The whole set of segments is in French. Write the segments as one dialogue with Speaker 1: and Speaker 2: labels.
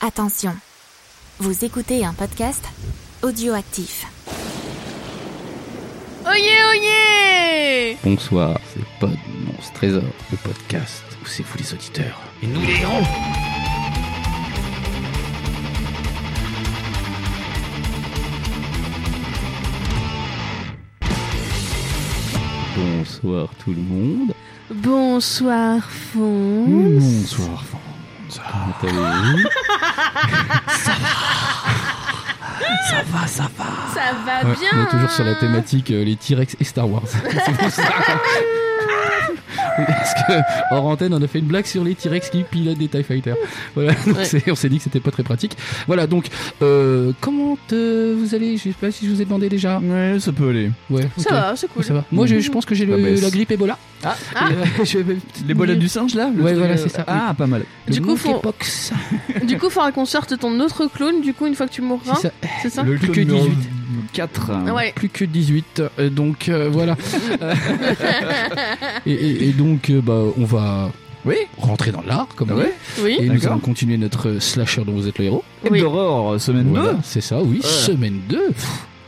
Speaker 1: Attention, vous écoutez un podcast audioactif.
Speaker 2: Oyez, oyez
Speaker 3: Bonsoir, c'est Pod Monstre Trésor, le podcast où c'est vous les auditeurs. Et nous les héros Bonsoir tout le monde.
Speaker 2: Bonsoir,
Speaker 4: Mmh.
Speaker 2: Fons.
Speaker 3: Bonsoir Comment allez-vous
Speaker 2: Ça va
Speaker 4: Ouais,
Speaker 2: bien
Speaker 4: on est toujours sur la
Speaker 2: hein
Speaker 4: thématique euh, les T-Rex et Star Wars. C'est pour ça. Oui, Parce que hors antenne, on a fait une blague sur les T-Rex qui pilotent des TIE Fighters. Voilà, donc
Speaker 2: Ouais.
Speaker 4: c'est- on s'est dit que c'était pas très pratique. Voilà, donc, euh, comment euh, vous allez Je sais pas si je vous ai demandé déjà.
Speaker 3: Ouais, ça peut aller.
Speaker 4: Ouais,
Speaker 2: Ça
Speaker 4: ok.
Speaker 2: va, c'est cool. Mmh.
Speaker 4: Ça va. Moi, je, je pense que j'ai
Speaker 3: La
Speaker 4: le-
Speaker 2: bah,
Speaker 3: baisse.
Speaker 4: la grippe Ebola.
Speaker 3: Ah.
Speaker 4: Et, euh, je vais-
Speaker 3: Les bolettes du singe là Le
Speaker 4: Ouais,
Speaker 3: truc,
Speaker 4: voilà,
Speaker 3: euh,
Speaker 4: c'est ça,
Speaker 3: Ah, pas mal.
Speaker 4: le
Speaker 2: Du coup, faut-
Speaker 4: monkeypox.
Speaker 2: Du coup, faudra qu'on sorte ton autre clone, du coup, une fois que tu mourras,
Speaker 4: C'est ça.
Speaker 2: c'est ça,
Speaker 3: le hein.
Speaker 4: Plus
Speaker 3: clone
Speaker 4: que
Speaker 3: numéro
Speaker 4: 18.
Speaker 3: 4.
Speaker 2: Ouais.
Speaker 4: plus que 18 euh, donc euh, voilà et, et- et donc euh, bah, on va
Speaker 3: Oui
Speaker 4: rentrer dans l'art comme on dit.
Speaker 3: Ouais.
Speaker 2: Oui,
Speaker 4: et nous
Speaker 3: D'accord.
Speaker 4: allons continuer notre euh, slasher dont vous êtes le héros
Speaker 2: oui.
Speaker 3: D'horreur, semaine
Speaker 4: Voilà,
Speaker 3: 2.
Speaker 4: c'est ça oui
Speaker 3: Voilà.
Speaker 4: semaine 2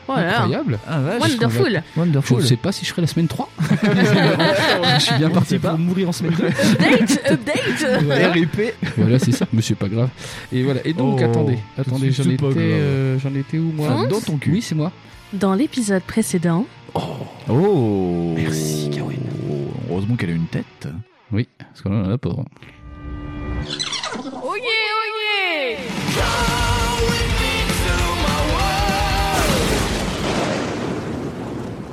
Speaker 2: Voilà.
Speaker 4: incroyable
Speaker 3: Ah, vache.
Speaker 2: Wonderful.
Speaker 4: je
Speaker 3: Wonderful.
Speaker 4: sais pas si je serai la semaine 3
Speaker 3: je suis bien
Speaker 4: On
Speaker 3: parti
Speaker 4: sait pas.
Speaker 3: pour mourir en semaine 2.
Speaker 2: Update, update.
Speaker 4: Voilà.
Speaker 3: RIP.
Speaker 4: voilà c'est ça mais c'est pas grave et voilà et donc
Speaker 3: Oh,
Speaker 4: attendez
Speaker 3: tout de suite,
Speaker 4: attendez j'en
Speaker 3: c'est
Speaker 4: étais
Speaker 3: pas grave.
Speaker 4: euh, j'en étais où moi
Speaker 2: Fonce
Speaker 3: Dans ton cul.
Speaker 4: oui c'est moi
Speaker 2: Dans l'épisode précédent,
Speaker 3: Oh.
Speaker 4: Merci, Caroline.
Speaker 3: Oh, Heureusement qu'elle a une tête.
Speaker 4: oui parce qu'on en a pas
Speaker 2: oyez, oyez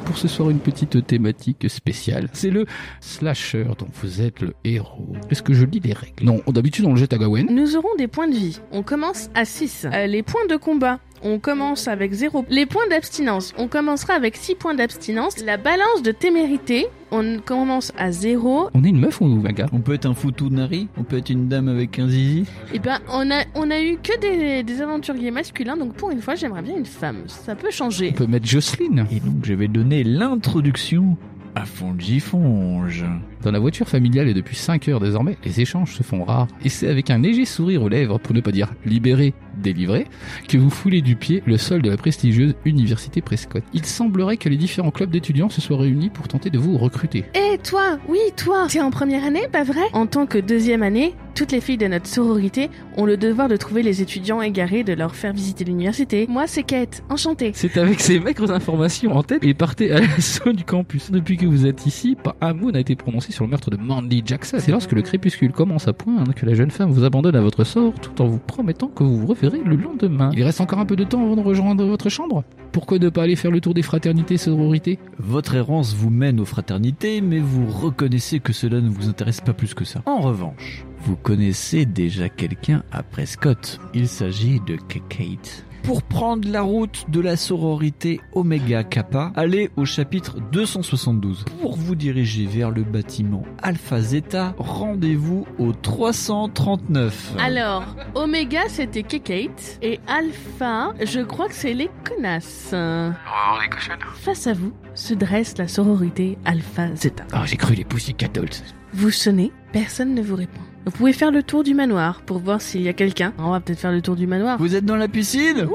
Speaker 4: pour ce soir une petite thématique spéciale. C'est le slasher dont vous êtes le héros. Est-ce que je lis les règles Non, d'habitude on le jette à Gawain.
Speaker 2: Nous aurons des points de vie. On commence à 6. les points de combat. On commence avec 0. Les points d'abstinence. On commencera avec 6 points d'abstinence. La balance de témérité. On commence à 0.
Speaker 4: On est une meuf ou un gars
Speaker 3: On peut être un foutou de nari, on peut être une dame avec un zizi.
Speaker 2: Et ben, on a, on a eu que des, des aventuriers masculins. Donc pour une fois, j'aimerais bien une femme. Ça peut
Speaker 4: On
Speaker 2: changer.
Speaker 4: peut mettre Jocelyne
Speaker 3: Et donc je vais donner l'introduction à Fongifonge.
Speaker 4: dans la voiture familiale et depuis 5 heures désormais, les échanges se font rares. Et c'est avec un léger sourire aux lèvres, pour ne pas dire libéré, délivré, que vous foulez du pied le sol de la prestigieuse université Prescott. Il semblerait que les différents clubs d'étudiants se soient réunis pour tenter de vous recruter.
Speaker 2: Eh toi, oui toi, t'es en première année, pas vrai En tant que deuxième année, toutes les filles de notre sororité ont le devoir de trouver les étudiants égarés, de leur faire visiter l'université. Moi, c'est Kate, enchantée.
Speaker 4: C'est avec ces maigres informations en tête et partez à l'assaut du campus. Depuis que vous êtes ici, pas un mot n'a été prononcé sur le meurtre de Mandy Jackson. C'est lorsque le crépuscule commence à point hein, que la jeune femme vous abandonne à votre sort tout en vous promettant que vous vous reverrez le lendemain. Il reste encore un peu de temps avant de rejoindre votre chambre Pourquoi ne pas aller faire le tour des fraternités sororités
Speaker 3: Votre errance vous mène aux fraternités, mais vous reconnaissez que cela ne vous intéresse pas plus que ça. En revanche, vous connaissez déjà quelqu'un à Prescott. Il s'agit de K- Kate. Pour prendre la route de la sororité Omega Kappa, allez au chapitre 272. Pour vous diriger vers le bâtiment Alpha Zeta, rendez-vous au 339.
Speaker 2: Alors, Oméga c'était Kekate et Alpha, je crois que c'est les connasses. Face à vous se dresse la sororité Alpha Zeta.
Speaker 4: Oh, j'ai cru les poussées adultes.
Speaker 2: Vous sonnez, personne ne vous répond. Vous pouvez faire le tour du manoir pour voir s'il y a quelqu'un. On va peut-être faire le tour du manoir.
Speaker 3: Vous êtes dans la piscine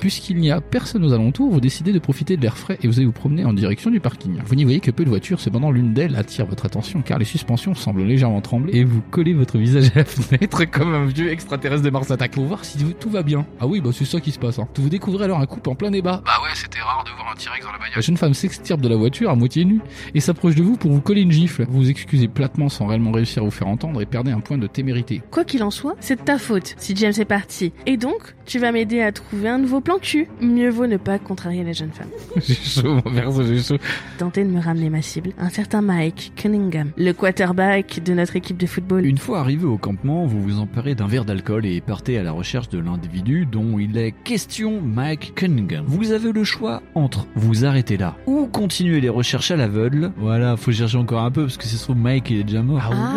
Speaker 4: Puisqu'il n'y a personne aux alentours, vous décidez de profiter de l'air frais et vous allez vous promener en direction du parking. Vous n'y voyez que peu de voitures, cependant l'une d'elles attire votre attention car les suspensions semblent légèrement trembler et vous collez votre visage à la fenêtre comme un vieux extraterrestre de Mars attaque pour voir si tout va bien. Ah oui, bah c'est ça qui se passe. Hein. Vous découvrez alors un couple en plein débat. Bah ouais, c'était rare de voir un T-Rex dans la bagnole. La jeune femme s'extirpe de la voiture à moitié nue et s'approche de vous pour vous coller une gifle. Vous vous excusez platement sans réellement réussir à vous faire entendre et perdez un point de témérité.
Speaker 2: Quoi qu'il en soit, c'est de ta faute si James est parti. Et donc, tu vas m'aider à trouver un nouveau plan cul. Mieux vaut ne pas contrarier la jeune femme.
Speaker 4: j'ai chaud, mon perso, j'ai chaud.
Speaker 2: Tenter de me ramener ma cible, un certain Mike Cunningham, le quarterback de notre équipe de football.
Speaker 3: Une fois arrivé au campement, vous vous emparez d'un verre d'alcool et partez à la recherche de l'individu dont il est question, Mike Cunningham. Vous avez le choix entre vous arrêter là ou continuer les recherches à l'aveugle. Voilà, faut chercher encore un peu parce que si ça se trouve Mike il est déjà mort.
Speaker 2: Ah,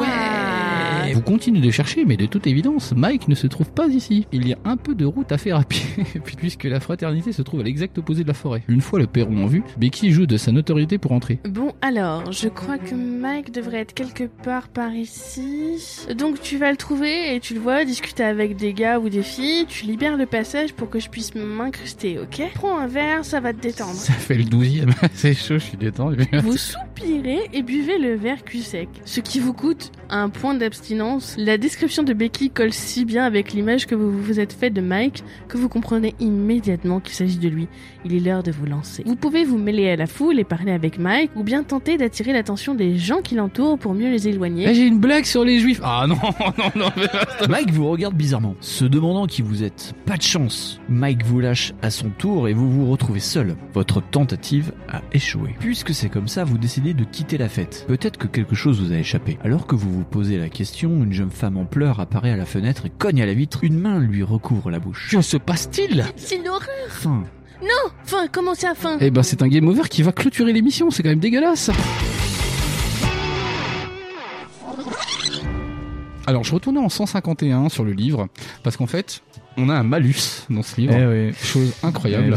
Speaker 4: ouais, Vous continuez de chercher, mais de toute évidence, Mike ne se trouve pas ici. Il y a un peu de route à faire à pied, puisque la fraternité se trouve à l'exact opposé de la forêt. Une fois le perron en vue, Becky joue de sa notoriété pour entrer.
Speaker 2: Bon, alors, je crois que Mike devrait être quelque part par ici. Donc, tu vas le trouver et tu le vois discuter avec des gars ou des filles. Tu libères le passage pour que je puisse m'incruster, ok Prends un verre, ça va te détendre.
Speaker 4: Ça fait le douzième, c'est chaud, je suis détendu.
Speaker 2: Vous soupirez et buvez le verre cul sec, ce qui vous coûte un point d'abstinence. La description de Becky colle si bien avec l'image que vous vous êtes faite de Mike que vous comprenez immédiatement qu'il s'agit de lui. Il est l'heure de vous lancer. Vous pouvez vous mêler à la foule et parler avec Mike ou bien tenter d'attirer l'attention des gens qui l'entourent pour mieux les
Speaker 4: Eh,
Speaker 2: éloigner.
Speaker 4: j'ai une blague sur les juifs. Ah non, non, non. mais-
Speaker 3: Mike vous regarde bizarrement, se demandant qui vous êtes. Pas de chance. Mike vous lâche à son tour et vous vous retrouvez seul. Votre tentative a échoué. Puisque c'est comme ça, vous décidez de quitter la fête. Peut-être que quelque chose vous a échappé. Alors que vous vous posez la question, une jeune femme en pleurs apparaît à la fenêtre et cogne à la vitre. Une main lui recouvre la bouche.
Speaker 4: Que se passe-t-il
Speaker 2: C'est une horreur
Speaker 3: Fin.
Speaker 2: Fin, comment ça, fin
Speaker 4: Eh ben, c'est un game over qui va clôturer l'émission, c'est quand même dégueulasse. Alors, je retournais en 151 sur le livre, parce qu'en fait, on a un malus dans ce livre. Chose incroyable.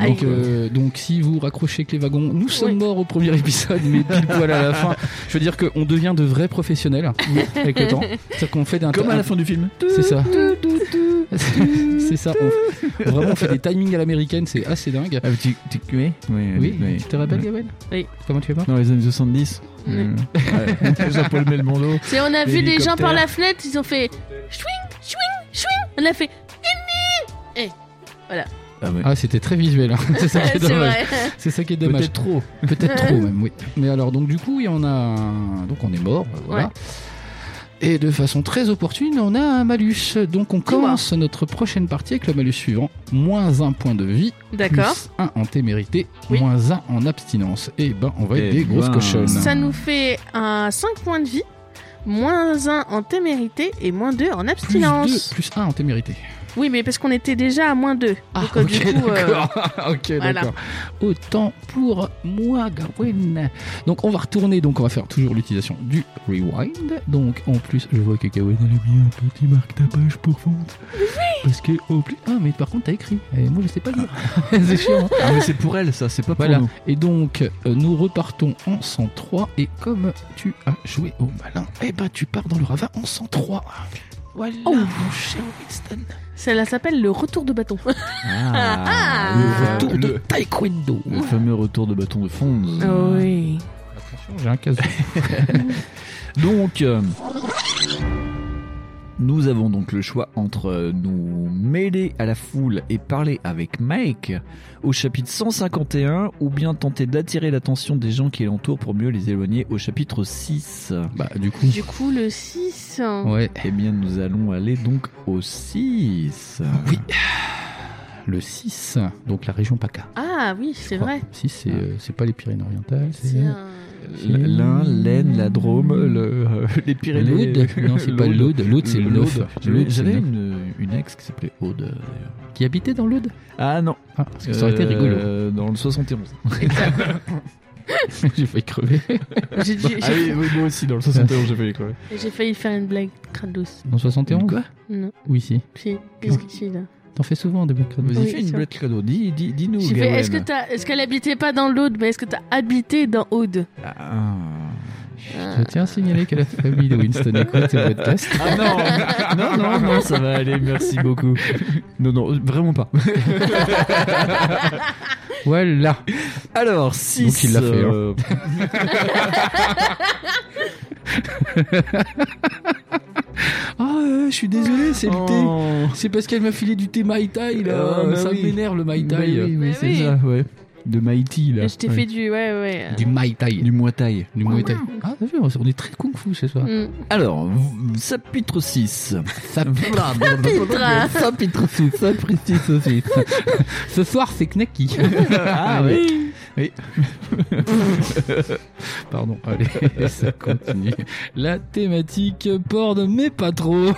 Speaker 2: Aïe.
Speaker 4: Donc, euh, donc si vous raccrochez que les wagons, nous sommes
Speaker 2: Ouais.
Speaker 4: morts au premier épisode, mais pile poil à la fin. Je veux dire qu'on devient de vrais professionnels avec le temps. C'est-à-dire qu'on fait d'un
Speaker 3: Comme à la fin du film.
Speaker 4: C'est ça. c'est ça. On, vraiment, on fait des timings à l'américaine, c'est assez dingue.
Speaker 5: Ah, mais tu, tu, oui, oui,
Speaker 4: Oui,
Speaker 5: oui.
Speaker 4: tu te rappelles, Gabriel
Speaker 2: Oui.
Speaker 4: Comment tu fais pas
Speaker 5: Dans les années 70, euh, ouais, Jean-Paul Belmondo.
Speaker 2: C'est on a vu des
Speaker 5: L'hélicoptère.
Speaker 2: gens par la fenêtre, ils ont fait chouing, chouing, chouing. On a fait
Speaker 4: Ah, c'était très visuel. hein. c'est ça qui est
Speaker 2: euh, c'est
Speaker 4: dommage.
Speaker 2: vrai.
Speaker 4: C'est ça qui est dommage.
Speaker 5: Peut-être trop.
Speaker 4: Peut-être trop même, oui. Mais alors donc du coup, il y en a un- donc on est mort, euh, voilà.
Speaker 2: Ouais.
Speaker 4: Et de façon très opportune, on a un malus. Donc on
Speaker 2: Comment
Speaker 4: commence notre prochaine partie avec le malus suivant. Moins un point de vie,
Speaker 2: D'accord.
Speaker 4: plus un en témérité,
Speaker 2: Oui.
Speaker 4: moins un en abstinence. Et ben on va être
Speaker 5: Eh
Speaker 4: des grosses
Speaker 5: ben.
Speaker 4: cochonnes.
Speaker 2: Ça nous fait un 5 points de vie, moins 1 en témérité et moins 2 en
Speaker 4: plus deux,
Speaker 2: abstinence.
Speaker 4: plus un en témérité.
Speaker 2: Oui, mais parce qu'on était déjà à moins 2.
Speaker 4: Ah,
Speaker 2: Donc, euh,
Speaker 4: ok,
Speaker 2: du coup, euh,
Speaker 4: d'accord. ok,
Speaker 2: voilà.
Speaker 4: d'accord. Autant pour moi, Gawain. Donc, on va retourner. Donc, on va faire toujours l'utilisation du rewind. Donc, en plus, je vois que Gawain elle a mis un petit marque-tapage pour fente. Parce que, au plus. Ah, mais par contre, t'as écrit. Et moi, je sais pas lire. C'est chiant. hein.
Speaker 5: Ah, mais c'est pour elle, ça, c'est pas pour
Speaker 4: Voilà.
Speaker 5: nous.
Speaker 4: Et donc, euh, nous repartons en 103. Et comme tu as joué au malin, eh ben, tu pars dans le ravin en 103. Voilà,
Speaker 2: Oh.
Speaker 4: mon cher Winston.
Speaker 2: Celle-là s'appelle le retour de bâton. Ah.
Speaker 5: le
Speaker 4: Tour
Speaker 5: retour
Speaker 4: de
Speaker 5: de-
Speaker 4: taekwondo.
Speaker 5: Le fameux retour de bâton de Fonz.
Speaker 4: Ah
Speaker 2: oui.
Speaker 4: Attention, j'ai un casque.
Speaker 5: Donc, euh,
Speaker 3: Nous avons donc le choix entre euh, nous mêler à la foule et parler avec Mike au chapitre 151 ou bien tenter d'attirer l'attention des gens qui l'entourent pour mieux les éloigner au chapitre 6.
Speaker 4: Bah, du coup.
Speaker 2: Du coup, le 6.
Speaker 4: Ouais.
Speaker 3: Eh bien nous allons aller donc au 6.
Speaker 4: Oui. Le 6, donc la région PACA.
Speaker 2: Ah oui, c'est vrai.
Speaker 4: 6, c'est euh, c'est pas les Pyrénées-Orientales, c'est.
Speaker 2: C'est un-
Speaker 3: L- L'Ain, l'Aisne, la Drôme, le- euh, les Pyrénées.
Speaker 4: L'Aude Non, c'est pas l'Aude. L'Aude, c'est le
Speaker 3: L'Aude.
Speaker 4: 9.
Speaker 3: J'avais- J'avais une, une ex qui s'appelait Aude d'ailleurs.
Speaker 4: Qui habitait dans l'Aude
Speaker 3: Ah non,
Speaker 4: Ah, parce que ça aurait été
Speaker 3: Euh,
Speaker 4: rigolo.
Speaker 3: Dans le 71.
Speaker 4: J'ai failli crever.
Speaker 2: J'ai dû-
Speaker 3: Ah oui,
Speaker 2: j'ai-
Speaker 3: oui, moi aussi, dans le 71, j'ai fait les quoi.
Speaker 2: j'ai failli faire une blague Kratos.
Speaker 4: Dans 71
Speaker 3: Quoi
Speaker 2: Non,
Speaker 4: Oui, si.
Speaker 2: si. Qu'est-ce que tu dis là
Speaker 4: T'en fais souvent des blagues
Speaker 3: Vas-y,
Speaker 2: Oui,
Speaker 3: fais une
Speaker 2: sûr.
Speaker 3: blague cadeau. Dis, dis, dis-nous,
Speaker 2: J'ai fait,
Speaker 3: Gawen.
Speaker 2: Est-ce que t'as- est-ce qu'elle habitait pas dans l'Aude, mais est-ce que t'as habité dans Aude
Speaker 3: Ah.
Speaker 4: Je tiens à signaler que la famille de Winston écoute ce podcast.
Speaker 3: Ah non, non, non, non, ça va aller, merci beaucoup. Non, non, vraiment pas.
Speaker 4: Voilà.
Speaker 3: Alors, euh, 6.
Speaker 4: Donc, il l'a fait, hein.
Speaker 3: Oh.
Speaker 4: Ah, euh, je suis désolé, c'est le thé. C'est parce qu'elle m'a filé du thé Mai Tai, là.
Speaker 3: Ah, bah
Speaker 4: ça
Speaker 3: oui.
Speaker 4: m'énerve le Mai
Speaker 3: Maï
Speaker 4: Tai.
Speaker 3: Oui,
Speaker 2: Mais
Speaker 3: oui, c'est
Speaker 2: Eh oui.
Speaker 3: ça, ouais. De Mighty, là.
Speaker 2: Je t'ai
Speaker 3: Ouais.
Speaker 2: fait du. Ouais, ouais.
Speaker 4: Du Mai Tai.
Speaker 3: Du Muay Thai.
Speaker 4: Du Muay Thai. Ah, t'as vu, on est très kung fu ce soir.
Speaker 2: Mm.
Speaker 3: Alors, v- chapitre 6.
Speaker 2: Chapitre.
Speaker 4: Chapitre 6, chapitre 6. Ce soir, c'est Knacky.
Speaker 3: Ah oui.
Speaker 4: Pardon, allez, ça continue. La thématique porn, mais pas trop.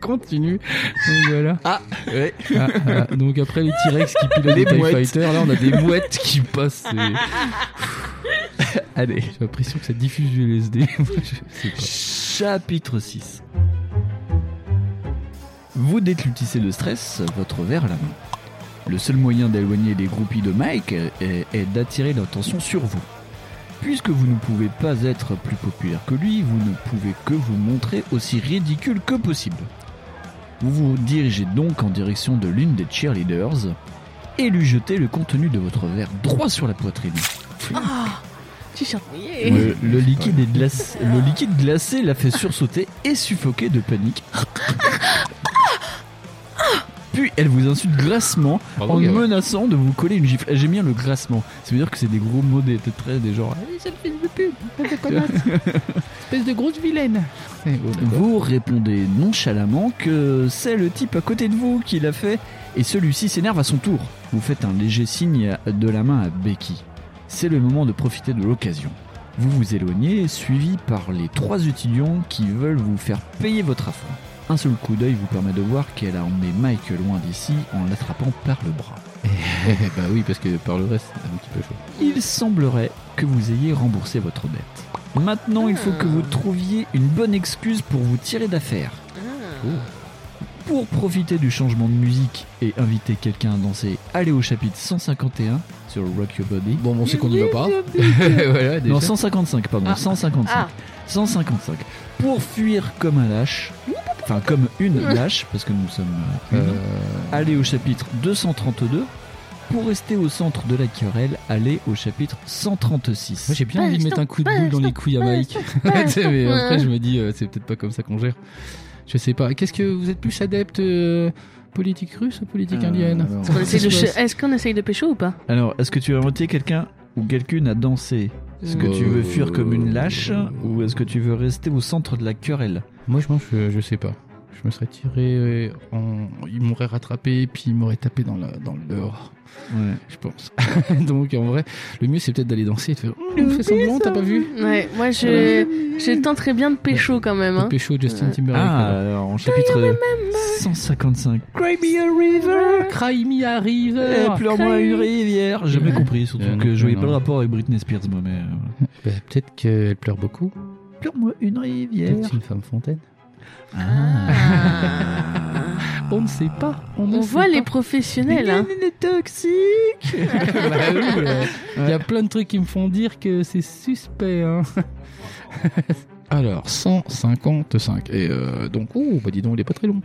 Speaker 4: continue. Donc voilà.
Speaker 3: Ouais.
Speaker 4: Ah, ah, donc après les T-Rex qui pilotent
Speaker 3: Les
Speaker 4: les TIE
Speaker 3: mouettes.
Speaker 4: Fighters, là, on a des mouettes qui passent. et-
Speaker 3: Allez.
Speaker 4: J'ai l'impression que ça diffuse du LSD. Je sais pas.
Speaker 3: Chapitre 6 Vous déglutissez le stress, votre verre à la main. Le seul moyen d'éloigner les groupies de Mike est, est d'attirer l'attention sur vous. Puisque vous ne pouvez pas être plus populaire que lui, vous ne pouvez que vous montrer aussi ridicule que possible. Vous vous dirigez donc en direction de l'une des cheerleaders et lui jetez le contenu de votre verre droit sur la poitrine.
Speaker 2: T-shirt mouillé.
Speaker 3: Le, le liquide est glace- le liquide glacé la fait sursauter et suffoquer de panique. Puis elle vous insulte grassement
Speaker 4: Bravo,
Speaker 3: en
Speaker 4: Gaël.
Speaker 3: menaçant de vous coller une gifle. Ah, J'aime bien le grassement. Ça veut dire que c'est des gros mots des des traits, des genres.
Speaker 4: Espèce de grosse vilaine. Eh, bon, d'accord.
Speaker 3: Vous répondez nonchalamment que c'est le type à côté de vous qui l'a fait et celui-ci s'énerve à son tour. Vous faites un léger signe de la main à Becky. C'est le moment de profiter de l'occasion. Vous vous éloignez, suivi par les trois étudiants qui veulent vous faire payer votre affront. Un seul coup d'œil vous permet de voir qu'elle a emmené Mike loin d'ici en l'attrapant par le bras.
Speaker 4: Eh, bah oui, parce que par le reste, c'est un petit peu chaud.
Speaker 3: Il semblerait que vous ayez remboursé votre dette. Maintenant, il faut que vous trouviez une bonne excuse pour vous tirer d'affaire. Oh. Pour profiter du changement de musique et inviter quelqu'un à danser, allez au chapitre 151 sur Rock Your Body.
Speaker 4: Bon, on sait qu'on n'y va pas. voilà, déjà.
Speaker 3: Non, 155, pardon,
Speaker 2: Ah.
Speaker 3: 155.
Speaker 2: Ah.
Speaker 3: 155. Pour fuir comme un lâche, enfin comme une lâche, parce que nous sommes euh, une,
Speaker 4: Euh,
Speaker 3: allez au chapitre 232. Pour rester au centre de la querelle, allez au chapitre 136.
Speaker 4: Moi j'ai bien envie de mettre un coup de boule dans les couilles à Mike. Tu sais, mais après je me dis euh, c'est peut-être pas comme ça qu'on gère. Je sais pas. Qu'est-ce que vous êtes plus adepte euh, politique russe ou politique
Speaker 3: Euh,
Speaker 4: indienne
Speaker 3: alors-
Speaker 4: C'est quoi
Speaker 2: On essaye de
Speaker 4: cette
Speaker 2: pê-
Speaker 4: chose
Speaker 2: Est-ce qu'on essaye de pécho ou pas
Speaker 3: Alors, est-ce que tu as invité quelqu'un ou quelqu'une à danser Est-ce que tu
Speaker 4: Euh,
Speaker 3: veux fuir comme une lâche ou est-ce que tu veux rester au centre de la querelle
Speaker 4: Moi je pense que je sais pas. Je me serais tiré, euh, en... ils m'auraient rattrapé, puis ils m'auraient tapé dans, la... dans le dehors,
Speaker 3: Ouais.
Speaker 4: je pense. Donc en vrai, le mieux c'est peut-être d'aller danser et de faire Hum, fais semblant, t'as pas vu
Speaker 2: Ouais, moi je, je tenterais bien de pécho quand même.
Speaker 4: Le
Speaker 2: Hein.
Speaker 4: pécho de Justin
Speaker 2: Ouais.
Speaker 4: Timberlake.
Speaker 3: Ah, alors, en chapitre 155. Cry me a river
Speaker 4: Cry me a river.
Speaker 3: Eh, Pleure-moi
Speaker 4: Cry.
Speaker 3: une rivière J'ai jamais compris, surtout
Speaker 4: Ah, Euh, non,
Speaker 3: que je voyais
Speaker 4: non,
Speaker 3: pas le
Speaker 4: non.
Speaker 3: rapport avec Britney Spears, moi, mais... euh, voilà.
Speaker 4: Bah, peut-être qu'elle pleure beaucoup.
Speaker 3: Pleure-moi une rivière Ah.
Speaker 4: Peut-être une femme fontaine.
Speaker 2: Ah.
Speaker 4: On ne sait pas. On,
Speaker 2: On
Speaker 4: ne
Speaker 2: voit
Speaker 4: sait
Speaker 2: les
Speaker 4: pas.
Speaker 2: professionnels. Hein.
Speaker 3: toxique
Speaker 4: Bah oui, ouais. Il y a plein de trucs qui me font dire que c'est suspect. hein. Alors, 155. Et euh, donc, oh, bah dis donc, il est pas très long.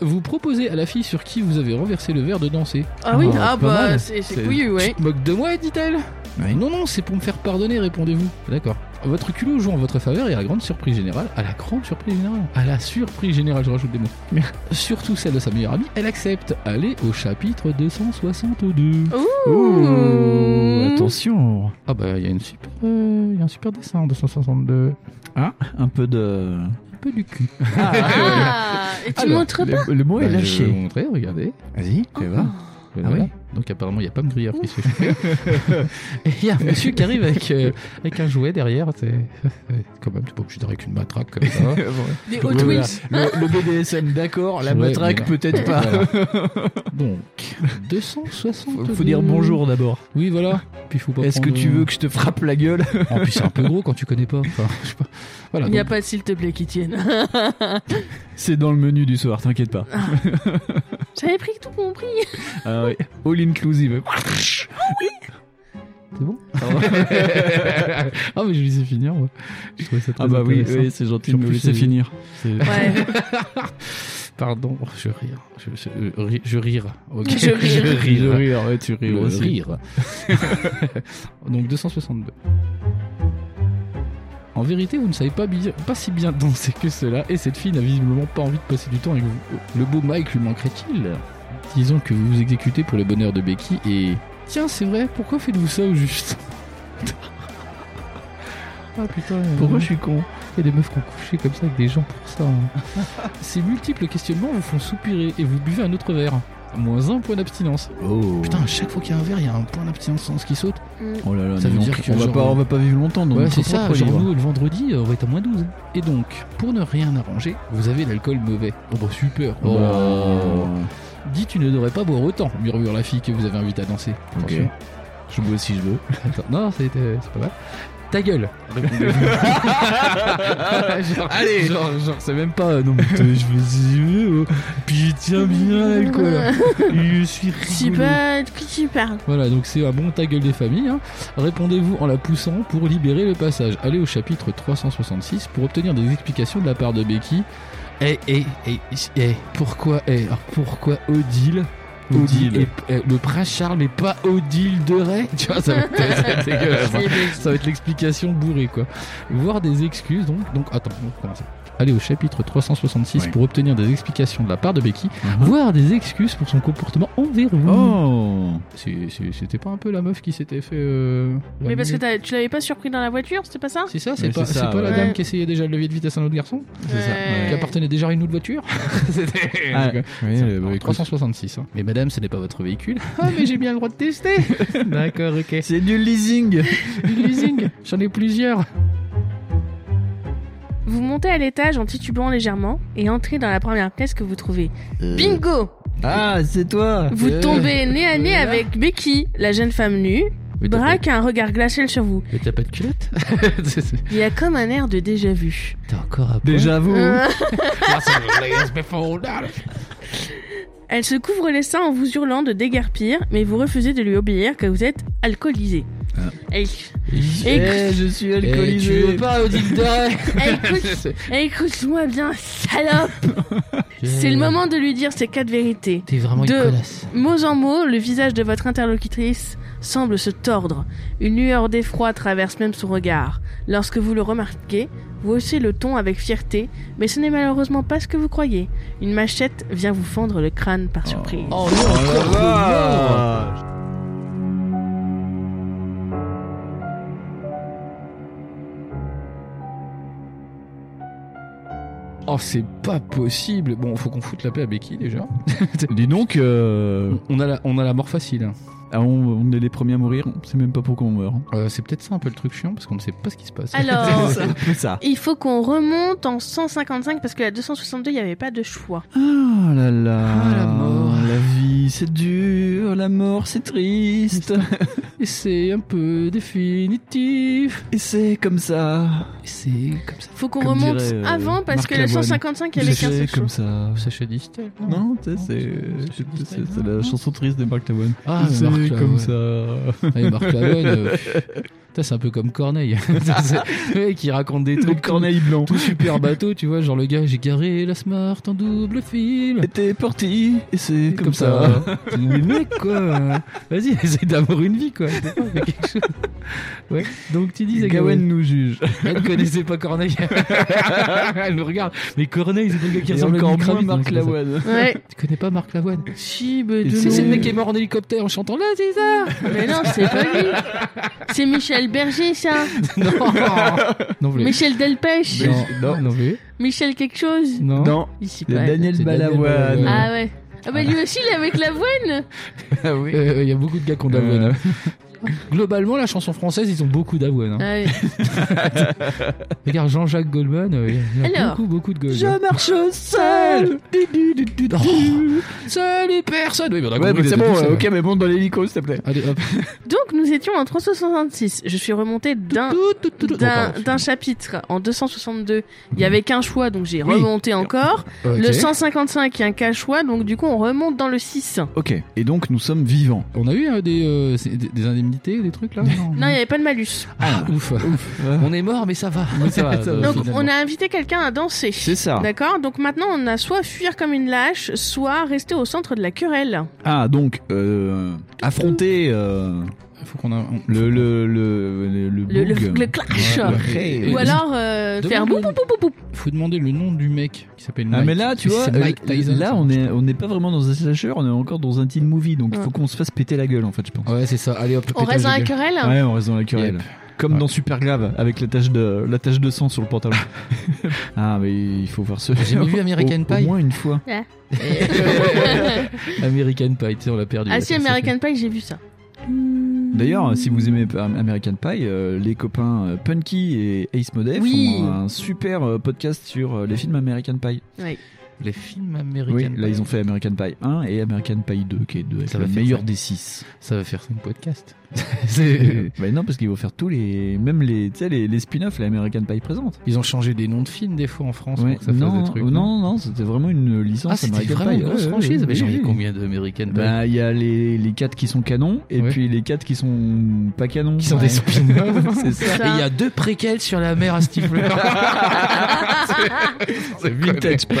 Speaker 4: Vous proposez à la fille sur qui vous avez renversé le verre de danser.
Speaker 2: Ah oui,
Speaker 4: Oh, pas
Speaker 2: ah bah
Speaker 4: mal.
Speaker 2: c'est c'est
Speaker 4: C'est-
Speaker 2: couillu,
Speaker 4: Tu
Speaker 2: ouais.
Speaker 4: te moques de moi, dit-elle
Speaker 3: Oui.
Speaker 4: Non, non, c'est pour me faire pardonner, répondez-vous. D'accord. Votre culot joue en votre faveur et à la grande surprise générale, à la grande surprise générale, à la surprise générale, je rajoute des mots. Mais surtout celle de sa meilleure amie, elle accepte. Allez au chapitre 262.
Speaker 3: Oh, Attention
Speaker 4: Ah bah, il y a une super, euh, il y a un super dessin en 262.
Speaker 3: Un peu de...
Speaker 4: Un peu du cul.
Speaker 2: Ah, et tu
Speaker 4: Alors,
Speaker 2: montres pas
Speaker 3: Le, le mot est
Speaker 4: Bah, Je vais vous
Speaker 3: lâché.
Speaker 4: montrer, regardez. Oh.
Speaker 3: Vas-y, tu vas. Ah
Speaker 4: Voilà. Donc apparemment, il y a pas de grilleur qui se fait. Et il y a un monsieur qui arrive avec, euh, avec un jouet derrière. C'est quand même, t'es pas obligé d'arriver avec une matraque comme ça.
Speaker 2: des
Speaker 4: le-
Speaker 2: Hot
Speaker 4: le-
Speaker 2: Wheels.
Speaker 3: Le, le BDSM, d'accord, la
Speaker 4: Ouais,
Speaker 3: matraque,
Speaker 4: mais- bah,
Speaker 3: peut-être pas.
Speaker 4: Voilà. Donc, 260.
Speaker 3: Faut dire bonjour d'abord.
Speaker 4: Oui, voilà. Puis faut pas
Speaker 3: Est-ce que
Speaker 4: prendre- euh,
Speaker 3: tu veux que je te frappe la gueule
Speaker 4: En plus, c'est un peu gros quand tu connais pas. Enfin, je sais pas. Voilà.
Speaker 2: Il n'y a
Speaker 4: donc,
Speaker 2: pas de s'il te plaît qui tienne.
Speaker 3: C'est dans le menu du soir, t'inquiète pas.
Speaker 2: J'avais pris tout compris.
Speaker 3: Ah ouais, All inclusive. Ah
Speaker 4: C'est bon Ah, mais je les ai finir, moi. Je trouvais ça très
Speaker 3: Ah bah oui,
Speaker 4: intéressant.
Speaker 3: oui, c'est gentil de
Speaker 4: Sur
Speaker 3: me
Speaker 4: plus,
Speaker 3: laisser
Speaker 4: c'est-
Speaker 3: finir.
Speaker 2: Ouais.
Speaker 4: Pardon, je rire. Je, je, euh, ri- je rire. Ok.
Speaker 2: Je rire.
Speaker 4: Je
Speaker 3: Je
Speaker 4: rire.
Speaker 3: rire, ouais, tu rires
Speaker 4: Le
Speaker 3: aussi.
Speaker 4: rire. Donc 262. En vérité, vous ne savez pas, bi- pas si bien danser que cela, et cette fille n'a visiblement pas envie de passer du temps avec vous. Le beau Mike lui manquerait-il Disons que vous vous exécutez pour le bonheur de Becky, et... Tiens, c'est vrai, pourquoi faites-vous ça au juste Ah putain,
Speaker 3: Pourquoi je suis con
Speaker 4: il y a des meufs qui ont couché comme ça avec des gens pour ça. hein. Ces multiples questionnements vous font soupirer et vous buvez un autre verre. Moins un point d'abstinence.
Speaker 3: Oh.
Speaker 4: Putain, à chaque fois qu'il y a un verre, il y a un point d'abstinence sans ce qui saute.
Speaker 3: Oh là là,
Speaker 4: Ça
Speaker 3: dis
Speaker 4: veut
Speaker 3: donc,
Speaker 4: dire que
Speaker 3: on, va
Speaker 4: genre-
Speaker 3: pas, on va pas vivre longtemps dans
Speaker 4: ouais,
Speaker 3: notre
Speaker 4: c'est ça.
Speaker 3: propre
Speaker 4: Genre,
Speaker 3: livre.
Speaker 4: nous, le vendredi, euh, on va être à moins 12. Et donc, pour ne rien arranger, vous avez l'alcool mauvais. Oh bah super.
Speaker 3: Oh.
Speaker 4: Dis, tu ne devrais pas boire autant, murmure la fille que vous avez invitée à danser.
Speaker 3: Ok.
Speaker 4: Attention.
Speaker 3: Je bois si je veux.
Speaker 4: Attends, non, c'était- euh, c'est pas mal. Ta gueule Genre-
Speaker 5: Allez.
Speaker 4: Genre, genre, c'est même pas. euh, Non, mais t'es- je veux. oh. Puis je tiens bien, quoi. Je suis
Speaker 2: Je sais
Speaker 4: rigolo.
Speaker 2: pas de qui tu parles.
Speaker 4: Voilà, donc c'est un bon ta gueule des familles. hein. Répondez-vous en la poussant pour libérer le passage. Allez au chapitre 366 pour obtenir des explications de la part de Becky. Eh, eh, eh, eh, pourquoi, eh, alors pourquoi Odile
Speaker 3: Odile.
Speaker 4: et- eh, le prince Charles, mais pas Odile de Ray Tu vois, ça va être- ça va être dégueulasse, hein. Ça va être l'explication bourrée, quoi. Voir des excuses, donc. Donc, attends, on recommence. Allez au chapitre 366
Speaker 3: Oui. Hein?
Speaker 4: pour obtenir des explications de la part de Becky. Voir des excuses pour son comportement envers vous.
Speaker 3: Oh
Speaker 4: C'est- c'est- C'était pas un peu la meuf qui s'était fait. euh,
Speaker 2: Mais parce que
Speaker 4: laminée
Speaker 2: t'as- tu l'avais pas surpris dans la voiture, c'était pas ça
Speaker 4: C'est ça, c'est
Speaker 3: Oui,
Speaker 4: pas,
Speaker 3: c'est
Speaker 4: c'est
Speaker 3: ça,
Speaker 4: pas la
Speaker 2: ouais.
Speaker 4: dame
Speaker 2: Ouais.
Speaker 4: qui essayait déjà le levier de vitesse à un autre garçon
Speaker 3: C'est ça,
Speaker 2: Ouais.
Speaker 4: Qui appartenait déjà à une autre voiture C'était.
Speaker 3: Ah,
Speaker 4: c'est-
Speaker 5: Oui,
Speaker 4: c'est-
Speaker 5: euh, bah,
Speaker 4: en
Speaker 5: écoute,
Speaker 4: 366. hein. Mais madame, ce n'est pas votre véhicule. Ah, mais j'ai bien le droit de tester D'accord, ok.
Speaker 3: C'est du leasing
Speaker 4: Du leasing J'en ai plusieurs
Speaker 2: Vous montez à l'étage en titubant légèrement et entrez dans la première pièce que vous trouvez. Bingo
Speaker 3: Ah, c'est toi
Speaker 2: Vous
Speaker 4: Euh,
Speaker 2: tombez nez à nez
Speaker 4: voilà.
Speaker 2: avec Becky, la jeune femme nue,
Speaker 4: Mais t'as pas-
Speaker 2: braque un regard glacial sur vous.
Speaker 4: mais t'as pas de culotte C'est- c'est-
Speaker 2: Il y a comme un air de déjà-vu.
Speaker 4: T'es encore à poil
Speaker 3: Déjà vous
Speaker 2: Euh,
Speaker 4: Ah, ça me laisse mes fondales.
Speaker 2: Elle se couvre les seins en vous hurlant de déguerpir, mais vous refusez de lui obéir car vous êtes alcoolisé.
Speaker 3: Eh,
Speaker 2: Elle- Écoute-
Speaker 3: je suis
Speaker 4: Eh, tu
Speaker 3: alcoolisé
Speaker 4: veux pas, Odile Doré
Speaker 2: elle écoute- Écoute-moi bien, salope C'est le moment de lui dire ces quatre vérités.
Speaker 4: T'es vraiment
Speaker 2: de-
Speaker 4: une connasse.
Speaker 2: Mot en mot, le visage de votre interlocutrice semble se tordre. Une lueur d'effroi traverse même son regard. Lorsque vous le remarquez, vous haussez le ton avec fierté, mais ce n'est malheureusement pas ce que vous croyez. Une machette vient vous fendre le crâne par surprise.
Speaker 4: Oh non, encore
Speaker 3: Oh là
Speaker 4: de mort.
Speaker 3: là.
Speaker 4: Oh, c'est pas possible. Bon, faut qu'on foute la paix à Becky
Speaker 3: Mmh.
Speaker 4: déjà.
Speaker 3: Dis donc, euh,
Speaker 4: On a la, on a la mort facile. hein.
Speaker 3: ah, on, on est les premiers à mourir, on sait même pas pourquoi on meurt. hein.
Speaker 4: Euh, c'est peut-être ça un peu le truc chiant parce qu'on ne sait pas ce qui se passe.
Speaker 2: Alors,
Speaker 3: C'est un peu Oh, ça.
Speaker 2: il faut qu'on remonte en 155 parce que la 262, il n'y avait pas de choix.
Speaker 3: Ah là là
Speaker 4: Ah, la mort.
Speaker 3: La vie, c'est dur, la mort, c'est triste.
Speaker 4: Et c'est un peu définitif.
Speaker 3: Et c'est comme ça.
Speaker 4: Et C'est comme ça.
Speaker 2: Faut qu'on
Speaker 3: Comme
Speaker 2: remonte
Speaker 3: dirait, euh,
Speaker 2: avant parce
Speaker 3: Marc
Speaker 2: que la
Speaker 3: Lavoine.
Speaker 2: 155, il n'y avait qu'un
Speaker 3: C'est
Speaker 2: seul choix.
Speaker 3: comme ça.
Speaker 4: Oh, Sacha Distel.
Speaker 3: Non, tu sais, c'est
Speaker 4: c'est-
Speaker 3: c'est-
Speaker 4: c'est-
Speaker 3: c'est- c'est la chanson triste de Marc Lavoine.
Speaker 4: Ah, mais
Speaker 3: c'est
Speaker 4: Marc Lavoine.
Speaker 3: comme ça.
Speaker 4: Ah, et Marc Lavoine. euh, putain, c'est un peu comme Corneille. C'est- le mec qui raconte des
Speaker 3: Le
Speaker 4: trucs.
Speaker 3: corneille blanc.
Speaker 4: Tout super bateau, tu vois, genre le gars, j'ai garé la Smart en double fil.
Speaker 3: Et t'es parti, et c'est
Speaker 4: Et
Speaker 3: comme, ça.
Speaker 4: Mais mec, quoi. Vas-y, essaye d'avoir une vie, quoi. Fais quelque chose. Ouais. Donc tu dis,
Speaker 3: Gawain
Speaker 4: Gawain,
Speaker 3: nous juge.
Speaker 4: elle ne connaissait pas Corneille. elle nous regarde. Mais Corneille, c'est le gars qui
Speaker 3: Et
Speaker 4: ressemble
Speaker 3: encore
Speaker 4: à
Speaker 3: moins
Speaker 4: Micramite, non,
Speaker 3: Marc
Speaker 4: c'est pas ça.
Speaker 3: Lavoine.
Speaker 2: Ouais,
Speaker 4: Tu connais pas Marc Lavoine
Speaker 2: si, mais de
Speaker 4: Tu sais,
Speaker 2: nous.
Speaker 4: c'est le mec qui est mort en hélicoptère en chantant là, c'est ça
Speaker 2: Mais non, c'est pas lui. C'est Michel Berger, ça.
Speaker 4: Non Non, vous l'avez-
Speaker 2: Michel Delpech.
Speaker 3: Mais-
Speaker 4: Non, non,
Speaker 3: non.
Speaker 4: non, vous l'avez-
Speaker 2: Michel quelque chose.
Speaker 4: non.
Speaker 3: Non,
Speaker 2: Il s'y
Speaker 3: le
Speaker 2: connaît.
Speaker 4: c'est
Speaker 3: Daniel
Speaker 4: Daniel Balavoine.
Speaker 3: Balavoine.
Speaker 2: Ah ouais. Ah bah lui aussi, il est avec l'avoine.
Speaker 3: Ah oui.
Speaker 4: Euh, Il y a beaucoup de gars qui ont d'avoine.
Speaker 3: Euh,
Speaker 4: Globalement, la chanson française, ils ont beaucoup d'avoine. hein.
Speaker 2: Ah ouais.
Speaker 4: Regarde Jean-Jacques Goldman, euh, il y a
Speaker 2: Alors,
Speaker 4: beaucoup, beaucoup de hein. Goldman.
Speaker 3: marche
Speaker 4: seul. Seul et personne. Oui, mais on a
Speaker 3: Oh. Ouais,
Speaker 4: compris
Speaker 3: mais
Speaker 4: que
Speaker 3: c'est
Speaker 4: t'étais
Speaker 3: bon,
Speaker 4: tout seul.
Speaker 3: euh, ok, mais bon, dans l'hélico, s'il te plaît.
Speaker 4: Allez, hop.
Speaker 2: Donc nous étions en 366. Je suis remonté d'un
Speaker 4: Tout, tout, tout, tout.
Speaker 2: d'un
Speaker 4: Oh, pardon.
Speaker 2: d'un chapitre en 262. Il y avait qu'un choix, donc j'ai
Speaker 3: Oui.
Speaker 2: remonté encore.
Speaker 4: Ok.
Speaker 2: Le 155, il y a qu'un choix, donc du coup on remonte dans le 6.
Speaker 3: Ok, et donc nous sommes vivants.
Speaker 4: On a eu euh, des, euh, c'est- des- des indemnités, des trucs là Non.
Speaker 2: Non, il n'y avait pas de malus.
Speaker 4: Ah, ouf. On est mort, mais ça va. euh,
Speaker 3: ça va, ça va,
Speaker 2: Donc on a invité quelqu'un à danser.
Speaker 3: Bah, C'est ça.
Speaker 2: D'accord Donc maintenant on a soit fuir comme une lâche, soit rester au centre de la querelle.
Speaker 3: Ah, donc, euh, affronter euh,
Speaker 4: Faut qu'on a. on-
Speaker 3: le, le, le, le, le
Speaker 2: Le, le,
Speaker 3: bug.
Speaker 2: le clash.
Speaker 3: Ouais, ouais.
Speaker 2: Ou
Speaker 3: Et-
Speaker 2: alors euh,
Speaker 4: Demande
Speaker 2: faire
Speaker 4: le
Speaker 2: boum
Speaker 4: nom.
Speaker 2: boum boum boum.
Speaker 4: Faut demander le nom du mec qui s'appelle
Speaker 3: Ah
Speaker 4: Mike.
Speaker 3: mais là tu
Speaker 4: Mais
Speaker 3: vois,
Speaker 4: c'est Mike
Speaker 3: euh,
Speaker 4: Tyson,
Speaker 3: là
Speaker 4: ça.
Speaker 3: on est on n'est pas vraiment dans un slasher, on est encore dans un teen movie donc il faut
Speaker 2: Ouais.
Speaker 3: qu'on se fasse péter la gueule en fait je pense.
Speaker 4: Ouais, c'est ça. Allez hop. le
Speaker 2: On
Speaker 4: pétage
Speaker 2: reste dans la
Speaker 4: de gueule.
Speaker 2: querelle
Speaker 3: Ouais, on reste dans la querelle.
Speaker 4: Yep.
Speaker 3: Comme
Speaker 4: Ouais.
Speaker 3: dans Supergrave avec la tache de la tache de sang sur le pantalon. ah mais il faut voir ce.
Speaker 4: J'ai jamais vu American
Speaker 3: Au-
Speaker 4: Pie.
Speaker 3: Au moins une fois.
Speaker 4: American Pie, tu sais, on l'a perdu.
Speaker 2: Ah si,
Speaker 4: Ça, ça
Speaker 2: American Pie, j'ai vu ça.
Speaker 3: D'ailleurs, si vous aimez euh, American Pie, euh, les copains euh, Punky et Ace Modef
Speaker 2: Oui.
Speaker 3: ont un super euh, podcast sur euh, les films American Pie.
Speaker 4: fait- Les films américains.
Speaker 3: Oui, là ils ont fait American Pie 1 et American Pie 2 qui est deux, avec
Speaker 4: Ça
Speaker 3: le
Speaker 4: va faire
Speaker 3: meilleur
Speaker 4: ça.
Speaker 3: des 6.
Speaker 4: Ça va faire son podcast. C'est-
Speaker 3: bah non, parce qu'ils vont faire tous les. Même les, tu sais, les, les spin-offs, les American Pie présente.
Speaker 4: Ils ont changé des noms de films des fois en France
Speaker 3: Ouais,
Speaker 4: pour que ça fasse
Speaker 3: non,
Speaker 4: des trucs.
Speaker 3: non, non, c'était vraiment une licence
Speaker 4: Ah, c'était
Speaker 3: American
Speaker 4: vraiment
Speaker 3: Pie.
Speaker 4: une grosse
Speaker 3: Ouais, ouais,
Speaker 4: franchise.
Speaker 3: ouais,
Speaker 4: Mais j'en ai
Speaker 3: oui.
Speaker 4: combien d'American Pie
Speaker 3: Bah, il y a les, les 4 qui sont canons, et
Speaker 4: Ouais.
Speaker 3: puis les 4 qui sont pas canons.
Speaker 4: Qui sont des
Speaker 3: Ouais.
Speaker 4: spin-offs.
Speaker 3: C'est ça.
Speaker 4: Et il y a deux préquels sur la mer à Stifler.
Speaker 3: C'est Vintage Pie.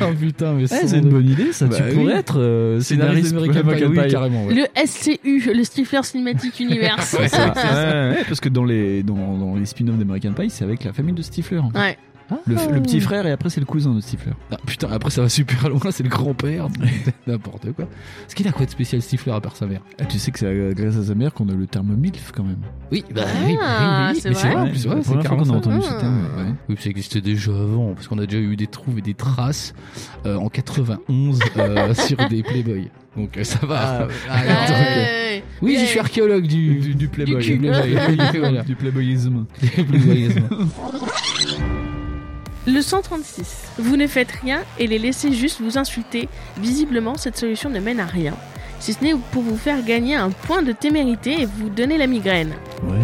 Speaker 4: oh putain, mais
Speaker 3: Eh, c'est une bonne idée, ça.
Speaker 4: Bah
Speaker 3: tu
Speaker 4: oui.
Speaker 3: pourrais être euh, scénariste American Pie.
Speaker 4: oui, carrément. ouais.
Speaker 2: Le SCU, le Stifler Cinematic Universe.
Speaker 4: Ah,
Speaker 3: Ouais, ça. Ouais, ouais, parce que dans les, dans, dans les spin-offs d'American Pie, c'est avec la famille de Stifler. en fait.
Speaker 2: Ouais.
Speaker 3: Le, f- le petit frère, et après, c'est le cousin de Stifler.
Speaker 4: Ah, putain, après ça va super loin, c'est le grand-père. N'importe quoi. Est-ce qu'il a quoi de spécial Stifler à part sa mère
Speaker 3: Ah, tu sais que c'est euh, grâce à sa mère qu'on a le terme MILF quand même.
Speaker 4: Oui, bah
Speaker 2: Ah,
Speaker 4: oui, bah, oui,
Speaker 2: c'est
Speaker 4: mais c'est
Speaker 2: vrai
Speaker 4: vrai en plus, ouais,
Speaker 3: la première
Speaker 4: c'est
Speaker 3: fois qu'on a
Speaker 4: carrément ça.
Speaker 3: entendu
Speaker 2: Ah.
Speaker 3: ce terme. ouais.
Speaker 4: Oui, ça existait déjà avant, parce qu'on a déjà eu des trouves et des traces euh, en 91 euh, sur des Playboy. Donc euh, ça va.
Speaker 3: Ah,
Speaker 4: donc, euh,
Speaker 2: Ouais.
Speaker 4: oui, je
Speaker 2: Ouais.
Speaker 4: suis archéologue du, du, du
Speaker 3: Playboy.
Speaker 4: cul, Playboy. Voilà.
Speaker 3: Du playboyisme.
Speaker 4: Des Playboyisme.
Speaker 2: Le 136. Vous ne faites rien et les laissez juste vous insulter. Visiblement, cette solution ne mène à rien. Si ce n'est pour vous faire gagner un point de témérité et vous donner la migraine.
Speaker 3: Ouais.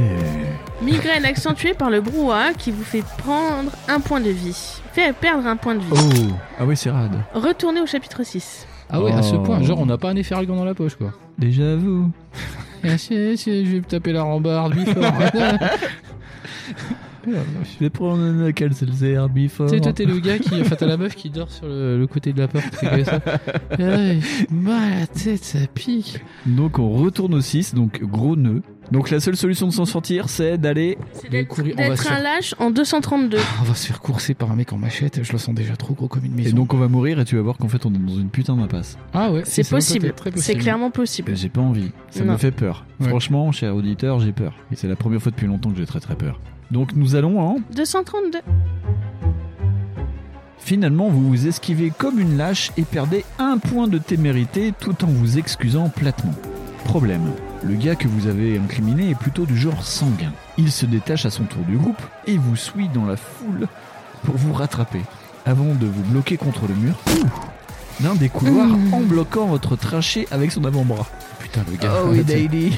Speaker 2: Migraine accentuée par le brouhaha qui vous fait prendre un point de vie. Fait perdre un point de vie.
Speaker 3: Oh. Ah ouais, c'est rad.
Speaker 4: Oh.
Speaker 2: Retournez au chapitre 6.
Speaker 4: Ah ouais, à ce
Speaker 3: Oh.
Speaker 4: point, genre on n'a pas un effet Argan dans la poche quoi.
Speaker 3: Déjà vous.
Speaker 4: Ah, si, si, je vais me taper la rambarde, lui fort.
Speaker 3: Je vais prendre un calcelzer before.
Speaker 4: Tu sais, toi, t'es le gars qui. Enfin, t'as la meuf qui dort sur le, le côté de la porte. c'est comme ça. Ah Et là, il fait mal à la tête, ça pique.
Speaker 3: Donc on retourne au 6, donc gros nœud. Donc la seule solution de s'en sortir, c'est d'aller.
Speaker 2: C'est
Speaker 4: Mais
Speaker 2: d'être
Speaker 4: courir, on va
Speaker 2: d'être
Speaker 4: sur-
Speaker 2: un lâche en 232.
Speaker 4: Ah, On va se faire courser par un mec en machette, je le sens déjà trop gros comme une
Speaker 3: Et
Speaker 4: maison.
Speaker 3: donc on va mourir et tu vas voir qu'en fait on est dans une putain d'impasse.
Speaker 4: ah ouais,
Speaker 2: C'est
Speaker 4: ça peut
Speaker 2: possible.
Speaker 4: être très
Speaker 2: C'est
Speaker 4: possible.
Speaker 2: clairement possible.
Speaker 3: Ben, J'ai pas envie. Ça
Speaker 2: Non.
Speaker 3: me fait peur.
Speaker 4: Ouais.
Speaker 3: Franchement, cher auditeur, j'ai peur. Et c'est la première fois depuis longtemps que j'ai très très peur. Donc nous allons en
Speaker 2: 232.
Speaker 3: Finalement, vous vous esquivez comme une lâche et perdez un point de témérité tout en vous excusant platement. Problème. Le gars que vous avez incriminé est plutôt du genre sanguin. Il se détache à son tour du groupe et vous suit dans la foule pour vous rattraper, avant de vous bloquer contre le mur ouh, d'un des couloirs en bloquant votre trachée avec son avant-bras. Oh
Speaker 4: Putain, le gars.
Speaker 3: oui,
Speaker 4: arrête.
Speaker 3: Daddy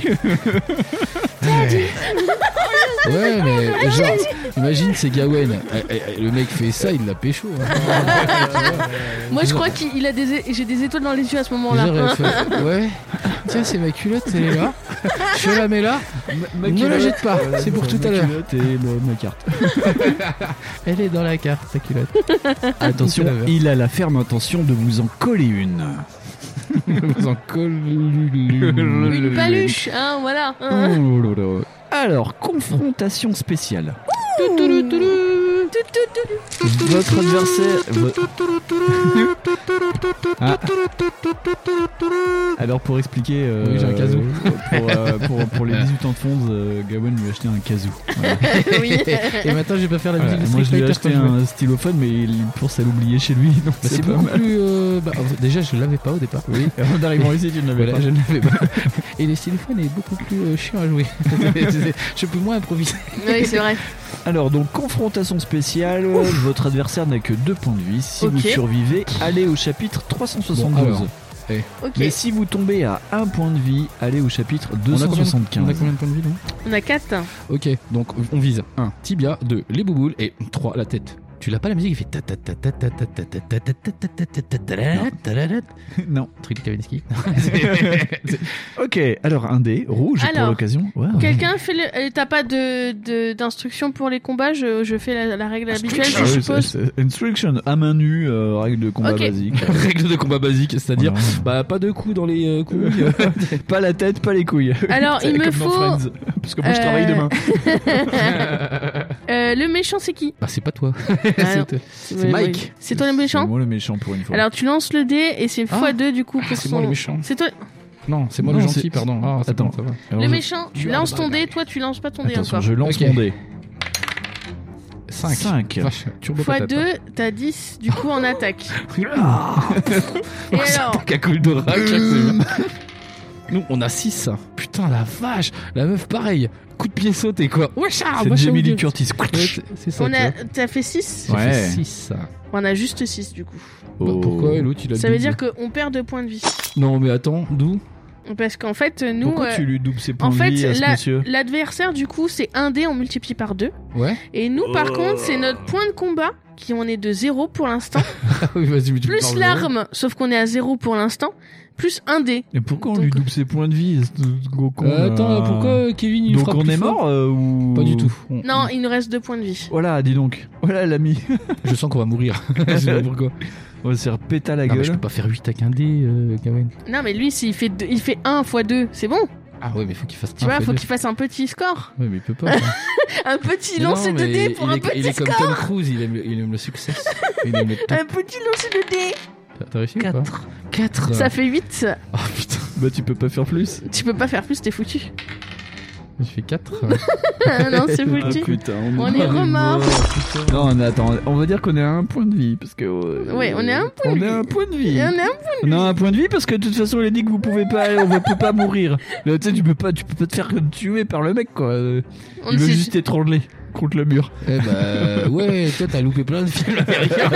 Speaker 4: Ouais, mais genre, imagine, c'est Gawen. Eh, eh, eh, Le mec fait ça, il l'a pécho. hein.
Speaker 2: Moi, je
Speaker 4: Genre-
Speaker 2: crois qu'il a des, é- j'ai des étoiles dans les yeux à ce
Speaker 4: Genre,
Speaker 2: moment-là.
Speaker 4: elle fait, ouais, tiens, c'est ma culotte, elle est là. Je la mets là, ne la jette pas, c'est pour tout à l'heure.
Speaker 3: Euh, Et ma carte.
Speaker 4: Elle est dans la carte, sa culotte.
Speaker 3: Attention, il a la ferme intention de vous en coller une.
Speaker 4: Vous en
Speaker 2: Hein.
Speaker 4: colle.
Speaker 2: Une paluche, hein, voilà. hein.
Speaker 3: Oh là là. Alors, confrontation spéciale. Votre adversaire. vo- Ah. Alors, pour expliquer. euh,
Speaker 4: Oui, j'ai un kazoo.
Speaker 3: Pour, euh, pour, pour les 18 ans de fonds, Gawain lui a acheté un kazoo. Voilà.
Speaker 2: Oui.
Speaker 4: Et maintenant, je vais pas faire la musique de
Speaker 3: Voilà. Moi,
Speaker 4: Street
Speaker 3: je lui ai
Speaker 4: Fighter
Speaker 3: acheté
Speaker 4: comme je veux.
Speaker 3: un stylophone, mais il- pour ça l'oublier chez lui. donc
Speaker 4: Bah, c'est
Speaker 3: pas
Speaker 4: beaucoup
Speaker 3: mal.
Speaker 4: plus. euh, bah, en fait, déjà, je l'avais pas au départ. Oui.
Speaker 3: Avant d'arriver ici, tu ne l'avais
Speaker 4: Voilà, je ne l'avais pas. Et le téléphone est beaucoup plus euh, chiant à jouer. je peux moins improviser.
Speaker 2: Oui, c'est vrai.
Speaker 3: Alors donc confrontation spéciale, votre adversaire n'a que deux points de vie. Si vous
Speaker 2: Ok.
Speaker 3: survivez, allez au chapitre 372.
Speaker 4: Bon, alors, eh.
Speaker 2: Ok.
Speaker 3: Mais si vous tombez à un point de vie, allez au chapitre
Speaker 4: On a combien-
Speaker 3: 275.
Speaker 4: On a combien de points de vie, non
Speaker 2: On a 4.
Speaker 4: Ok, donc on vise 1, tibia, 2, les bouboules et 3, la tête. Tu l'as pas la musique, il fait ta ta ta ta ta ta ta ta ta ta ta ta ta ta ta ta ta ta ta
Speaker 3: non.
Speaker 4: Trick Kavinsky.
Speaker 3: Ok, alors un dé rouge pour
Speaker 2: Alors,
Speaker 3: l'occasion. Wow.
Speaker 2: Quelqu'un fait le. euh, T'as pas de, de, d'instruction pour les combats je, je fais la, la règle habituelle,
Speaker 3: Ah
Speaker 2: je
Speaker 3: oui,
Speaker 2: suppose.
Speaker 3: c'est- c'est Instruction à main nue, euh, règle de combat
Speaker 2: Ok.
Speaker 3: basique.
Speaker 4: Règle de combat basique, c'est-à-dire
Speaker 3: Voilà.
Speaker 4: bah pas de coups dans les euh, couilles.
Speaker 3: pas la tête, pas les couilles.
Speaker 2: Alors, il me
Speaker 3: Comme dans
Speaker 2: faut.
Speaker 3: Friends. Parce que moi je
Speaker 2: euh,
Speaker 3: travaille demain.
Speaker 2: Euh, le méchant, c'est qui
Speaker 4: Ah Bah, c'est pas toi.
Speaker 2: Ah non.
Speaker 4: C'est- euh,
Speaker 2: Oui,
Speaker 4: Mike.
Speaker 2: oui. C'est toi le méchant
Speaker 3: C'est moi Ah, le méchant pour une fois.
Speaker 2: Alors, tu lances le dé et c'est x2 du coup pour
Speaker 4: C'est
Speaker 2: son-
Speaker 4: moi le méchant.
Speaker 2: C'est toi
Speaker 4: Non, c'est moi
Speaker 3: Non,
Speaker 4: le
Speaker 3: c'est-
Speaker 4: gentil, pardon. Ah, c'est
Speaker 3: Attends.
Speaker 4: bon, ça va.
Speaker 3: Alors,
Speaker 2: le
Speaker 3: je-
Speaker 2: méchant.
Speaker 4: tu as
Speaker 2: lance
Speaker 4: le
Speaker 2: ton
Speaker 4: bras,
Speaker 2: dé, toi tu lances pas ton dé
Speaker 3: Attention,
Speaker 2: encore.
Speaker 3: je lance
Speaker 4: Ok.
Speaker 3: mon dé.
Speaker 4: 5.
Speaker 3: Cinq.
Speaker 4: Vache, turbo
Speaker 2: Fois
Speaker 4: patate.
Speaker 2: 2, t'as 10 du coup en attaque.
Speaker 3: Ah, Oh,
Speaker 2: Et alors
Speaker 4: Cacoule d'oracle, c'est bien. Bah, hein. Nous, on a 6. Putain, la vache. La meuf, pareil. Coup de pied sauté, quoi. Wesh, ah,
Speaker 3: C'est
Speaker 4: wesh,
Speaker 3: Jamie Lee
Speaker 4: oh, Dieu.
Speaker 3: Curtis.
Speaker 4: Ouais, c'est- c'est ça.
Speaker 2: on
Speaker 4: tu
Speaker 2: a...
Speaker 4: vois.
Speaker 2: T'as fait 6
Speaker 4: Ça fait
Speaker 3: Ouais.
Speaker 4: 6, ça. Bah,
Speaker 2: On a juste 6 du coup.
Speaker 3: Oh.
Speaker 4: pourquoi Et l'autre, il a
Speaker 2: Ça
Speaker 4: le
Speaker 2: veut
Speaker 4: double.
Speaker 2: dire qu'on perd 2 points de vie.
Speaker 4: Non, mais attends, d'où
Speaker 2: Parce qu'en fait, nous.
Speaker 3: Pourquoi
Speaker 2: euh,
Speaker 3: tu lui doubles ses points
Speaker 2: en
Speaker 3: de vie
Speaker 2: fait,
Speaker 3: à ce
Speaker 2: la-
Speaker 3: monsieur
Speaker 2: l'adversaire, du coup, c'est un dé, on multiplie par deux.
Speaker 4: Ouais.
Speaker 2: Et nous, par
Speaker 3: Oh.
Speaker 2: contre, c'est notre point de combat, qui on est de zéro pour l'instant,
Speaker 4: Ah oui, vas-y, mais tu me
Speaker 2: plus
Speaker 4: parles de-
Speaker 2: l'arme, sauf qu'on est à zéro pour l'instant, plus un dé.
Speaker 3: Et pourquoi on lui
Speaker 2: Donc-
Speaker 3: double ses points de vie ce gros con,
Speaker 4: Euh,
Speaker 3: là
Speaker 4: attends, pourquoi Kevin il
Speaker 3: Donc
Speaker 4: frappe
Speaker 3: on
Speaker 4: plus
Speaker 3: est
Speaker 4: fort
Speaker 3: mort euh, ou
Speaker 4: Pas du tout. On-
Speaker 2: Non, il nous reste deux points de vie.
Speaker 3: Voilà, dis donc. Voilà l'ami.
Speaker 4: Je sens qu'on va mourir. je sais pas pourquoi.
Speaker 3: On va se faire péter la
Speaker 4: Non, Ah, mais je
Speaker 3: gueule.
Speaker 4: peux pas faire 8 avec un dé, euh, Gawain.
Speaker 2: Non, mais lui, s'il fait deux- il fait 1 fois 2, c'est bon.
Speaker 4: Ah ouais, mais faut qu'il fasse
Speaker 2: Tu vois, faut qu'il fasse un petit score.
Speaker 4: Ouais, mais il peut pas. quoi.
Speaker 2: Un petit
Speaker 4: Mais non,
Speaker 2: lancer de
Speaker 4: mais
Speaker 2: dés pour
Speaker 4: il
Speaker 2: un
Speaker 4: est, Il
Speaker 2: petit
Speaker 4: est comme
Speaker 2: score.
Speaker 4: Tom Cruise, il aime, il aime le succès. Il aime le
Speaker 2: Un petit lancer de dés.
Speaker 4: T'as- T'as réussi ou pas
Speaker 2: 4.
Speaker 4: 4
Speaker 2: Ça fait 8.
Speaker 4: Oh putain,
Speaker 3: Bah tu peux pas faire plus.
Speaker 2: Tu peux pas faire plus, t'es foutu.
Speaker 4: j'ai fait 4.
Speaker 2: Ah non, c'est
Speaker 3: Ah,
Speaker 2: foutu.
Speaker 3: putain,
Speaker 2: On est remords.
Speaker 3: Non, on est- attends, on va dire qu'on est à un point de vie parce que. euh,
Speaker 2: Ouais, on est à un point de vie.
Speaker 3: On est à un point de
Speaker 2: Il
Speaker 3: vie.
Speaker 2: y en a un
Speaker 3: On a un point de vie parce que de toute façon, elle a dit que vous pouvez pas, on ne peut pas mourir. Là, tu sais, tu peux pas, tu peux pas te faire tuer par le mec, quoi.
Speaker 2: On
Speaker 3: Il veut
Speaker 2: sait-
Speaker 3: juste étrangler contre le mur.
Speaker 4: Eh bah ouais, toi t'as loupé plein de films américains.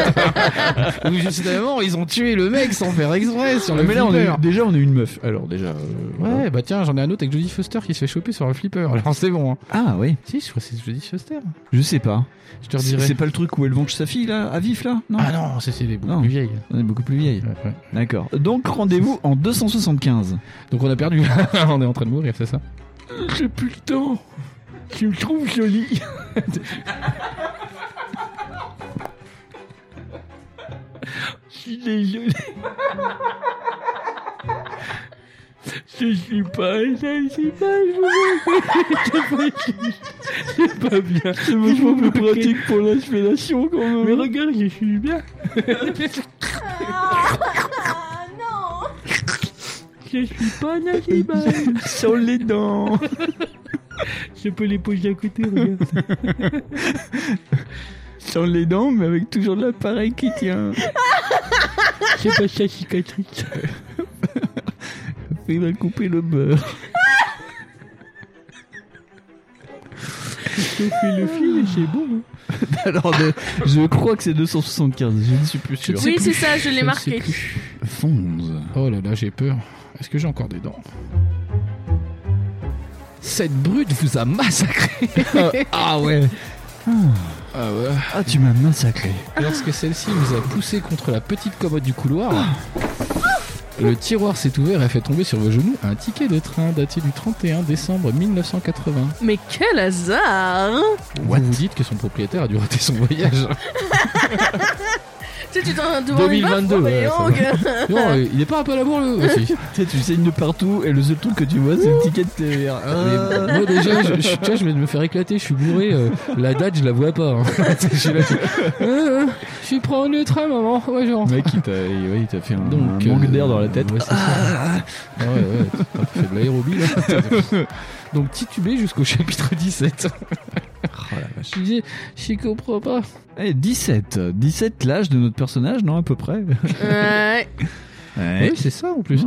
Speaker 4: Où justement ils ont tué le mec sans faire exprès sur le
Speaker 3: mais là, on
Speaker 4: flipper.
Speaker 3: a eu- déjà, on a eu une meuf. Alors déjà. euh, voilà.
Speaker 4: Ouais, bah tiens, j'en ai un autre avec Jodie Foster qui se fait choper sur un flipper. Alors c'est bon. Hein.
Speaker 3: Ah oui.
Speaker 4: Si, je crois que c'est Jodie Foster.
Speaker 3: Je sais pas.
Speaker 4: Je te
Speaker 3: C'est
Speaker 4: redirai.
Speaker 3: c'est pas le truc où elle venge sa fille là, à vif là. Non.
Speaker 4: Ah non, c'est c'est des beaucoup
Speaker 3: Non.
Speaker 4: plus vieilles.
Speaker 3: on est beaucoup plus vieille.
Speaker 4: Ouais, ouais.
Speaker 3: D'accord. Donc rendez-vous en 275.
Speaker 4: Donc on a perdu. on est en train de mourir, c'est ça
Speaker 3: J'ai plus le temps. Tu me trouves jolie. Il est joli. Je suis pas, je suis pas,
Speaker 4: Pas bien.
Speaker 3: c'est vachement plus pratique pour la fellation quand même.
Speaker 4: regarde, je suis bien.
Speaker 6: Je suis pas Najibal.
Speaker 3: sans les dents.
Speaker 6: Je peux les poser à côté, regarde.
Speaker 3: Sans les dents, mais avec toujours l'appareil qui tient.
Speaker 6: C'est pas sa cicatrice.
Speaker 3: Il a coupé le beurre.
Speaker 6: Je fais le film et c'est bon. hein.
Speaker 3: Alors, de- je crois que c'est 275, je ne suis plus sûr.
Speaker 4: Je sais
Speaker 2: Oui,
Speaker 4: plus.
Speaker 2: c'est ça, je l'ai
Speaker 4: ne
Speaker 2: marqué.
Speaker 4: sais plus.
Speaker 3: Fonze.
Speaker 4: Oh là là, j'ai peur. Est-ce que j'ai encore des dents Cette brute vous a massacré. ah ouais. Ah ouais.
Speaker 3: Ah, tu m'as massacré.
Speaker 4: Lorsque celle-ci vous a poussé contre la petite commode du couloir, le tiroir s'est ouvert et a fait tomber sur vos genoux un ticket de train daté du 31 décembre 1980.
Speaker 2: Mais quel hasard
Speaker 3: What
Speaker 4: vous vous dites que son propriétaire a dû rater son voyage.
Speaker 2: Tu sais, tu t'en demandes une meuf,
Speaker 4: 2022.
Speaker 2: oh,
Speaker 4: ouais,
Speaker 2: mais
Speaker 4: ça va.
Speaker 2: oh, gars.
Speaker 4: non, euh, il est pas un peu à la bourre, le. aussi.
Speaker 3: Tu sais, tu saignes de partout et le seul truc que tu vois, c'est le ticket de TVR.
Speaker 4: Mais
Speaker 3: Ah.
Speaker 4: moi déjà, je, je, tu vois, je vais me faire éclater, je suis bourré. euh, la date, je la vois pas. hein. je suis là, je, Euh, euh, je prends le train, hein, maman. Ouais, je rentre.
Speaker 3: Le mec, il t'a ouais, il t'a fait un,
Speaker 4: Donc,
Speaker 3: un manque
Speaker 4: euh,
Speaker 3: d'air dans la tête.
Speaker 4: ouais, c'est ça. Ah ouais, ouais, t'as fait de l'aérobie là. Donc titubé jusqu'au chapitre 17.
Speaker 3: oh
Speaker 4: Je disais, je comprends pas.
Speaker 3: Eh, 17. 17, l'âge de notre personnage, non, à peu près
Speaker 2: Euh,
Speaker 3: Ouais.
Speaker 4: Oui, c'est ça en plus.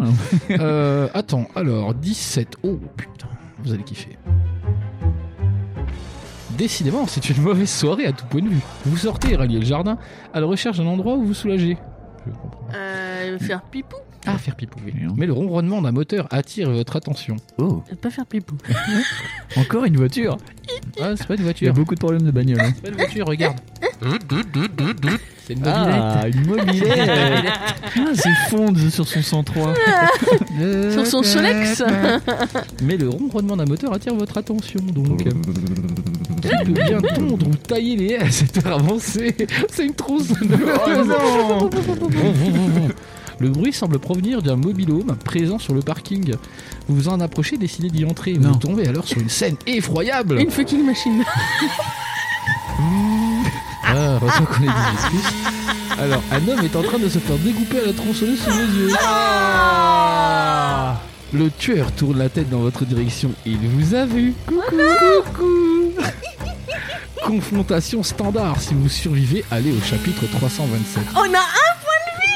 Speaker 4: Euh, attends, alors 17. Oh putain, vous allez kiffer. Décidément, c'est une mauvaise soirée à tout point de vue. Vous sortez et ralliez le jardin à la recherche d'un endroit où vous soulager. Je comprends.
Speaker 2: euh, faire pipou
Speaker 4: Ah, faire pipou. oui.
Speaker 3: Mais non.
Speaker 4: Mais le ronronnement d'un moteur attire votre attention.
Speaker 3: Oh,
Speaker 2: Pas faire pipou.
Speaker 3: encore une voiture.
Speaker 4: Ah, c'est pas une
Speaker 3: Il y a
Speaker 4: voiture.
Speaker 3: beaucoup de problèmes de bagnole. hein.
Speaker 4: C'est pas une voiture, regarde. C'est une mobilette.
Speaker 3: Ah, une mobilette. Ah, c'est Fonze sur son 103.
Speaker 2: Sur son Solex
Speaker 4: Euh, Mais le ronronnement d'un moteur attire votre attention, donc. Qui peut bien tondre ou tailler les haies à cette heure avancée C'est une trousse Le bruit semble provenir d'un mobilhome présent sur le parking. Vous vous en approchez, décidez d'y entrer. Vous
Speaker 3: Non.
Speaker 4: tombez alors sur une scène effroyable
Speaker 2: Une fucking machine.
Speaker 4: Ah, heureusement qu'on est 18 plus. Alors, un homme est en train de se faire découper à la tronçonneuse sous vos yeux. Ah. Le tueur tourne la tête dans votre direction. Il vous a vu.
Speaker 2: Oh
Speaker 4: Coucou, coucou. Confrontation standard. Si vous survivez, allez au chapitre 327.
Speaker 2: On a un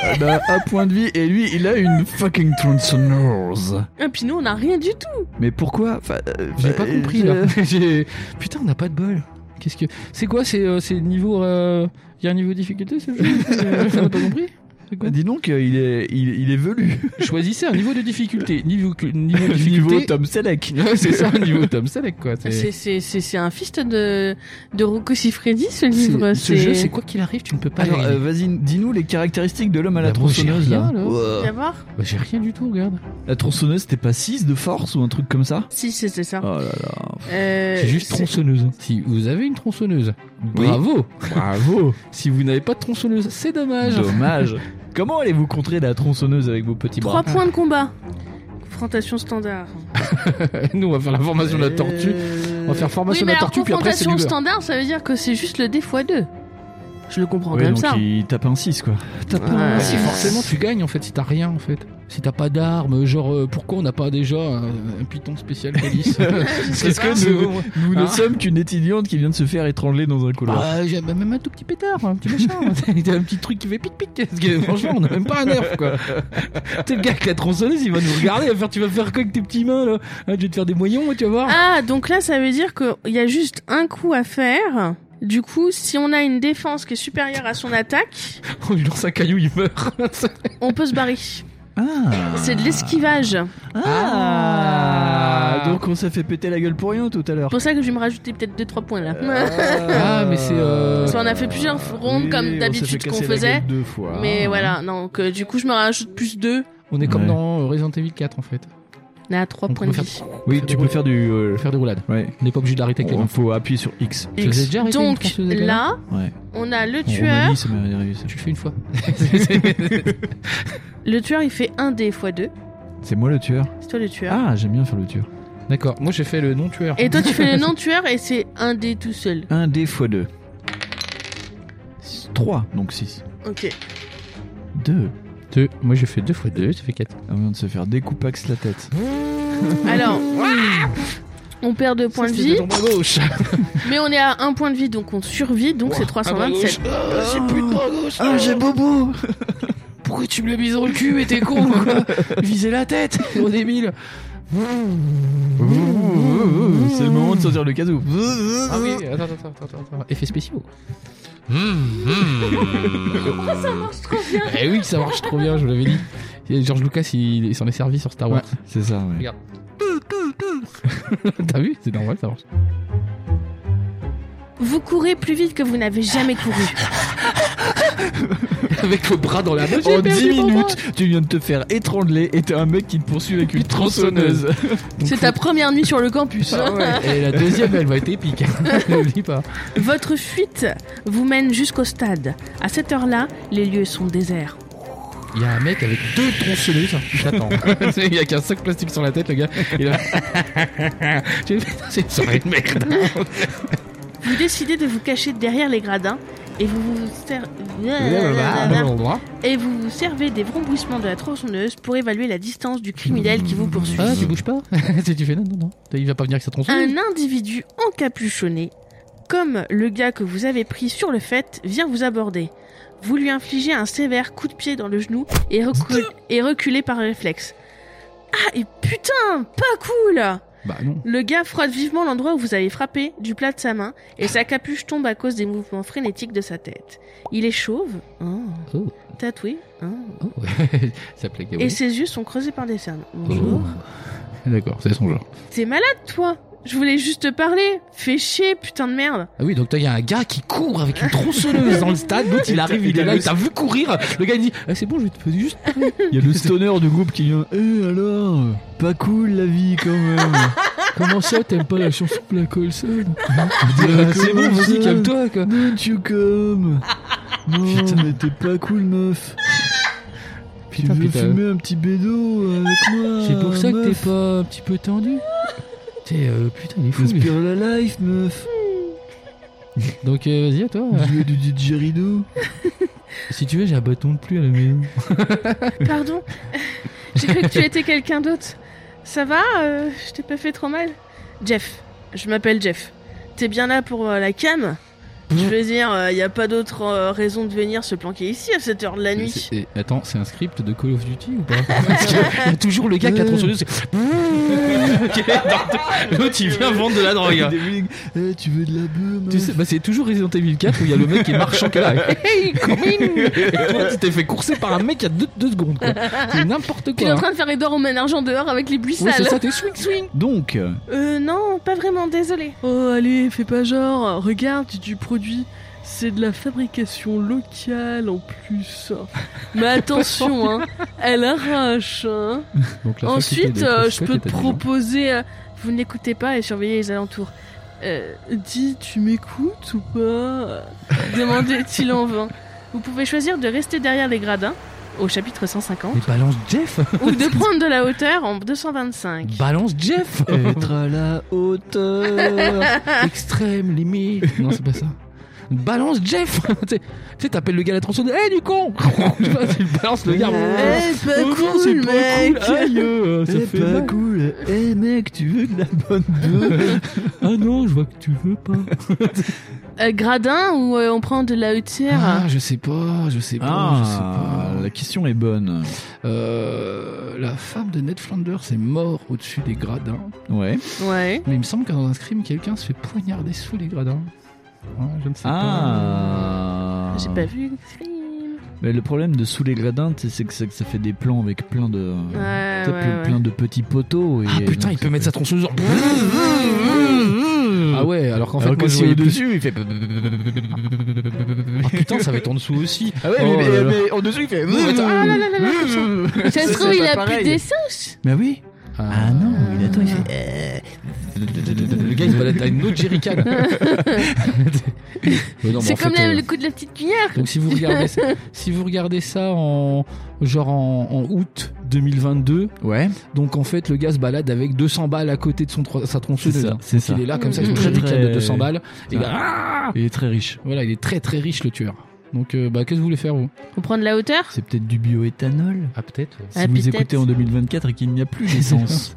Speaker 3: Ah bah, un point de vie et lui, il a une fucking tronçonneuse.
Speaker 2: Et puis nous, on a rien du tout.
Speaker 3: Mais pourquoi Enfin, euh,
Speaker 4: J'ai pas
Speaker 3: euh,
Speaker 4: compris
Speaker 3: je-
Speaker 4: là. J'ai- Putain, on n'a pas de bol. Qu'est-ce euh, que c'est quoi C'est euh, c'est niveau. Il y a un niveau de difficulté ce jeu On n'a pas compris truc
Speaker 3: Bah, Dis donc, euh, il est, il, il est velu.
Speaker 4: Choisissez un niveau de difficulté. Niveau, niveau de
Speaker 3: Niveau
Speaker 4: difficulté.
Speaker 3: Tom Selleck.
Speaker 4: Ouais, c'est ça, niveau Tom Selleck, quoi. C'est-
Speaker 2: C'est- C'est c'est- c'est un fist de, de Rocco Siffredi, ce
Speaker 4: c'est-
Speaker 2: livre.
Speaker 4: ce jeu, c'est quoi qu'il arrive, tu ne peux pas.
Speaker 3: Alors,
Speaker 4: le
Speaker 3: euh, vas-y, dis-nous les caractéristiques de l'homme à la
Speaker 4: Bah, moi, j'ai
Speaker 3: tronçonneuse,
Speaker 4: rien,
Speaker 3: là.
Speaker 4: là.
Speaker 3: Ouah.
Speaker 2: D'abord
Speaker 4: Bah, j'ai rien du tout, regarde.
Speaker 3: La tronçonneuse, c'était pas 6 de force ou un truc comme ça
Speaker 2: Si, c'est c'est ça.
Speaker 3: Oh là là.
Speaker 2: Euh,
Speaker 4: Ah. C'est juste tronçonneuse. Si vous avez une tronçonneuse, bravo. Bravo. si vous n'avez pas de tronçonneuse, c'est dommage.
Speaker 3: Dommage. Comment allez-vous contrer la tronçonneuse avec vos petits bras
Speaker 2: Trois points de combat. Ah. Confrontation standard.
Speaker 4: Ah, Nous, on va faire la formation de la tortue. On va faire
Speaker 2: Oui,
Speaker 4: formation
Speaker 2: mais
Speaker 4: de la
Speaker 2: alors
Speaker 4: tortue, puis après, c'est
Speaker 2: confrontation
Speaker 4: du beurre.
Speaker 2: standard, ça veut dire que c'est juste le D x 2. Je le comprends
Speaker 3: Ouais,
Speaker 2: comme
Speaker 3: donc
Speaker 2: ça.
Speaker 3: il tape un 6 quoi. Tape
Speaker 2: Ouais.
Speaker 3: un
Speaker 4: Si
Speaker 3: 6.
Speaker 4: forcément tu gagnes en fait, si t'as rien en fait. Si t'as pas d'armes, genre euh, pourquoi on n'a pas déjà un, un python spécial police
Speaker 3: Parce que nous- Nous ne
Speaker 2: Ah.
Speaker 4: Hein
Speaker 3: sommes qu'une étudiante qui vient de se faire étrangler dans un couloir.
Speaker 4: Ah, j'ai bah, même un tout petit pétard, un petit machin, un petit truc qui fait pic pic. parce que, franchement, on n'a même pas un nerf quoi. Ah, T'es le gars avec la tronçonneuse, il va nous regarder, il va faire tu vas faire quoi avec tes petits mains là Hein, Je vais te faire des moyons, tu vas voir.
Speaker 2: Ah, donc là, ça veut dire qu'il y a juste un coup à faire. Du coup, si on a une défense qui est supérieure à son attaque,
Speaker 4: On lui lance un caillou, Oh, il meurt.
Speaker 2: on peut se barrer.
Speaker 3: Ah.
Speaker 2: C'est de l'esquivage.
Speaker 3: Ah.
Speaker 4: Ah.
Speaker 3: Donc on s'est fait péter la gueule pour rien tout à l'heure.
Speaker 2: C'est pour ça que je vais me rajouter peut-être 2-3 points là.
Speaker 4: Ah, mais c'est, euh,
Speaker 2: Parce qu'on a fait plusieurs rondes, comme
Speaker 3: Euh, on s'est fait
Speaker 2: d'habitude qu'on
Speaker 3: casser la
Speaker 2: faisait.
Speaker 3: gueule Deux fois.
Speaker 2: Mais voilà, donc euh, du coup, je me rajoute plus 2.
Speaker 4: On est comme
Speaker 3: Ouais.
Speaker 4: dans euh, Resident Evil 4 en fait.
Speaker 2: On a 3
Speaker 4: On
Speaker 2: points de
Speaker 4: peut
Speaker 2: vie.
Speaker 3: Oui, tu peux faire du. euh,
Speaker 4: Faut Faire des roulades.
Speaker 3: Ouais.
Speaker 4: On n'est pas obligé de l'arrêter avec les
Speaker 3: Il
Speaker 4: mains.
Speaker 3: faut appuyer sur X.
Speaker 4: Je vous ai déjà arrêté une
Speaker 2: Donc
Speaker 4: tronçonneuse avec la main
Speaker 2: là,
Speaker 3: Ouais.
Speaker 2: on a le
Speaker 3: En
Speaker 2: tueur.
Speaker 3: Roumanie, ça m'est arrivé, ça.
Speaker 4: tu le fais une fois.
Speaker 2: Le tueur, il fait 1 D x 2.
Speaker 3: C'est moi le tueur.
Speaker 2: C'est toi le tueur.
Speaker 3: Ah, j'aime bien faire le tueur.
Speaker 4: D'accord, moi j'ai fait le non-tueur.
Speaker 2: Et toi, tu fais le non-tueur et c'est 1 D tout seul.
Speaker 3: 1 D x 2. 3, donc 6.
Speaker 2: Ok.
Speaker 3: 2.
Speaker 4: Deux. Moi j'ai fait deux fois deux, ça fait quatre.
Speaker 3: Ah, On vient de se faire découpax la tête.
Speaker 2: Alors, on perd 2 points de vie,
Speaker 4: à gauche.
Speaker 2: mais on est à 1 point de vie, donc on survit, donc c'est 327.
Speaker 4: J'ai plus de bras gauche.
Speaker 3: Ah, j'ai bobo
Speaker 4: Pourquoi tu me l'as mis dans le cul et t'es con ou quoi Visez la tête, gros débile.
Speaker 3: C'est le moment de sortir le casou.
Speaker 4: Ah oui, attends, attends, attends, attends, attends. Effets spéciaux.
Speaker 2: Oh, Ça marche trop bien
Speaker 4: Eh oui, ça marche trop bien, je vous l'avais dit. Et George Lucas, il, il s'en est servi sur Star Wars.
Speaker 3: C'est ça, ouais.
Speaker 4: T'as vu C'est normal, ça marche.
Speaker 2: Vous courez plus vite que vous n'avez jamais couru.
Speaker 4: Avec le bras dans la main, j'ai
Speaker 3: En
Speaker 4: perdu
Speaker 3: 10
Speaker 4: mon bras.
Speaker 3: minutes, tu viens de te faire étrangler et t'as un mec qui te poursuit avec une tronçonneuse.
Speaker 4: Donc,
Speaker 2: C'est ta première nuit sur le campus.
Speaker 4: Ah ouais, Et la deuxième, elle va être épique. N'oublie pas.
Speaker 2: Votre fuite vous mène jusqu'au stade. À cette heure-là, les lieux sont déserts.
Speaker 4: Il y a un mec avec deux tronçonneuses. J'attends. il y a qu'un sac plastique sur la tête, le gars. Il a... J'ai fait, c'est une soirée de merde.
Speaker 2: Vous décidez de vous cacher derrière les gradins et vous vous ser- Ah
Speaker 4: Ah.
Speaker 2: et vous vous servez des vrombouissements de la tronçonneuse pour évaluer la distance du criminel qui vous poursuit.
Speaker 4: Ah, tu bouges pas Tu tu fais non, non, non. Il va pas venir avec sa tronçonneuse.
Speaker 2: Un individu encapuchonné, comme le gars que vous avez pris sur le fait, vient vous aborder. Vous lui infligez un sévère coup de pied dans le genou et, recu- et reculez par réflexe. Ah, et putain, pas cool
Speaker 4: Bah non.
Speaker 2: Le gars frotte vivement l'endroit où vous avez frappé du plat de sa main et sa capuche tombe à cause des mouvements frénétiques de sa tête. Il est chauve, hein,
Speaker 4: Oh,
Speaker 2: tatoué, hein,
Speaker 4: oh. ça plaît
Speaker 2: et ses yeux sont creusés par des cernes. Bonjour.
Speaker 4: Bonjour. D'accord, c'est son genre.
Speaker 2: T'es malade, toi Je voulais juste te parler. Fais chier, putain de merde.
Speaker 4: Ah oui, donc il y a un gars qui court avec une tronçonneuse dans le stade. L'autre, il arrive, il est là, il t'a vu courir. Le gars, il dit Ah, C'est bon, je vais te juste.
Speaker 3: Il y a le stoner du groupe qui vient. Eh alors Pas cool la vie quand même
Speaker 4: Comment ça, t'aimes pas la chanson de la Colson Ah,
Speaker 3: C'est bon, vas-y, calme-toi,
Speaker 4: quoi.
Speaker 3: Don't you come Non,
Speaker 4: Putain.
Speaker 3: mais t'es pas cool, meuf Tu
Speaker 4: Putain,
Speaker 3: veux
Speaker 4: putain.
Speaker 3: fumer un petit bédo avec moi
Speaker 4: C'est pour ça que
Speaker 3: meuf.
Speaker 4: t'es pas un petit peu tendu T'es euh, putain, il est fou. lui.
Speaker 3: Respire la life, meuf
Speaker 4: Donc euh, vas-y à toi.
Speaker 3: Jouer du didgeridoo
Speaker 4: si tu veux, j'ai un bâton de pluie à la maison.
Speaker 2: Pardon J'ai cru que tu étais quelqu'un d'autre. Ça va euh, Je t'ai pas fait trop mal Jeff. Je m'appelle Jeff. T'es bien là pour euh, la cam Je veux dire, il n'y a pas d'autre euh, raison de venir se planquer ici à cette heure de la
Speaker 4: Mais
Speaker 2: nuit.
Speaker 4: c'est- et- Attends, c'est un script de Call of Duty ou pas Parce que y a toujours le gars qui a tronçonné, c'est. Ok, dans- L'autre Oh, il vient vendre de la drogue. hein.
Speaker 3: Eh, tu veux de la beuh,
Speaker 4: Tu sais, bah c'est toujours Resident Evil 4 où il y a le mec qui est marchand qui est là. Hey, come in Et toi, tu t'es fait courser par un mec il y a 2 secondes, quoi. C'est n'importe
Speaker 2: T'es
Speaker 4: quoi. hein.
Speaker 2: en train de faire Edouard au mène argent dehors avec les buissons.
Speaker 4: Ouais, c'est ça, t'es swing swing.
Speaker 3: Donc, euh,
Speaker 2: Euh, non, pas vraiment, désolé.
Speaker 7: Oh, allez, fais pas genre. Regarde, c'est du produit. C'est de la fabrication locale en plus. Mais attention, hein, elle arrache. Hein.
Speaker 4: Donc, la faculté
Speaker 7: Ensuite,
Speaker 4: des
Speaker 7: euh, je
Speaker 4: prophètes
Speaker 7: peux
Speaker 4: est
Speaker 7: te
Speaker 4: intelligente.
Speaker 7: proposer. euh,
Speaker 2: Vous n'écoutez pas et surveillez les alentours.
Speaker 7: euh, dis, tu m'écoutes ou pas
Speaker 2: Demandait-il en vain. Vous pouvez choisir de rester derrière les gradins, au chapitre 150,
Speaker 4: Mais balance Jeff
Speaker 2: ou de prendre de la hauteur en 225.
Speaker 4: Balance Jeff
Speaker 3: être à la hauteur.
Speaker 4: Euh, Extrême limite Non, c'est pas ça. Balance Jeff Tu sais- tu sais, t'appelles le gars à la tronçonne, hé du con Je sais pas, Tu balances le gars.
Speaker 7: pas
Speaker 4: Oh non, c'est pas cool. Aïe, euh, ça
Speaker 3: C'est
Speaker 4: fait
Speaker 7: ben,
Speaker 3: pas
Speaker 4: mal.
Speaker 3: cool. Eh mec, tu veux de la bonne beuh
Speaker 7: Ah non, je vois que tu veux pas.
Speaker 2: Euh, gradin ou euh, on prend de la hauteur
Speaker 4: Ah, je sais pas, je sais pas, je sais
Speaker 3: Ah,
Speaker 4: pas.
Speaker 3: la question est bonne.
Speaker 4: Euh, la femme de Ned Flanders est morte au-dessus des gradins.
Speaker 3: Ouais.
Speaker 2: Ouais.
Speaker 4: Mais il me semble que dans un scream, quelqu'un se fait poignarder sous les gradins. Ouais, je ne sais
Speaker 3: Ah.
Speaker 2: J'ai pas vu le film.
Speaker 3: Mais le problème de sous les gradins, tu sais, c'est que, c'est que ça fait des plans avec plein de.
Speaker 2: Ouais,
Speaker 3: tu sais, plein,
Speaker 2: ouais, ouais.
Speaker 3: plein de petits poteaux. Et
Speaker 4: pas. Ah putain,
Speaker 3: donc
Speaker 4: il
Speaker 3: ça
Speaker 4: peut mettre sa tronçonneuse. en- Ah ouais, alors qu'en fait,
Speaker 3: Alors que
Speaker 4: moi, je
Speaker 3: si Oh
Speaker 4: voyais
Speaker 3: il est
Speaker 4: dessus, il fait. Ah putain, ça va être en dessous aussi.
Speaker 3: Ah ouais,
Speaker 4: Oh
Speaker 3: mais,
Speaker 4: là
Speaker 3: mais-
Speaker 4: là.
Speaker 3: mais en dessous il fait.
Speaker 2: Ah là là là là, comme ça. Ça se trouve, il a plus
Speaker 3: des
Speaker 2: d'essence.
Speaker 3: Bah oui. Ah non, il attend, il fait.
Speaker 4: Le gars, il se balade à une autre jerrycan. Mais non, mais
Speaker 2: C'est
Speaker 4: en
Speaker 2: comme
Speaker 4: fait,
Speaker 2: la-
Speaker 4: euh,
Speaker 2: le coup de la petite cuillère.
Speaker 4: Donc si vous regardez ça, si vous regardez ça en genre en, en août 2022,
Speaker 3: Ouais.
Speaker 4: donc en fait le gars se balade avec 200 balles à côté de son tro- sa tronçonneuse.
Speaker 3: C'est ça,
Speaker 4: Donc,
Speaker 3: c'est ça.
Speaker 4: Il est là comme ça, il
Speaker 2: Mmh.
Speaker 4: très
Speaker 3: Très,
Speaker 4: de
Speaker 3: très-
Speaker 4: 200 balles. Et
Speaker 3: Ouais.
Speaker 4: il, a- Ah
Speaker 3: Il est très riche.
Speaker 4: voilà, il est très très riche le tueur. Donc euh, bah qu'est-ce que vous voulez faire vous
Speaker 2: On prend de la hauteur
Speaker 3: C'est peut-être du bioéthanol.
Speaker 4: Ah peut-être.
Speaker 3: Si
Speaker 2: Ah,
Speaker 3: vous
Speaker 2: peut-être.
Speaker 3: écoutez en 2024 et qu'il n'y a plus d'essence.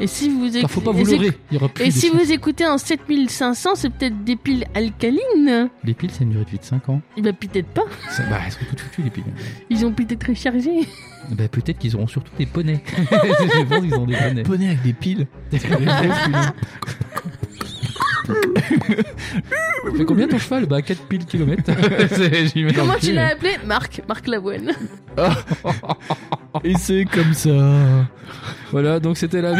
Speaker 2: Et si vous éc-
Speaker 4: faut pas vous
Speaker 2: et si-
Speaker 4: leurrer. Il y aura plus
Speaker 2: Et
Speaker 4: de
Speaker 2: si
Speaker 4: ça.
Speaker 2: vous écoutez en 7500, c'est peut-être des piles alcalines
Speaker 4: Les piles, c'est une durée de vie de 5 ans.
Speaker 2: Eh ben peut-être pas.
Speaker 4: Ça, bah, elles sont toutes foutues les piles.
Speaker 2: Ils ont peut-être rechargé.
Speaker 4: Bah peut-être qu'ils auront surtout des poneys. Je pense qu'ils ont des poneys.
Speaker 3: Poney avec des piles.
Speaker 4: Fait combien ton cheval Bah 4 piles kilomètres.
Speaker 2: Comment tu
Speaker 4: hein.
Speaker 2: l'as appelé Marc, Marc Lavoine.
Speaker 3: Et c'est comme ça.
Speaker 4: Voilà, donc c'était la.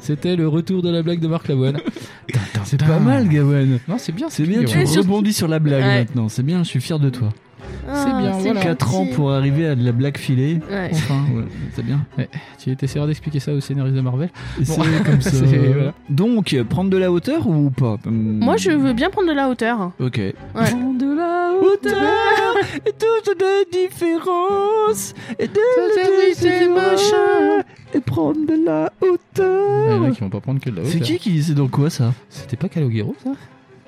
Speaker 4: c'était le retour de la blague de Marc Lavoine.
Speaker 3: C'est pas mal, Gawen.
Speaker 4: Non, c'est bien,
Speaker 3: C'est bien, tu
Speaker 2: Et surtout-
Speaker 3: rebondis sur la blague
Speaker 2: Ouais.
Speaker 3: maintenant. C'est bien, je suis fier de toi.
Speaker 2: Ah,
Speaker 4: bien, voilà.
Speaker 2: gentil.
Speaker 3: 4 ans pour arriver à de la blague filée.
Speaker 2: Ouais.
Speaker 3: Enfin, ouais, c'est bien.
Speaker 4: Tu essaieras d'expliquer ça au scénariste de Marvel.
Speaker 3: Et
Speaker 4: Bon.
Speaker 3: C'est comme ça.
Speaker 4: C'est- voilà.
Speaker 3: Donc, euh, prendre de la hauteur ou pas Hum,
Speaker 2: Moi, je veux bien prendre de la hauteur.
Speaker 3: Ok.
Speaker 2: Ouais.
Speaker 3: Prendre de la hauteur et toute de différence. Et de
Speaker 2: oui, c'est
Speaker 3: moche. Et prendre de la
Speaker 4: Il y en a
Speaker 3: hauteur.
Speaker 4: qui vont pas prendre que de la
Speaker 3: C'est
Speaker 4: hauteur.
Speaker 3: qui qui c'est dans quoi ça
Speaker 4: C'était pas Calogero,
Speaker 2: Ah,
Speaker 4: ça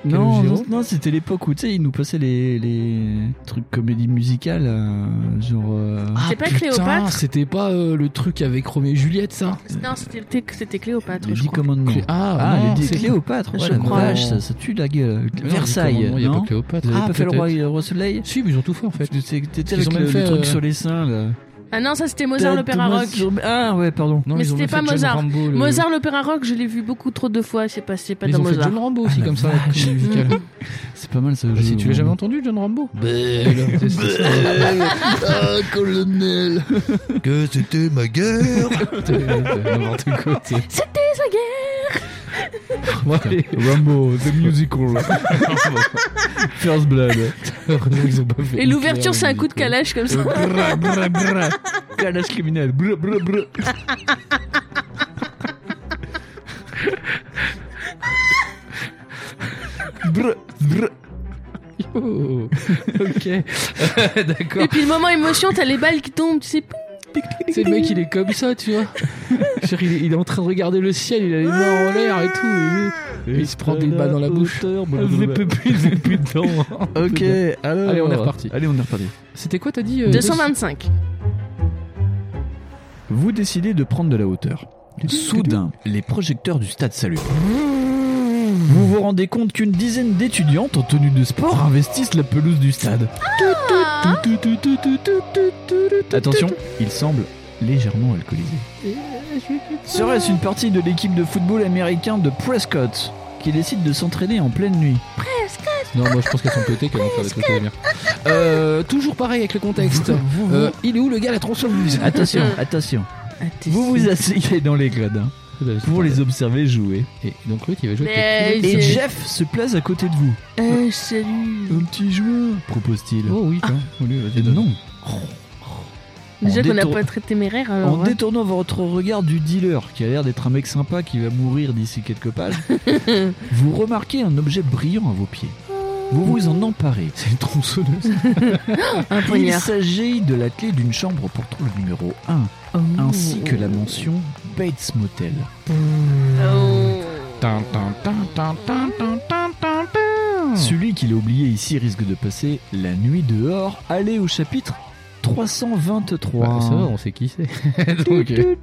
Speaker 3: Non,
Speaker 4: Calogero
Speaker 3: non, non, c'était l'époque où tu sais, ils nous passaient les, les trucs comédie musicale, euh, genre. euh,
Speaker 2: C'est pas
Speaker 4: Ah, putain,
Speaker 2: Cléopâtre
Speaker 4: C'était pas euh, le truc avec Roméo et Juliette, ça
Speaker 2: Non, c'était c'était Cléopâtre,
Speaker 3: les
Speaker 2: je
Speaker 3: dix
Speaker 2: crois.
Speaker 3: commandements.
Speaker 4: Clé- Ah,
Speaker 3: Ah,
Speaker 4: non,
Speaker 3: les dix
Speaker 4: c'est-
Speaker 3: Cléopâtre,
Speaker 2: Je
Speaker 3: ouais, la
Speaker 2: crois.
Speaker 3: vache, ça, ça tue la gueule.
Speaker 4: Non,
Speaker 3: Versailles,
Speaker 4: Il y a
Speaker 3: non
Speaker 4: pas Cléopâtre.
Speaker 3: Vous avez
Speaker 4: Ah,
Speaker 3: pas fait le
Speaker 4: peut-être.
Speaker 3: roi, le roi soleil
Speaker 4: Si, mais ils ont tout fait en fait.
Speaker 3: T'étais
Speaker 4: Ils
Speaker 3: avec
Speaker 4: ont
Speaker 3: le,
Speaker 4: même fait,
Speaker 3: le truc
Speaker 4: euh,
Speaker 3: sur les seins là.
Speaker 2: Ah non, ça c'était Mozart l'opéra
Speaker 3: Thomas
Speaker 2: rock.
Speaker 3: sur- Ah ouais, pardon.
Speaker 4: Non,
Speaker 2: Mais
Speaker 4: ils ont
Speaker 2: c'était
Speaker 4: même
Speaker 2: pas
Speaker 4: fait John
Speaker 2: Mozart.
Speaker 4: Rambo, le-
Speaker 2: Mozart l'opéra rock, je l'ai vu beaucoup trop de fois, c'est pas, c'est pas
Speaker 4: Ils
Speaker 2: dans
Speaker 4: ont fait
Speaker 2: Mozart.
Speaker 4: John Rambo aussi,
Speaker 3: Ah,
Speaker 4: comme
Speaker 3: la
Speaker 4: ça. la
Speaker 3: vache.
Speaker 4: comédie musicale.
Speaker 3: C'est pas mal ça.
Speaker 4: Bah, si tu l'as jamais entendu, John Rambo Ah, colonel
Speaker 8: que c'était ma guerre.
Speaker 4: N'importe quoi, t'es-
Speaker 2: C'était sa guerre
Speaker 4: Bon, allez.
Speaker 3: Rambo, The Musical. First Blood.
Speaker 4: Heureusement qu'ils ont pas fait
Speaker 2: Et l'ouverture, c'est un coup de
Speaker 4: Hitler,
Speaker 2: calèche comme ça.
Speaker 3: Brr, brr, brr. Calage criminel. Brr, brr, brr. Brr, brr.
Speaker 4: Oh, ok. Euh, D'accord.
Speaker 2: Et puis le moment émotion, t'as les balles qui tombent, tu sais. poum.
Speaker 4: C'est le mec, il est comme ça, tu vois. Je veux dire, Il est, il est en train de regarder le ciel, il a les mains en l'air et tout. Et, il se prend des balles dans la bouche. plus, j'ai plus de dents. hein.
Speaker 3: Ok, alors.
Speaker 4: Allez, on est reparti.
Speaker 3: Allez, on est reparti.
Speaker 4: C'était quoi, t'as dit euh,
Speaker 2: 225.
Speaker 3: Vous décidez de prendre de la hauteur. Soudain, les projecteurs du stade s'allument. Vous vous rendez compte qu'une dizaine d'étudiantes en tenue de sport investissent la pelouse du stade. Tout, tout, tout, tout, tout, tout, tout, tout, Attention, il semble légèrement alcoolisé. Serait-ce une partie de l'équipe de football américain de Prescott qui décide de s'entraîner en pleine nuit
Speaker 4: Non, moi je pense qu'elles sont pétées, qu'elles vont faire des trucs à la lumière. Euh, toujours pareil avec le contexte. Euh, il est où le gars la tronçonneuse
Speaker 2: Ah,
Speaker 3: Attention, attention. Vous vous asseyez dans les gradins
Speaker 2: bah,
Speaker 3: pour les observer jouer.
Speaker 4: Et donc l'autre il va jouer avec
Speaker 2: Mais
Speaker 3: Et
Speaker 2: c'est-
Speaker 3: Jeff se place à côté de vous.
Speaker 2: Euh, salut.
Speaker 3: Un petit joueur, propose-t-il.
Speaker 4: les- Oh oui, tiens. Allez, vas-y,
Speaker 3: Et
Speaker 4: donne.
Speaker 3: non.
Speaker 2: Déjà qu'on n'a
Speaker 3: détour-
Speaker 2: pas très téméraire. alors, hein,
Speaker 3: En
Speaker 2: ouais.
Speaker 3: détournant votre regard du dealer, qui a l'air d'être un mec sympa qui va mourir d'ici quelques pages, vous remarquez un objet brillant à vos pieds. Vous vous en emparez. C'est une tronçonneuse.
Speaker 2: Un
Speaker 3: Il
Speaker 2: poignard.
Speaker 3: s'agit de la clé d'une chambre portant le numéro 1,
Speaker 4: Oh.
Speaker 3: ainsi que la mention Bates Motel.
Speaker 2: Oh.
Speaker 4: Tin, tin, tin, tin, tin, tin, tin, tin, tin.
Speaker 3: Celui qui l'a oublié ici risque de passer la nuit dehors. Allez au chapitre 323.
Speaker 4: Bah, ça va, on sait qui c'est. Donc, euh,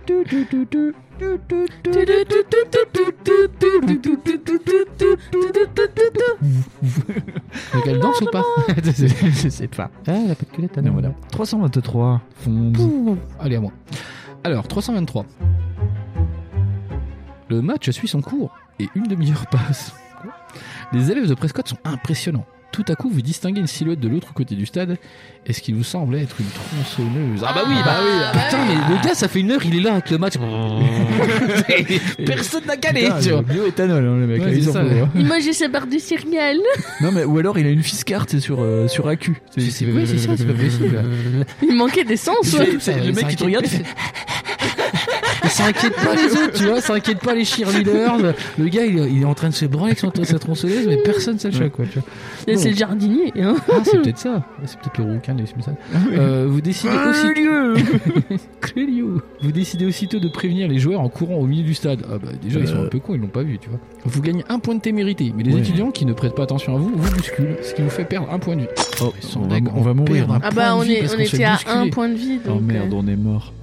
Speaker 4: donc elle danse ou pas
Speaker 3: Je sais pas.
Speaker 4: Ah, elle a pas de culette,
Speaker 3: Non, voilà. 323.
Speaker 4: Allez, à moi. Alors, 323. Le match suit son cours et une demi-heure passe. Les élèves de Prescott sont impressionnants. Tout à coup, vous distinguez une silhouette de l'autre côté du stade et ce qui vous semble être une tronçonneuse. Ah bah oui, bah oui, putain, mais le gars, ça fait une heure, il est là avec le match. Personne n'a calé, tu vois.
Speaker 3: bioéthanol, hein, le mec.
Speaker 4: Ouais,
Speaker 3: il
Speaker 4: c'est
Speaker 3: s'en
Speaker 4: ça,
Speaker 3: fout,
Speaker 4: ouais.
Speaker 3: hein.
Speaker 2: Il mangeait sa barre de céréales.
Speaker 3: Non, mais ou alors il a une fiscarte c'est sur, euh, sur AQ.
Speaker 4: C'est- c'est- ouais, c'est ça, c'est pas possible.
Speaker 2: Il manquait d'essence. ouais.
Speaker 4: C'est-
Speaker 3: Le
Speaker 4: il
Speaker 3: mec qui te
Speaker 4: s'inquiète-
Speaker 3: regarde, il fait-
Speaker 4: Il s'inquiète pas les autres, tu vois, ça inquiète pas les cheerleaders. Le- Le gars, il, il est en train de se branler avec son- sa tronçonneuse, mais personne ne le quoi, tu vois.
Speaker 2: Et C'est le jardinier. Hein.
Speaker 4: Ah, c'est peut-être ça. C'est peut-être le rouquin des Simpsons. Euh, vous décidez aussitôt... Clélio. Vous décidez aussitôt de prévenir les joueurs en courant au milieu du stade. Ah bah déjà, ils sont un peu cons, ils l'ont pas vu, tu vois. Vous gagnez un point de témérité, mais les
Speaker 3: Ouais.
Speaker 4: étudiants qui ne prêtent pas attention à vous vous bousculent, ce qui vous fait perdre un point de vie.
Speaker 3: Oh,
Speaker 4: Ils sont
Speaker 3: on, va,
Speaker 4: dingues,
Speaker 3: on va mourir.
Speaker 4: perd un
Speaker 3: hein.
Speaker 2: Ah
Speaker 4: point
Speaker 2: bah
Speaker 4: de
Speaker 2: on,
Speaker 4: vie
Speaker 2: est,
Speaker 4: parce
Speaker 2: on
Speaker 4: qu'on se fait
Speaker 2: était à
Speaker 4: bousculer.
Speaker 2: un point de vie.
Speaker 3: Oh
Speaker 2: donc,
Speaker 3: merde,
Speaker 2: euh,
Speaker 3: on est mort.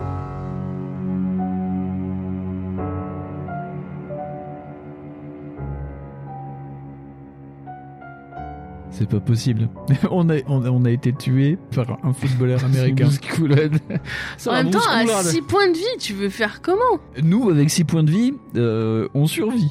Speaker 3: C'est pas possible. on, a, on, a- on a été tué par un footballeur américain.
Speaker 4: Bousculade. Ça
Speaker 2: En
Speaker 4: va,
Speaker 2: même temps, à
Speaker 4: bousculade.
Speaker 2: 6 points de vie, tu veux faire comment
Speaker 3: Nous, avec 6 points de vie, euh, on survit.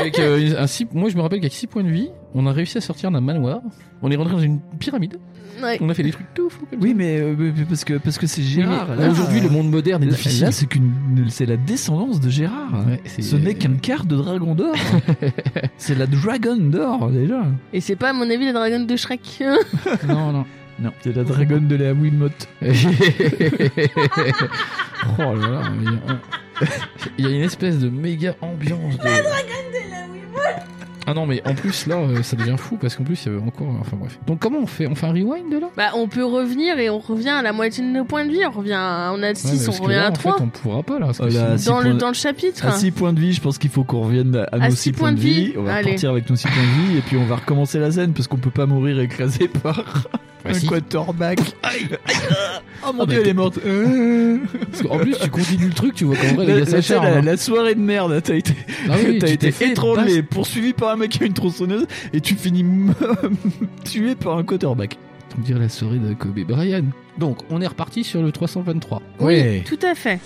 Speaker 4: Avec, euh, un six- moi, je me rappelle qu'avec 6 points de vie, on a réussi à sortir d'un manoir. On est rentré dans une pyramide.
Speaker 2: Ouais.
Speaker 4: On a fait des trucs tout fous. comme ça.
Speaker 3: Oui, mais euh, mais- mais parce que parce que c'est Gérard.
Speaker 4: Oui, mais
Speaker 3: là.
Speaker 4: aujourd'hui, le monde moderne est
Speaker 3: Là,
Speaker 4: difficile.
Speaker 3: là, c'est qu'une, c'est la descendance de Gérard.
Speaker 4: Ouais, c'est-
Speaker 3: Ce n'est qu'un quart de dragon d'or. c'est la dragon d'or déjà.
Speaker 2: Et c'est pas à mon avis la dragonne de Shrek.
Speaker 4: Non, non.
Speaker 3: Non, c'est la dragon de la Wiimote.
Speaker 4: oh là là, mais il y a- il y a une espèce de méga ambiance. De... Ah non, mais en plus, là, euh, ça devient fou parce qu'en plus, il y avait encore. euh, Enfin bref. Donc, comment on fait On fait un rewind de là
Speaker 2: Bah on peut revenir et on revient à la moitié de nos points de vie. On revient à, on a
Speaker 4: Ouais,
Speaker 2: 6,
Speaker 4: parce
Speaker 2: on
Speaker 4: que
Speaker 2: revient
Speaker 4: là,
Speaker 2: à
Speaker 4: en
Speaker 2: 3.
Speaker 4: fait, on pourra pas là. parce que
Speaker 3: Oh là,
Speaker 4: sinon-
Speaker 3: six
Speaker 2: dans, le,
Speaker 3: points-
Speaker 2: dans le chapitre.
Speaker 3: À
Speaker 4: Ah,
Speaker 3: 6 points de vie, je pense qu'il faut qu'on revienne à, à
Speaker 2: À
Speaker 3: nos
Speaker 2: six
Speaker 3: 6 points de vie. On va
Speaker 2: Allez.
Speaker 3: partir avec nos 6 points de vie et puis on va recommencer la scène parce qu'on peut pas mourir écrasé par
Speaker 4: Bah,
Speaker 3: un
Speaker 4: si.
Speaker 3: quarterback. oh mon dieu,
Speaker 4: Ah, bah,
Speaker 3: elle est morte. Euh,
Speaker 4: Parce qu'en plus, tu continues le truc, tu vois qu'en vrai, les
Speaker 3: La,
Speaker 4: gars, ça
Speaker 3: la scène,
Speaker 4: charme.
Speaker 3: la-
Speaker 4: hein.
Speaker 3: la soirée de merde, t'as été,
Speaker 4: Ah oui,
Speaker 3: t'as
Speaker 4: tu
Speaker 3: été
Speaker 4: t'es fait
Speaker 3: étranglé, poursuivi par un mec qui a une tronçonneuse et tu finis tué par un quarterback.
Speaker 4: On dirait la soirée de Kobe Bryant. Donc, on est reparti sur le 323.
Speaker 3: Ouais.
Speaker 2: Tout à fait.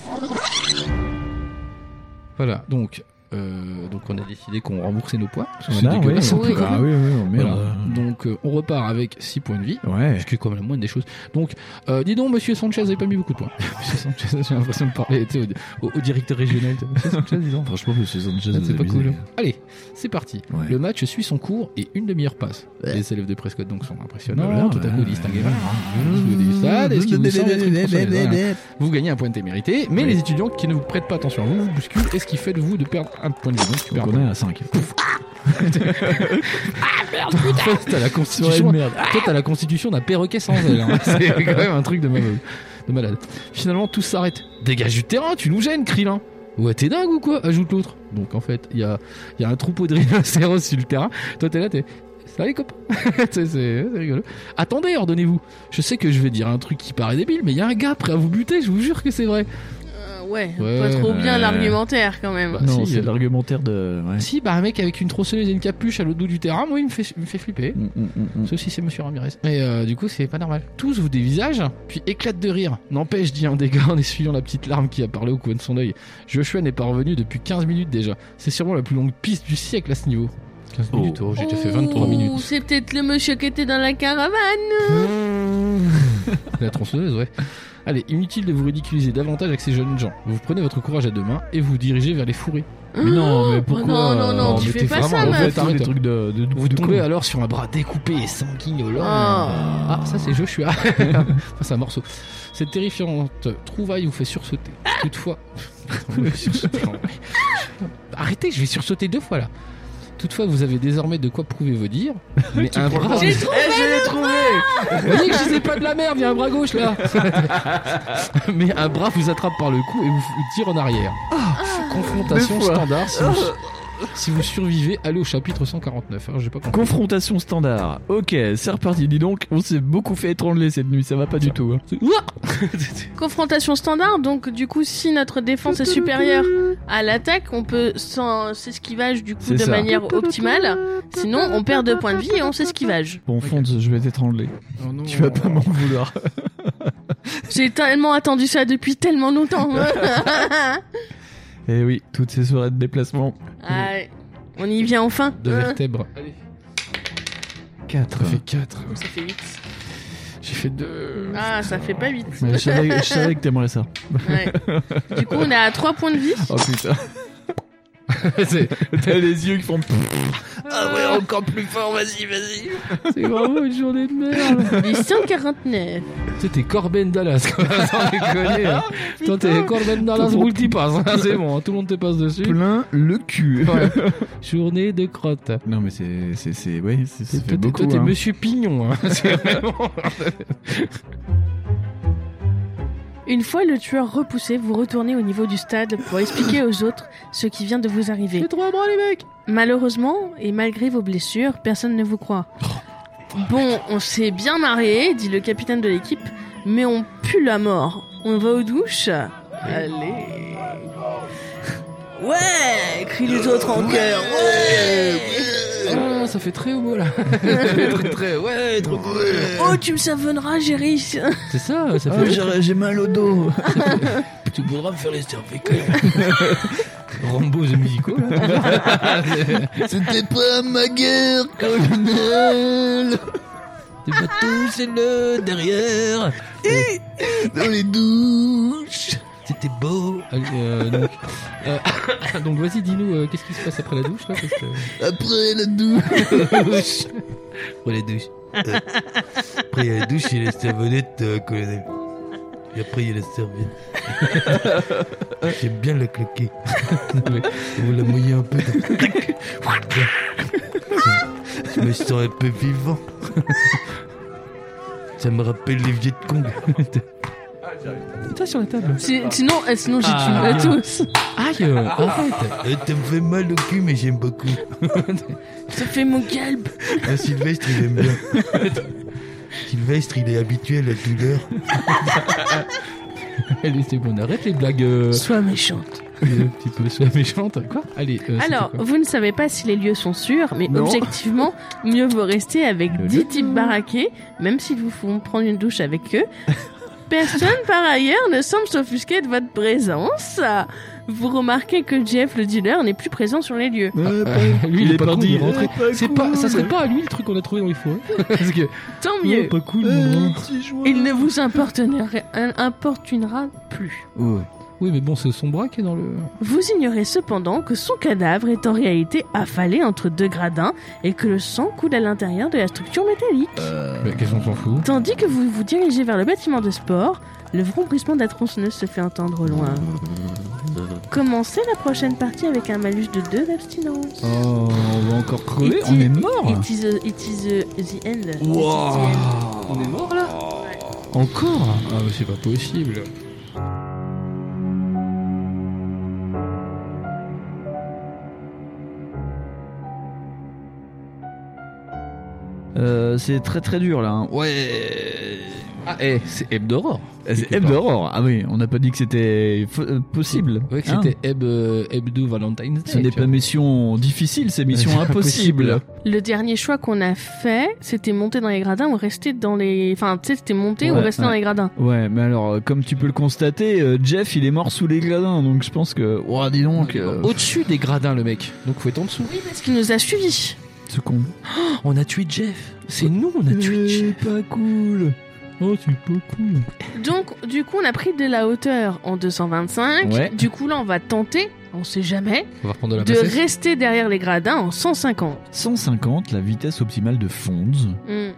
Speaker 4: Voilà, donc, euh, donc on a décidé qu'on remboursait nos points. Parce que
Speaker 3: Voilà,
Speaker 4: c'est
Speaker 3: ouais,
Speaker 4: dégueulasse,
Speaker 3: on
Speaker 4: hein.
Speaker 3: peut-
Speaker 2: Oui.
Speaker 3: ah oui, oui, oui,
Speaker 4: Voilà.
Speaker 3: merde.
Speaker 4: Donc, euh, on repart avec 6 points de vie.
Speaker 3: Ouais.
Speaker 4: Ce qui est quand même la moindre des choses. Donc, euh, dis donc, monsieur Sanchez n'avait pas mis beaucoup de points. monsieur Sanchez, j'ai l'impression de parler tu sais, au, au- au directeur régional. tu sais, Monsieur Sanchez, dis donc.
Speaker 3: Franchement, Monsieur Sanchez,
Speaker 4: Ah,
Speaker 3: vous
Speaker 4: C'est pas
Speaker 3: abusez.
Speaker 4: cool. Allez, c'est parti.
Speaker 3: Ouais.
Speaker 4: Le match suit son cours et une demi-heure passe. Les élèves de Prescott donc sont impressionnants.
Speaker 3: Voilà, Ah,
Speaker 4: tout à coup,
Speaker 3: ouais.
Speaker 4: distingués. Vous
Speaker 3: ah,
Speaker 4: savez ce qui vous semble être une tronçonneuse. Voilà.
Speaker 5: Ah,
Speaker 4: Vous gagnez un point de témérité, mais les étudiants qui ne vous prêtent pas attention à vous vous bousculent et ce qui fait de vous de perdre un point de vie. Donc, tu perds
Speaker 3: Donc
Speaker 4: un
Speaker 3: on est à 5.
Speaker 4: Toi, t'as la constitution,
Speaker 5: ah,
Speaker 4: toi, t'as la constitution d'un perroquet sans aile. hein. C'est quand même un truc de malade. De malade. Finalement, tout s'arrête. Dégage du terrain, tu nous gênes, Krillin. Ouais, t'es dingue ou quoi Ajoute l'autre. Donc en fait, il y a, il y a un troupeau de rhinocéros sur le terrain. Toi, t'es là, t'es. Ça les copains C'est- C'est c'est rigolo. Attendez, ordonnez-vous. Je sais que je vais dire un truc qui paraît débile, mais il y a un gars prêt à vous buter, je vous jure que c'est vrai.
Speaker 2: Euh, ouais,
Speaker 4: Ouais,
Speaker 2: pas trop
Speaker 3: ouais.
Speaker 2: bien l'argumentaire quand même.
Speaker 4: Bah,
Speaker 5: non,
Speaker 4: si,
Speaker 5: c'est
Speaker 4: euh,
Speaker 5: l'argumentaire de. ouais.
Speaker 4: Si, bah un mec avec une trosseuse et une capuche à l'autre bout du terrain, moi il me fait, il me fait flipper.
Speaker 5: Mm, mm, mm, mm.
Speaker 4: Sauf si c'est Monsieur Ramirez. Mais euh, du coup, c'est pas normal. Tous vous dévisagent, puis éclatent de rire. N'empêche, dit un des gars en essuyant la petite larme qui a parlé au coin de son œil. Joshua n'est pas revenu depuis 15 minutes déjà. C'est sûrement la plus longue piste du siècle à ce niveau. 15
Speaker 5: Oh.
Speaker 4: minutes, oh, j'ai déjà fait 23
Speaker 2: Ouh,
Speaker 4: minutes.
Speaker 2: C'est peut-être le monsieur qui était dans la caravane.
Speaker 4: La tronçonneuse, ouais. Allez, inutile de vous ridiculiser davantage avec ces jeunes gens. Vous prenez votre courage à deux mains et vous dirigez vers les fourrés.
Speaker 5: Mais non, mais pourquoi
Speaker 2: Oh, non, non, non,
Speaker 5: euh,
Speaker 2: tu
Speaker 5: mais
Speaker 2: fais
Speaker 5: t'es
Speaker 2: pas ça,
Speaker 5: vraiment- en
Speaker 4: meuf.
Speaker 5: fait, tous les trucs de, de,
Speaker 4: Vous
Speaker 5: de con.
Speaker 4: tombez alors sur un bras découpé et sanguignolant. Ah,
Speaker 2: Ah.
Speaker 4: ça c'est Joshua. Enfin, c'est un morceau. Cette terrifiante trouvaille vous fait sursauter. Toutefois. Arrêtez, je vais sursauter deux fois là. Toutefois, vous avez désormais de quoi prouver vos dires. Oh, Mais un bras.
Speaker 2: J'ai trouvé
Speaker 4: Vous voyez que je disais pas de la merde, il y a un bras gauche là Mais un bras vous attrape par le cou et vous, vous tire en arrière. Confrontation
Speaker 5: Deux fois.
Speaker 4: standard. Si vous, si vous survivez, allez au chapitre 149. Alors j'ai pas compris.
Speaker 5: Confrontation standard. Ok, c'est reparti. Dis donc, on s'est beaucoup fait étrangler cette nuit, ça va pas du tout. hein. C'est- Ouah
Speaker 2: Confrontation standard, donc du coup, si notre défense est supérieure à l'attaque, on peut s'en- s'esquivage du coup
Speaker 5: C'est
Speaker 2: de
Speaker 5: ça.
Speaker 2: manière optimale. Sinon, on perd deux points de vie et on s'esquivage.
Speaker 5: Bon, Fonds, je vais t'étrangler.
Speaker 4: Oh non.
Speaker 5: Tu vas pas m'en vouloir.
Speaker 2: J'ai tellement attendu ça depuis tellement longtemps.
Speaker 5: Eh oui, toutes ces soirées de déplacement.
Speaker 2: Ah, on y vient enfin.
Speaker 4: De vertèbres.
Speaker 5: 4.
Speaker 4: Ça fait 4.
Speaker 2: Oh, Ça fait 8.
Speaker 4: J'ai fait 2.
Speaker 2: Ah, ça fait pas 8.
Speaker 5: Je savais, je savais que t'aimerais ça.
Speaker 2: Du coup, on est à 3 points de vie.
Speaker 5: Oh putain. T'as les yeux qui font. Ah ouais, encore plus fort, vas-y, vas-y.
Speaker 4: C'est vraiment une journée de merde.
Speaker 2: Les 149.
Speaker 4: C'était Corben Dallas. quoi. Sans déconner. hein. Toi, t'es Corben Dallas multipass. hein. C'est bon, hein, tout le monde te passe dessus.
Speaker 5: Plein le cul.
Speaker 4: Ouais. Journée de crotte.
Speaker 5: Non, mais c'est. c'est- c'est- Ouais, c'est- ça fait
Speaker 4: Toi, t'es-
Speaker 5: beaucoup.
Speaker 4: toi, t'es
Speaker 5: hein.
Speaker 4: Monsieur Pignon. hein. C'est vraiment.
Speaker 2: Une fois le tueur repoussé, vous retournez au niveau du stade pour expliquer aux autres ce qui vient de vous arriver.
Speaker 4: trop bras, les mecs.
Speaker 2: Malheureusement, et malgré vos blessures, personne ne vous croit.
Speaker 4: Oh,
Speaker 2: Bon, on s'est bien marré, dit le capitaine de l'équipe, mais on pue la mort. On va aux douches Allez Ouais crient les autres en chœur. Ouais
Speaker 4: Ah, ça fait très homo là. très très ouais, trop
Speaker 2: Oh, tu me savonneras, Géris
Speaker 4: C'est ça, ça
Speaker 5: Ah,
Speaker 4: fait
Speaker 5: j'ai- j'ai mal au dos.
Speaker 4: tu pourras me faire les cervicales. Rambo et musicaux là.
Speaker 8: C'était pas ma guerre, colonel
Speaker 4: T'es pas tout, c'est le derrière.
Speaker 8: Dans les douches
Speaker 4: C'était beau. donc, euh, donc vas-y, dis-nous euh, qu'est-ce qui se passe après la douche là parce que...
Speaker 8: Après la douche
Speaker 4: Après la douche.
Speaker 8: Euh, Après il y a la douche, il y a la servonnette, euh, colonel. Et après il y a la serviette. J'aime bien la claquer. Vous la mouillez un peu. Je me sens un peu vivant. Ça me rappelle les Viet Cong. Euh,
Speaker 4: Toi sur la table.
Speaker 2: Si- Sinon, euh, sinon j'ai tué
Speaker 4: Ah.
Speaker 2: à tous.
Speaker 4: Aïe, euh, arrête.
Speaker 8: Euh, ça me fait mal au cul, mais j'aime beaucoup.
Speaker 2: Ça fait mon galbe
Speaker 8: Ah, Sylvestre, il aime bien. Sylvestre, il est habitué à la douleur.
Speaker 4: Allez, c'est bon, arrête les blagues. euh,
Speaker 2: Sois méchante.
Speaker 4: euh, un petit peu sois méchante. Quoi Allez. euh, c'était
Speaker 2: Alors,
Speaker 4: quoi
Speaker 2: vous ne savez pas si les lieux sont sûrs, mais
Speaker 5: Non.
Speaker 2: objectivement, mieux vaut rester avec
Speaker 5: Le
Speaker 2: 10 types baraqués, même s'ils vous font prendre une douche avec eux. Personne, par ailleurs, ne semble s'offusquer de votre présence. Vous remarquez que Jeff, le dealer, n'est plus présent sur les lieux.
Speaker 5: Ouais,
Speaker 4: Euh, lui, il est pas cool, il
Speaker 5: parti.
Speaker 4: est rentré.
Speaker 5: Ouais,
Speaker 4: C'est
Speaker 5: cool.
Speaker 4: pas, ça serait pas à lui le truc qu'on a trouvé dans les fourrés Parce que
Speaker 2: Tant mieux.
Speaker 5: pas cool.
Speaker 8: Euh,
Speaker 2: Il ne vous importunera- importunera plus.
Speaker 4: Oui, mais bon, c'est son bras qui est dans le.
Speaker 2: Vous ignorez cependant que son cadavre est en réalité affalé entre deux gradins et que le sang coule à l'intérieur de la structure métallique.
Speaker 4: Bah, qu'est-ce qu'on s'en fout
Speaker 2: Tandis que vous vous dirigez vers le bâtiment de sport, le vrombissement de la tronçonneuse se fait entendre au loin. Commencez la prochaine partie avec un malus de 2 d'abstinence.
Speaker 5: Oh, on va encore crever.
Speaker 2: It
Speaker 5: On
Speaker 2: is-
Speaker 5: est mort.
Speaker 2: It is, the- it is the, the end. It is the end.
Speaker 4: Ah Wow. On est mort là Encore Ah, mais c'est pas possible.
Speaker 3: Euh, c'est très très dur là. hein. Ouais.
Speaker 4: Ah, eh, c'est Ebb d'Aurore.
Speaker 3: C'est Ebb d'Aurore. Ah oui, on n'a pas dit que c'était f- euh, possible.
Speaker 4: Ouais, que
Speaker 3: hein.
Speaker 4: c'était Ebb, euh, Hebdo Valentine's Day.
Speaker 3: Ce n'est
Speaker 4: Eh, tu
Speaker 3: pas
Speaker 4: vois.
Speaker 3: mission difficile, c'est mission impossible.
Speaker 2: Le dernier choix qu'on a fait, c'était monter dans les gradins ou rester dans les. Enfin, tu sais, c'était monter ou
Speaker 3: Ouais,
Speaker 2: rester
Speaker 3: ouais.
Speaker 2: dans les gradins.
Speaker 3: Ouais, mais alors, euh, comme tu peux le constater, euh, Jeff, il est mort sous les gradins, donc je pense que... Ouah, dis donc, euh,
Speaker 4: Au-dessus des gradins, le mec. Donc faut être en dessous.
Speaker 2: Oui, parce qu'il nous a suivis.
Speaker 3: ce con.
Speaker 4: On a tué Jeff. C'est nous, on a tué Jeff.
Speaker 3: pas cool. Oh, c'est pas cool.
Speaker 2: Donc, du coup, on a pris de la hauteur en 225.
Speaker 3: Ouais.
Speaker 2: Du coup, là, on va tenter, on sait jamais,
Speaker 4: On va reprendre de la
Speaker 2: de
Speaker 4: passesse.
Speaker 2: rester derrière les gradins en 150.
Speaker 3: 150, la vitesse optimale de Fonz
Speaker 2: Hmm,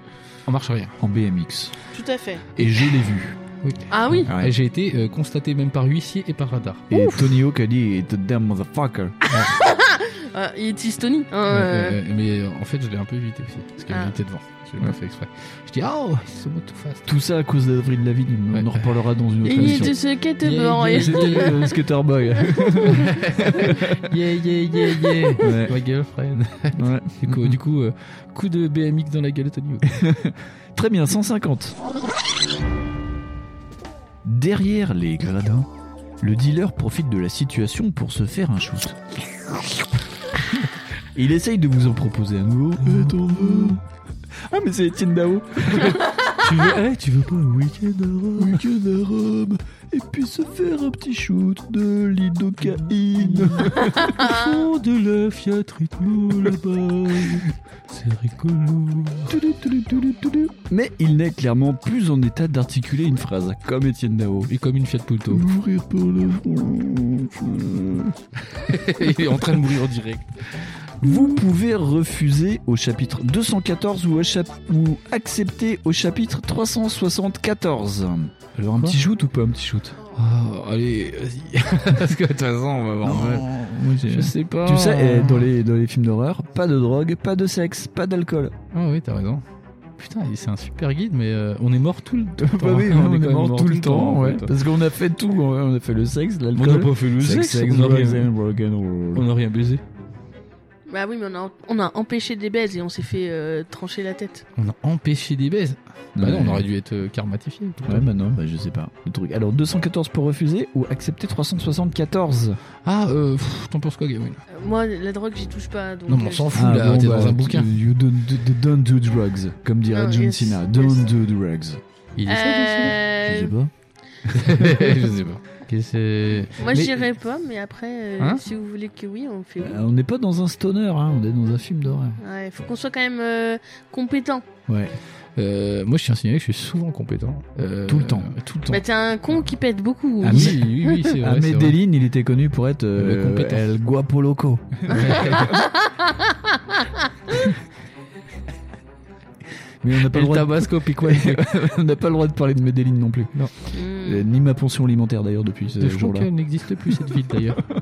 Speaker 4: En marche arrière.
Speaker 3: en BMX.
Speaker 2: tout à fait.
Speaker 3: Et je l'ai vu.
Speaker 2: Ah oui,
Speaker 3: Ouais.
Speaker 4: Et J'ai été euh, constaté même par huissier et par radar.
Speaker 3: Et Tony Hawk a dit, it's a damn motherfucker.
Speaker 2: Ah. euh, il est Estonie. hein,
Speaker 4: Ouais,
Speaker 2: euh,
Speaker 4: euh, mais euh, en fait, je l'ai un peu évité aussi. Parce qu'il
Speaker 2: Ah.
Speaker 4: était devant. Je l'ai pas fait exprès. Je dis, oh, it's so too fast.
Speaker 3: Tout ça à cause d'Avril Lavigne, on en
Speaker 4: Ouais.
Speaker 3: reparlera dans une autre
Speaker 2: Il est
Speaker 3: émission.
Speaker 2: de ce qu'est de
Speaker 4: Yeah,
Speaker 2: bord.
Speaker 4: yeah,
Speaker 2: et-
Speaker 4: yeah,
Speaker 3: C'était euh, le skater boy.
Speaker 4: yeah, yeah, yeah, yeah.
Speaker 3: Ouais.
Speaker 4: My girlfriend.
Speaker 3: Ouais.
Speaker 4: Du coup, du coup euh, coup de BMX dans la gueule, Tony.
Speaker 3: Très bien, 150. Derrière les gradins, le dealer profite de la situation pour se faire un shoot. Il essaye de vous en proposer à nouveau. Euh, t'en veux Ah mais c'est Etienne Dao tu, veux, eh, tu veux pas un week-end à Rome Week-end à Rome Et puis se faire un petit shoot de lidocaïne
Speaker 8: fond de la Fiat Ritmo là-bas. C'est rigolo.
Speaker 3: Touloulou, touloulou, touloulou, touloulou. Mais il n'est clairement plus en état d'articuler une phrase, comme Étienne Dao.
Speaker 4: Et comme une Fiat Punto.
Speaker 3: Mourir par le
Speaker 4: Il est en train de mourir en direct.
Speaker 3: Vous pouvez refuser au chapitre 214 ou, au chap- ou accepter au chapitre 374. Alors un
Speaker 4: Quoi
Speaker 3: petit shoot ou pas un petit shoot
Speaker 4: Oh, allez, vas-y. Parce que de toute façon, on va voir. Ouais. Je sais pas.
Speaker 3: Tu sais, eh, dans les, dans les films d'horreur, pas de drogue, pas de sexe, pas d'alcool.
Speaker 4: Ah oui, t'as raison. Putain, il- c'est un super guide, mais euh, on est mort tout le temps.
Speaker 3: Bah oui,
Speaker 4: on, est quand même mort tout le temps. en
Speaker 3: ouais.
Speaker 4: fait.
Speaker 3: Parce qu'on a fait tout, on a fait le sexe,
Speaker 4: On n'a
Speaker 3: l'alcool.
Speaker 4: pas fait le sexe, on, a
Speaker 3: drugs
Speaker 4: rien,
Speaker 3: and rock'n'roll.
Speaker 4: on a rien baisé.
Speaker 2: Bah oui, mais on a, on a empêché des baises et on s'est fait euh, trancher la tête.
Speaker 4: On a empêché des baises. Bah non,
Speaker 3: Ouais.
Speaker 4: on aurait dû être euh, karmatifié. tout le
Speaker 3: Ouais,
Speaker 4: temps.
Speaker 3: bah non, bah je sais pas. Le truc. Alors 214 pour refuser ou accepter 374
Speaker 4: Ah, euh, pff, t'en penses quoi, Gawain
Speaker 2: Euh, moi, la drogue, j'y touche pas. Donc,
Speaker 4: Non, mais
Speaker 2: euh,
Speaker 4: on s'en fout, là,
Speaker 3: bon,
Speaker 4: t'es
Speaker 3: bah,
Speaker 4: dans un bouquin.
Speaker 3: You don't do, do- don't do drugs, comme dirait
Speaker 2: Ah,
Speaker 3: John
Speaker 2: yes,
Speaker 3: Cena.
Speaker 2: yes.
Speaker 3: Don't do drugs.
Speaker 4: Il
Speaker 2: euh,
Speaker 3: Je sais pas.
Speaker 4: Je sais pas. Qu'est-ce que c'est
Speaker 2: moi,
Speaker 4: Mais-
Speaker 2: j'irai pas, mais après, euh,
Speaker 4: Hein Bah,
Speaker 2: si vous voulez que oui, on fait oui.
Speaker 3: Euh, On n'est pas dans un stoner, hein, on est dans un film d'horreur.
Speaker 2: Ouais, faut qu'on soit quand même euh, compétent.
Speaker 3: Ouais.
Speaker 4: Euh, Moi, je tiens à signaler que je suis souvent compétent. Euh,
Speaker 3: Tout le temps.
Speaker 4: Tout le temps.
Speaker 2: Bah, t'es un con qui pète beaucoup.
Speaker 3: Ah,
Speaker 4: oui,
Speaker 3: mais-
Speaker 4: oui, oui, c'est vrai. c'est vrai.
Speaker 3: Medellin, il était connu pour être euh,
Speaker 4: Le compétent.
Speaker 3: El Guapo Loco. Mais on n'a pas,
Speaker 4: Et
Speaker 3: le
Speaker 4: le
Speaker 3: droit de-
Speaker 4: tabasco piquant.
Speaker 3: on n'a pas le droit de parler de Medellin non plus.
Speaker 2: Mm.
Speaker 3: Euh, Ni ma pension alimentaire d'ailleurs depuis ce
Speaker 4: Je crois
Speaker 3: jour-là.
Speaker 4: qu'elle n'existe plus, cette ville d'ailleurs.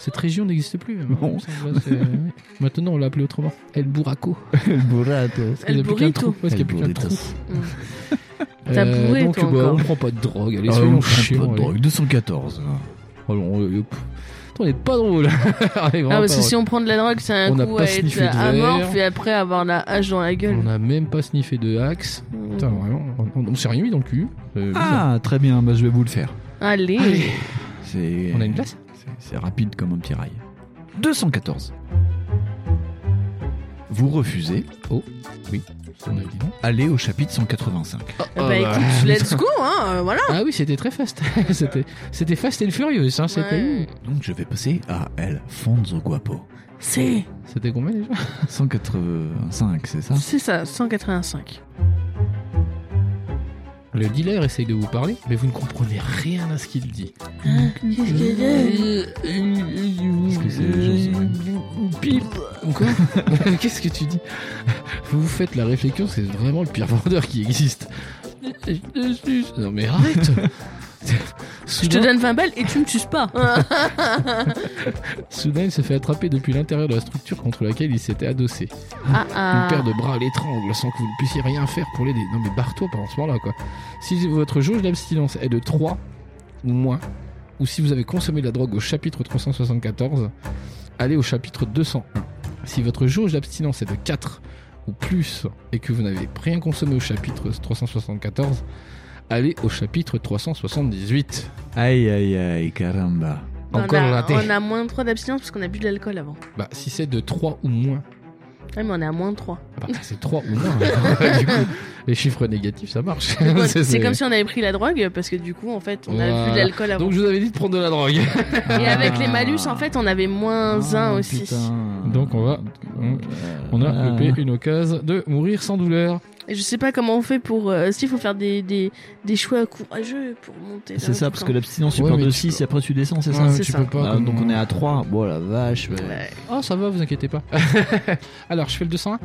Speaker 4: Cette région n'existe plus. même, hein,
Speaker 3: Non.
Speaker 4: il me semble, là, c'est- Maintenant, on l'a appelée autrement. El Buraco.
Speaker 3: Le burrito.
Speaker 4: Parce qu'il n'y a
Speaker 2: El
Speaker 4: plus qu'un
Speaker 2: burrito.
Speaker 4: trou. Parce qu'il n'y a plus qu'un
Speaker 3: El
Speaker 4: trou.
Speaker 3: burritos.
Speaker 2: T'as bourré,
Speaker 4: donc,
Speaker 2: toi,
Speaker 4: bah,
Speaker 2: encore.
Speaker 4: on prend pas de drogue. Allez,
Speaker 3: Ah,
Speaker 4: soyons
Speaker 3: on prend
Speaker 4: chiants,
Speaker 3: pas de
Speaker 4: allez.
Speaker 3: drogue, 214.
Speaker 4: Allons, euh, pff. Attends, on est pas drôle. Allez, vraiment
Speaker 2: Ah, parce
Speaker 4: pas
Speaker 2: que
Speaker 4: drôle.
Speaker 2: si on prend de la drogue, c'est un
Speaker 4: On n'a
Speaker 2: coup
Speaker 4: pas
Speaker 2: à être
Speaker 4: sniffé de
Speaker 2: amorphe
Speaker 4: verre.
Speaker 2: et après avoir la hache dans la gueule.
Speaker 4: On n'a même pas sniffé de axe.
Speaker 2: Mm.
Speaker 4: Putain, vraiment, on, on s'est rien mis dans le cul. Euh, bizarre.
Speaker 3: Ah, très bien, bah, je vais vous le faire.
Speaker 2: Allez.
Speaker 4: Allez,
Speaker 3: C'est-
Speaker 4: on a une place
Speaker 3: C'est- C'est rapide comme un petit rail. 214. Vous refusez
Speaker 4: On a dit non.
Speaker 3: Allez au chapitre 185.
Speaker 2: Bah,
Speaker 4: Oh
Speaker 2: écoute, let's go, hein, euh, voilà.
Speaker 4: Ah oui, c'était très fast. c'était, c'était fast and furious. Hein, c'était,
Speaker 2: Ouais.
Speaker 3: Donc je vais passer à El Fonzo Guapo.
Speaker 2: C'est,
Speaker 4: c'était combien déjà
Speaker 3: 185, c'est ça
Speaker 2: c'est ça, 185.
Speaker 4: Le dealer essaye de vous parler, mais vous ne comprenez rien à ce qu'il dit.
Speaker 2: Ah, euh,
Speaker 3: Qu'est-ce que c'est, les gens,
Speaker 4: Pipe Quoi Qu'est-ce que tu dis Vous vous faites la réflexion, c'est vraiment le pire vendeur qui existe. Non mais arrête
Speaker 2: Je te
Speaker 4: soudain,
Speaker 2: donne 20 balles et tu me tues pas.
Speaker 4: soudain, il se fait attraper depuis l'intérieur de la structure contre laquelle il s'était adossé.
Speaker 2: Ah, ah.
Speaker 4: Une paire de bras l'étrangle sans que vous ne puissiez rien faire pour l'aider. Non mais barre-toi pendant ce moment-là quoi. Si votre jauge d'abstinence est de 3 ou moins, ou si vous avez consommé de la drogue au chapitre 374, allez au chapitre 201. Si votre jauge d'abstinence est de 4 ou plus et que vous n'avez rien consommé au chapitre 374, allez au chapitre 378.
Speaker 3: Aïe aïe aïe, caramba.
Speaker 2: On
Speaker 4: Encore
Speaker 2: a,
Speaker 4: raté.
Speaker 2: on a moins de 3 d'abstinence parce qu'on a bu de l'alcool avant.
Speaker 4: Bah, si c'est de 3 ou moins,
Speaker 2: Ouais, mais on est à moins de 3.
Speaker 4: ah bah, c'est 3 ou moins. hein. Du coup, les chiffres négatifs, ça marche. C'est-
Speaker 2: C'est
Speaker 4: c'est-
Speaker 2: comme si on avait pris la drogue parce que du coup, en fait, on a
Speaker 4: Voilà.
Speaker 2: bu de l'alcool avant.
Speaker 4: Donc, je vous avais dit de prendre de la drogue.
Speaker 2: Et
Speaker 3: Ah.
Speaker 2: avec les malus, en fait, on avait moins
Speaker 4: Ah,
Speaker 2: 1 aussi.
Speaker 4: Donc, on va- On a
Speaker 3: Ah.
Speaker 4: loupé une occasion de mourir sans douleur.
Speaker 2: Et je sais pas comment on fait pour. Euh, S'il faut faire des, des, des choix courageux pour monter.
Speaker 3: C'est ça, parce que l'abstinence, tu
Speaker 4: Ouais,
Speaker 3: pars
Speaker 4: mais
Speaker 3: de
Speaker 4: tu
Speaker 3: 6
Speaker 4: peux-
Speaker 3: et après tu descends, c'est
Speaker 4: Ouais,
Speaker 3: ça
Speaker 2: c'est
Speaker 4: tu
Speaker 2: ça.
Speaker 4: peux pas.
Speaker 3: Ah,
Speaker 4: comme-
Speaker 3: Donc on est à 3. Bon, la vache. ouais.
Speaker 4: Oh, ça va, vous inquiétez pas. Alors, je fais le 201.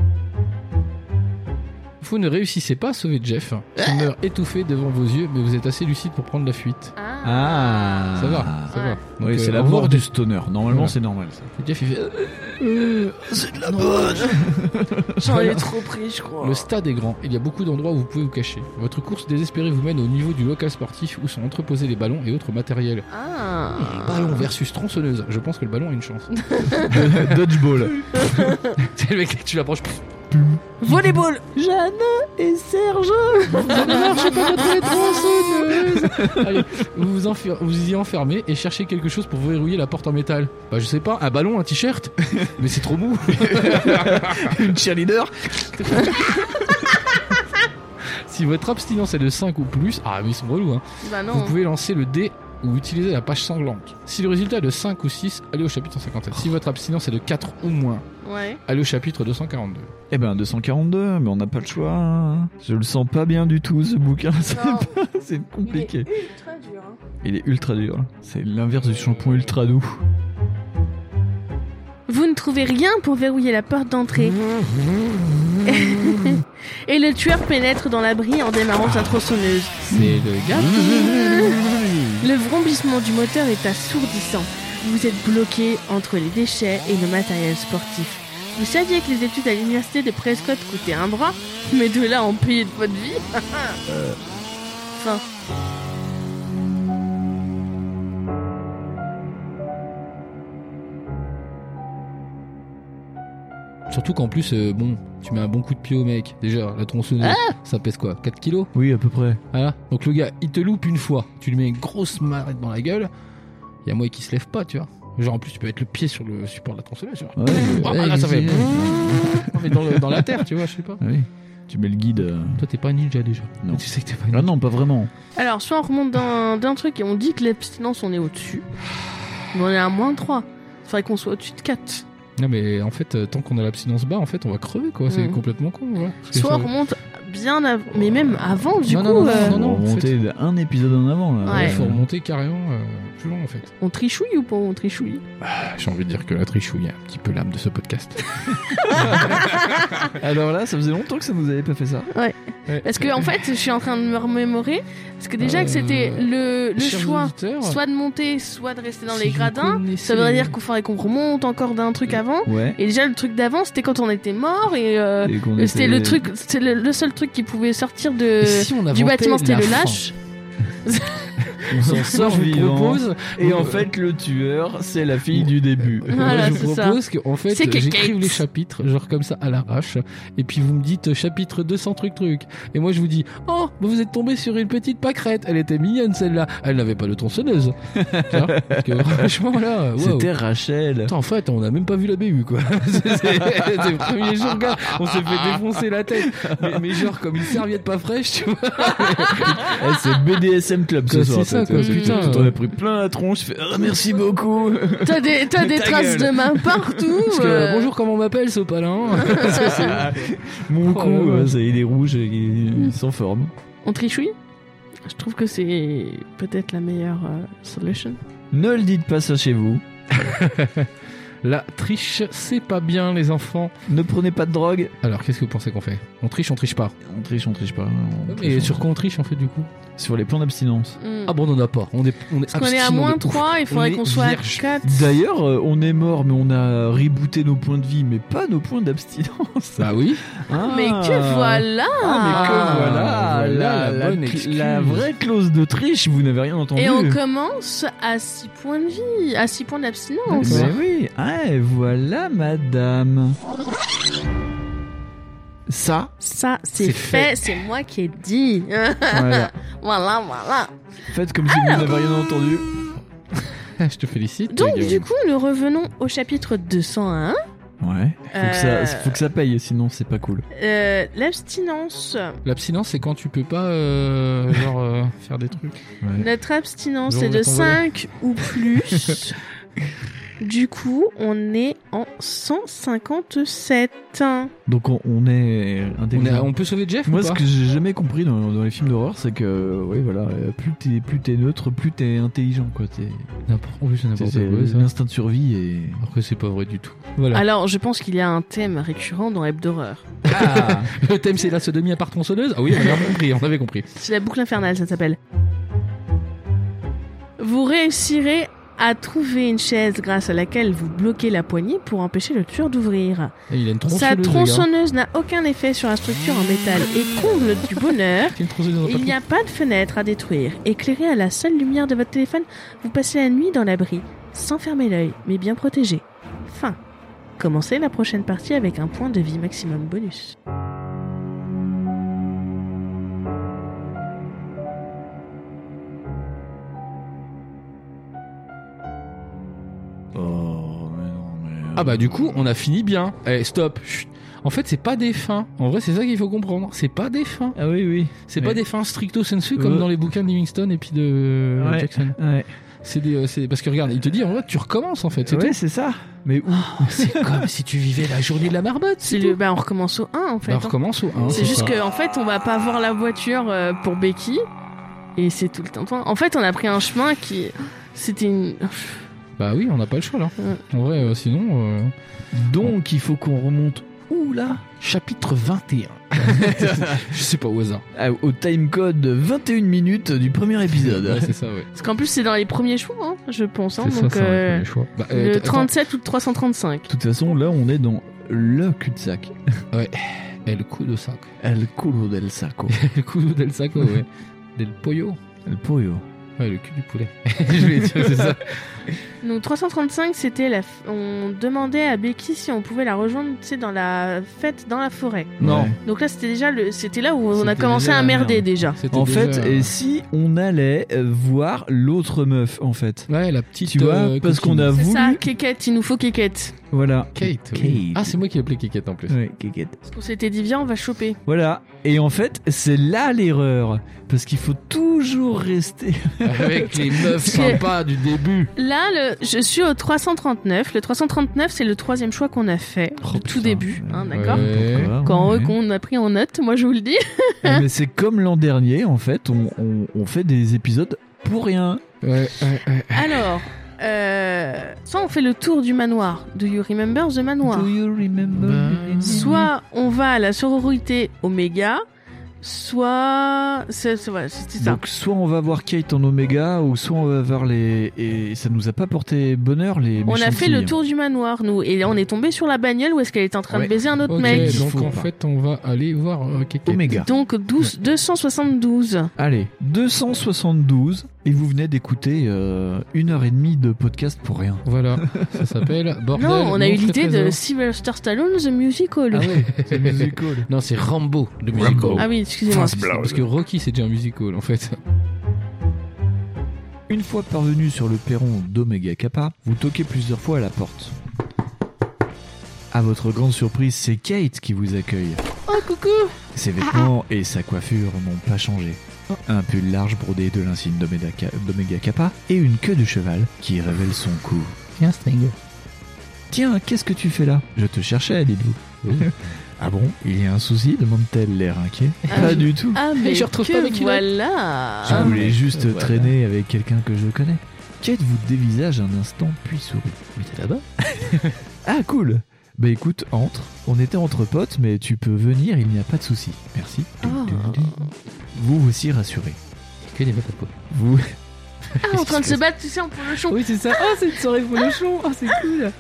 Speaker 4: Vous ne réussissez pas à sauver Jeff,
Speaker 3: Ah.
Speaker 4: qui meurt étouffé devant vos yeux, mais vous êtes assez lucide pour prendre la fuite.
Speaker 3: Ah
Speaker 4: Ça va, ça va.
Speaker 2: Ouais.
Speaker 4: Donc,
Speaker 3: Oui,
Speaker 4: euh,
Speaker 3: c'est la
Speaker 4: au revoir,
Speaker 3: mort du stoner. Normalement,
Speaker 4: Voilà.
Speaker 3: c'est normal ça.
Speaker 4: Jeff, il fait, euh,
Speaker 3: C'est de la bonne
Speaker 2: J'en ai trop pris, je crois.
Speaker 4: Le stade est grand, il y a beaucoup d'endroits où vous pouvez vous cacher. Votre course désespérée vous mène au niveau du local sportif où sont entreposés les ballons et autres matériels.
Speaker 2: Ah
Speaker 4: Ballon versus tronçonneuse, je pense que le ballon a une chance.
Speaker 3: Dodgeball.
Speaker 4: C'est le mec, tu l'approches. pff,
Speaker 2: Volleyball
Speaker 9: Jeanne et Serge
Speaker 4: ça ne marche pas votre tronçonneuse Allez, vous, vous, enfer- vous y enfermez et cherchez quelque chose pour verrouiller la porte en métal. Bah je sais pas, un ballon, un t-shirt Mais c'est trop mou
Speaker 3: Une cheerleader.
Speaker 4: Si votre abstinence est de 5 ou plus, ah mais ils sont relous hein
Speaker 2: Bah
Speaker 4: Vous
Speaker 3: Oh.
Speaker 2: non.
Speaker 4: pouvez lancer le dé ou utiliser la page sanglante. Si le résultat est de 5 ou 6, allez au chapitre 157. Si votre abstinence est de 4 ou moins,
Speaker 2: Ouais.
Speaker 4: allez au chapitre 242.
Speaker 3: Eh ben 242, mais on n'a pas le choix. hein. Je le sens pas bien du tout ce bouquin. C'est
Speaker 2: Non,
Speaker 3: pas- C'est compliqué.
Speaker 2: ultra dur. hein.
Speaker 3: Il est ultra dur. là. C'est l'inverse du shampoing ultra doux.
Speaker 2: Vous ne trouvez rien pour verrouiller la porte d'entrée. Et le tueur pénètre dans l'abri en démarrant sa tronçonneuse.
Speaker 4: C'est le gars
Speaker 2: Le vrombissement du moteur est assourdissant. Vous êtes bloqué entre les déchets et le matériel sportif. Vous saviez que les études à l'université de Prescott coûtaient un bras, mais de là à en payer de votre vie. Fin.
Speaker 4: Surtout qu'en plus, euh, bon, tu mets un bon coup de pied au mec. Déjà, la tronçonneuse,
Speaker 2: Ah
Speaker 4: ça pèse quoi 4 kilos
Speaker 3: Oui, à peu près.
Speaker 4: Voilà. Donc le gars, il te loupe une fois. Tu lui mets une grosse marrette dans la gueule. Il y a moyen qu'il se lève pas, tu vois. Genre en plus, tu peux mettre le pied sur le support de la tronçonneuse. Genre.
Speaker 3: Ouais,
Speaker 4: Ah,
Speaker 3: ouais,
Speaker 4: là, ça fait.
Speaker 3: vas-y.
Speaker 4: Non, mais dans, le- dans la terre, tu vois, je sais pas.
Speaker 3: Ah oui. Tu mets le guide. euh,
Speaker 4: Toi, t'es pas un ninja déjà.
Speaker 3: Non.
Speaker 4: Tu sais que t'es pas un ninja.
Speaker 3: Ah non, pas vraiment.
Speaker 2: Alors, soit on remonte d'un d'un truc et on dit que l'abstinence, on est au-dessus. Mais on est à moins 3. Il faudrait qu'on soit au-dessus de 4.
Speaker 4: Non mais en fait, euh, tant qu'on a l'abstinence bas, en fait, on va crever quoi. C'est
Speaker 2: Mhm.
Speaker 4: complètement con. Voilà. Parce que
Speaker 2: Soit
Speaker 4: ça-
Speaker 2: on remonte bien avant. Mais même avant, du
Speaker 4: Non,
Speaker 2: coup,
Speaker 4: non, non,
Speaker 2: euh,
Speaker 4: non, non,
Speaker 3: on va
Speaker 4: en fait.
Speaker 3: remonter un épisode en avant là.
Speaker 2: Ouais.
Speaker 4: Il faut remonter carrément euh, plus loin en fait.
Speaker 2: on trichouille ou pas On trichouille.
Speaker 4: Ah, J'ai envie de dire que la trichouille est un petit peu l'âme de ce podcast.
Speaker 3: Alors là, ça faisait longtemps que ça nous avait pas fait ça.
Speaker 2: Parce que, en fait, je suis en train de me remémorer. Parce que déjà, que c'était le, le
Speaker 4: Chers
Speaker 2: choix.
Speaker 4: auditeurs,
Speaker 2: Soit de monter, soit de rester dans
Speaker 4: Euh, si
Speaker 2: les
Speaker 4: vous
Speaker 2: gradins.
Speaker 4: connaissez-
Speaker 2: Ça voudrait dire qu'il faudrait qu'on remonte encore d'un truc avant.
Speaker 3: Ouais.
Speaker 2: Et déjà, le truc d'avant, c'était quand on était mort. Et euh,
Speaker 3: Et qu'on
Speaker 2: c'était
Speaker 3: était-
Speaker 2: le, truc, c'était le, le seul truc qui pouvait sortir de,
Speaker 4: Et si on
Speaker 2: Euh,
Speaker 4: inventait
Speaker 2: du bâtiment, c'était
Speaker 4: la
Speaker 2: le
Speaker 4: fin
Speaker 2: lâche.
Speaker 3: On s'en
Speaker 4: Moi,
Speaker 3: sort
Speaker 4: je vous
Speaker 3: vivant.
Speaker 4: propose,
Speaker 3: Et en fait, le tueur, c'est la fille du début.
Speaker 2: Voilà,
Speaker 4: moi, je vous
Speaker 2: c'est ça.
Speaker 4: propose que en fait,
Speaker 2: C'est que
Speaker 4: j'écrive
Speaker 2: Kate.
Speaker 4: les chapitres genre comme ça à l'arrache, et puis vous me dites euh, chapitre 200 truc truc, et moi je vous dis oh bah, vous êtes tombé sur une petite pâquerette, elle était mignonne celle-là, elle n'avait pas de tronçonneuse, Tu vois Parce que franchement là, wow.
Speaker 3: C'était Rachel.
Speaker 4: Putain, En fait, on n'a même pas vu la BU, quoi. C'est c'est le premier jour, gars. On s'est fait défoncer la tête. Mais, mais genre, comme une serviette pas fraîche, tu vois.
Speaker 3: Eh, c'est BDSM Club ce
Speaker 4: C'est
Speaker 3: soir.
Speaker 4: ça,
Speaker 3: toi,
Speaker 4: quoi,
Speaker 3: toi.
Speaker 4: putain.
Speaker 3: Tu t'en as pris plein la tronche. tu fais, Ah, merci beaucoup.
Speaker 2: T'as des, t'as des
Speaker 3: Ta
Speaker 2: traces
Speaker 3: gueule.
Speaker 2: de main partout.
Speaker 4: Parce que,
Speaker 2: euh,
Speaker 4: bonjour, comment on m'appelle, Sopalin
Speaker 3: Mon cou,
Speaker 4: Oh, Mm. ouais.
Speaker 3: euh, ça, il est rouge, il, il s'en forme.
Speaker 2: On trichouille Je trouve que c'est peut-être la meilleure euh, solution.
Speaker 3: Ne le dites pas ça chez vous.
Speaker 4: La triche, c'est pas bien, les enfants.
Speaker 3: Ne prenez pas de drogue.
Speaker 4: Alors, qu'est-ce que vous pensez qu'on fait On triche, on triche pas.
Speaker 3: On triche, on triche pas. on triche,
Speaker 4: Et
Speaker 3: on-
Speaker 4: sur quoi on triche, en fait, du coup
Speaker 3: Sur les plans d'abstinence.
Speaker 2: Mm.
Speaker 4: Ah bon, on en a pas. On est, on est
Speaker 2: Parce qu'on est à
Speaker 4: abstinent
Speaker 2: moins
Speaker 4: de ouf.
Speaker 2: 3, il faudrait
Speaker 4: est
Speaker 2: qu'on soit à
Speaker 4: vierge.
Speaker 2: 4.
Speaker 3: D'ailleurs, euh, on est mort, mais on a rebooté nos points de vie, mais pas nos points d'abstinence.
Speaker 4: Bah oui.
Speaker 3: Ah.
Speaker 2: Mais que voilà
Speaker 3: Ah, mais que voilà,
Speaker 4: Ah, voilà
Speaker 3: la,
Speaker 4: la
Speaker 3: la
Speaker 4: bonne
Speaker 3: cl-
Speaker 4: excuse.
Speaker 3: la vraie clause de triche, vous n'avez rien entendu.
Speaker 2: Et on commence à 6 points de vie, à 6 points d'abstinence.
Speaker 3: Mais oui, ah, et voilà madame. Ça,
Speaker 2: Ça, c'est
Speaker 3: C'est
Speaker 2: fait,
Speaker 3: fait.
Speaker 2: c'est moi qui ai dit.
Speaker 3: voilà.
Speaker 2: voilà, voilà.
Speaker 3: Faites comme si vous n'avez Eh ben, rien entendu.
Speaker 4: Ah, Je te félicite.
Speaker 2: Donc,
Speaker 4: Guillaume.
Speaker 2: du coup, nous revenons au chapitre 201.
Speaker 3: Ouais. Faut, que ça,
Speaker 2: Euh,
Speaker 3: faut que ça paye, sinon c'est pas cool.
Speaker 2: euh, L'abstinence.
Speaker 4: L'abstinence, c'est quand tu peux pas euh, genre, euh, faire des trucs.
Speaker 2: Notre abstinence
Speaker 4: Nous,
Speaker 2: est
Speaker 4: on
Speaker 2: de
Speaker 4: est tombé.
Speaker 2: 5 ou plus. du coup, on est en 157.
Speaker 3: Donc on, on est un des.
Speaker 4: On, est- on peut sauver Jeff
Speaker 3: Moi,
Speaker 4: ou
Speaker 3: ce
Speaker 4: pas
Speaker 3: que j'ai jamais compris dans, dans les films d'horreur, c'est que, oui, voilà, euh, plus t'es plus t'es neutre, plus t'es intelligent, quoi. T'es-
Speaker 4: N'importe- en plus, c'est
Speaker 3: C'est
Speaker 4: n'importe
Speaker 3: c'est
Speaker 4: quoi. ça.
Speaker 3: l'instinct de survie et.
Speaker 4: Après, c'est pas vrai du tout. Voilà.
Speaker 2: Alors, je pense qu'il y a un thème récurrent dans Web d'horreur.
Speaker 4: Ah. Le thème, c'est la sodomie à part tronçonneuse Ah oui, on avait compris, on avait compris.
Speaker 2: C'est la boucle infernale, ça s'appelle. Vous réussirez à trouver une chaise grâce à laquelle vous bloquez la poignée pour empêcher le tueur d'ouvrir.
Speaker 4: Et il a une tronçonneuse.
Speaker 2: Sa
Speaker 4: le gars.
Speaker 2: tronçonneuse n'a aucun effet sur la structure en métal et comble du bonheur.
Speaker 4: Une tronçonneuse en
Speaker 2: Il n'y a pas de fenêtre à détruire. Éclairé à la seule lumière de votre téléphone, vous passez la nuit dans l'abri, sans fermer l'œil, mais bien protégé. Fin. Commencez la prochaine partie avec un point de vie maximum bonus.
Speaker 3: Oh, mais non, mais.
Speaker 4: Ah bah du coup on a fini bien. Eh stop. Chut. En fait c'est pas des fins. En vrai c'est ça qu'il faut comprendre. C'est pas des fins.
Speaker 3: Ah oui, oui.
Speaker 4: C'est
Speaker 3: Ouais.
Speaker 4: pas des fins stricto sensu comme
Speaker 3: Ouais.
Speaker 4: dans les bouquins de Livingston et puis de euh,
Speaker 3: Ouais.
Speaker 4: Jackson.
Speaker 3: Ouais,
Speaker 4: C'est des euh, c'est parce que regarde il te dit en vrai tu recommences en fait. C'est
Speaker 3: Ouais,
Speaker 4: tout.
Speaker 3: c'est ça. Mais où
Speaker 4: C'est comme si tu vivais la journée de la marmotte.
Speaker 2: C'est
Speaker 4: C'est
Speaker 2: le,
Speaker 4: tout.
Speaker 2: bah on recommence au 1 en fait.
Speaker 4: Bah, on
Speaker 2: hein.
Speaker 4: recommence au 1.
Speaker 2: C'est juste
Speaker 4: ça.
Speaker 2: qu'en fait on va pas voir la voiture euh, pour Becky et c'est tout le temps. En fait on a pris un chemin qui c'était une
Speaker 4: Bah oui on n'a pas le choix là.
Speaker 2: Ouais.
Speaker 4: En vrai euh, sinon. euh,
Speaker 3: Donc, il faut qu'on remonte où là
Speaker 4: Chapitre 21. Je sais pas au hasard.
Speaker 3: Ah, Au timecode de 21 minutes du premier épisode.
Speaker 4: Ouais, c'est ça ouais.
Speaker 2: parce qu'en plus c'est dans les premiers choix hein, je pense hein,
Speaker 4: C'est ça,
Speaker 2: donc
Speaker 4: ça, ouais,
Speaker 2: euh,
Speaker 4: les choix. Bah, euh,
Speaker 2: le
Speaker 4: attends.
Speaker 2: 37 ou le 335.
Speaker 3: De toute façon, là, on est dans le cul-de-sac.
Speaker 4: Eh, le coup de sac.
Speaker 3: El culo del saco.
Speaker 4: le coup del saco ouais. Del pollo.
Speaker 3: El pollo.
Speaker 4: Ouais, le cul du poulet. Je voulais dire, c'est ça.
Speaker 2: Donc 335, c'était la. f- On demandait à Becky si on pouvait la rejoindre, tu sais, dans la fête dans la forêt.
Speaker 4: Non.
Speaker 3: Ouais.
Speaker 2: Donc là, c'était déjà le. C'était là où on a
Speaker 4: C'était
Speaker 2: commencé
Speaker 4: déjà
Speaker 2: à
Speaker 4: la
Speaker 2: merder
Speaker 4: merde.
Speaker 2: déjà.
Speaker 4: C'était
Speaker 3: En
Speaker 4: déjà-
Speaker 3: fait, et si on allait euh, voir l'autre meuf, en fait
Speaker 4: Ouais, la petite.
Speaker 3: Tu vois,
Speaker 4: euh,
Speaker 3: parce qu'on
Speaker 4: coquine.
Speaker 3: a
Speaker 2: C'est
Speaker 3: voulu.
Speaker 2: ça, Kékette, il nous faut Kékette.
Speaker 3: Voilà.
Speaker 4: Kate. oui.
Speaker 3: Kate.
Speaker 4: Ah, c'est moi qui ai appelé Kikette en plus.
Speaker 3: Ouais, kékette.
Speaker 2: Parce qu'on s'était dit, viens, on va choper.
Speaker 3: Voilà. Et en fait, c'est là l'erreur. Parce qu'il faut toujours rester.
Speaker 4: Avec les meufs
Speaker 2: C'est-
Speaker 4: sympas du début.
Speaker 2: Là, le... je suis au 339. Le 339, c'est le troisième choix qu'on a fait.
Speaker 3: Oh,
Speaker 2: le
Speaker 3: putain.
Speaker 2: tout début, hein,
Speaker 4: Ouais.
Speaker 2: d'accord
Speaker 4: Ouais.
Speaker 2: Quand on- qu'on a pris en note, moi je vous le dis.
Speaker 3: Ouais, Eh, Mais c'est comme l'an dernier, en fait, on, on- on fait des épisodes pour rien.
Speaker 4: Ouais, ouais, ouais.
Speaker 2: Alors, euh... soit on fait le tour du manoir. Do you remember the manoir
Speaker 3: Do you remember
Speaker 4: Ben,
Speaker 2: Soit on va à la sororité Oméga, soit. c'est- c'est- voilà, C'était ça.
Speaker 3: Donc soit on va voir Kate en Oméga, ou soit on va voir les... Et ça nous a pas porté bonheur, les
Speaker 2: on a
Speaker 3: méchantes
Speaker 2: fait le
Speaker 4: hein.
Speaker 3: filles.
Speaker 2: tour du manoir, nous, et on est tombé sur la bagnole où est-ce qu'elle était en train
Speaker 3: Ouais.
Speaker 2: de baiser un autre
Speaker 4: Ok,
Speaker 2: mec.
Speaker 4: donc
Speaker 3: Faut
Speaker 4: en
Speaker 3: pas. Oh,
Speaker 4: fait, on va aller voir euh, Kikette.
Speaker 3: Oméga.
Speaker 2: Donc 12, 272.
Speaker 3: Allez, 272, et vous venez d'écouter euh, une heure et demie de podcast pour rien.
Speaker 4: Voilà, ça s'appelle Bordel.
Speaker 2: non, on a
Speaker 4: Monstre
Speaker 2: eu
Speaker 4: et
Speaker 2: l'idée de
Speaker 4: Trésor.
Speaker 2: Sylvester Stallone The Musical.
Speaker 4: Ah
Speaker 2: Ah,
Speaker 4: ouais, c'est musical. Non, c'est Rambo, le musical.
Speaker 2: oui,
Speaker 3: Ah,
Speaker 2: excusez-moi.
Speaker 4: Parce que Rocky, c'est déjà un musical en fait.
Speaker 3: Une fois parvenu sur le perron d'Omega Kappa, vous toquez plusieurs fois à la porte. À votre grande surprise, c'est Kate qui vous accueille.
Speaker 2: Oh, coucou ah.
Speaker 3: Ses vêtements et sa coiffure n'ont pas changé.
Speaker 2: Oh.
Speaker 3: Un pull large brodé de l'insigne d'Omega Ka- d'Omega Kappa et une queue de cheval qui révèle son cou.
Speaker 4: Et un string.
Speaker 3: Tiens, qu'est-ce que tu fais là Je te cherchais, dites-vous.
Speaker 4: Oui.
Speaker 3: ah bon Il y a un souci demande-t-elle l'air inquiet.
Speaker 2: Ah,
Speaker 3: pas
Speaker 2: je-
Speaker 3: du tout.
Speaker 2: Ah, mais
Speaker 4: je retrouve
Speaker 2: que
Speaker 4: pas mes culottes.
Speaker 2: voilà Ah,
Speaker 3: Je voulais juste
Speaker 4: voilà.
Speaker 3: traîner avec quelqu'un que je connais. Kate vous dévisage un instant puis sourit.
Speaker 4: Mais t'es là-bas
Speaker 3: Ah cool Bah écoute, entre. On était entre potes, mais tu peux venir, il n'y a pas de souci. Merci.
Speaker 2: Ah.
Speaker 3: Vous aussi rassurez.
Speaker 4: Que des meufs à poil.
Speaker 3: Vous.
Speaker 2: Ah, en train de se battre, tu sais, en polochon.
Speaker 3: Oui, c'est ça. Oh, c'est une soirée polochon. Oh, c'est cool.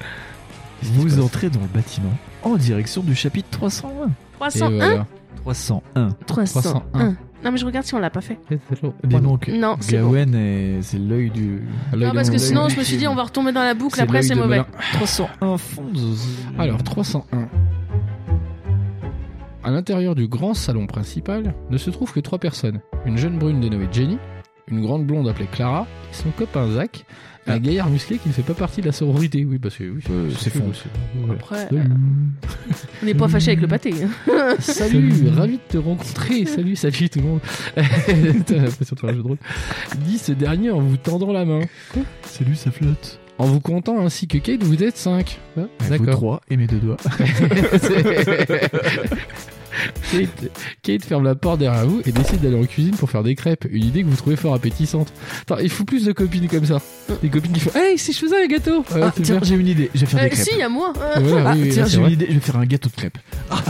Speaker 3: Vous entrez dans le bâtiment en direction du chapitre 301.
Speaker 4: Et
Speaker 2: 301
Speaker 4: voilà.
Speaker 3: 301.
Speaker 2: 301.
Speaker 4: 301.
Speaker 2: Non, mais je regarde si on l'a pas fait.
Speaker 3: Dis Eh donc,
Speaker 2: Non, c'est bon.
Speaker 3: Gawen, est- c'est l'œil du.
Speaker 2: Non, parce que
Speaker 3: l'œil
Speaker 2: sinon,
Speaker 3: du
Speaker 2: je me suis
Speaker 3: film.
Speaker 2: dit, on va retomber dans la boucle,
Speaker 4: C'est
Speaker 2: après,
Speaker 4: l'œil
Speaker 2: c'est
Speaker 4: de
Speaker 2: mauvais.
Speaker 4: Melun.
Speaker 3: 301 fond.
Speaker 4: Alors, 301. l'intérieur du grand salon principal ne se trouvent que trois personnes. Une jeune brune dénommée Jenny, une grande blonde appelée Clara, et son copain Zach, un gaillard musclé qui ne fait pas partie de la sororité. Oui, parce que oui,
Speaker 10: Euh, c'est faux.
Speaker 4: Voilà.
Speaker 11: Après,
Speaker 4: Salut.
Speaker 2: On n'est pas fâché avec le pâté. hein.
Speaker 4: Salut, ravi de te rencontrer. Salut, salut tout le monde. T'as l'impression de faire un jeu de rôle. Dit ce dernier en vous tendant la main.
Speaker 3: Salut, ça flotte.
Speaker 4: En vous comptant ainsi que Kate, vous êtes Hein 5.
Speaker 3: Vous trois et mes deux doigts.
Speaker 4: Kate, Kate ferme la porte derrière vous et décide d'aller en cuisine pour faire des crêpes. Une idée que vous trouvez fort appétissante. Attends, il faut plus de copines comme ça. Des copines qui font Hey, si je faisais un gâteau Ouais,
Speaker 3: Ah,
Speaker 4: c'est
Speaker 3: tiens,
Speaker 4: bien.
Speaker 3: j'ai une idée. Je vais faire
Speaker 2: Euh,
Speaker 3: des
Speaker 2: si,
Speaker 3: crêpes.
Speaker 2: il y a moi.
Speaker 4: Ah, voilà,
Speaker 3: Ah,
Speaker 4: oui, oui,
Speaker 3: tiens,
Speaker 4: c'est
Speaker 3: j'ai
Speaker 4: vrai.
Speaker 3: une idée. Je vais faire un gâteau de crêpes.
Speaker 4: Ah,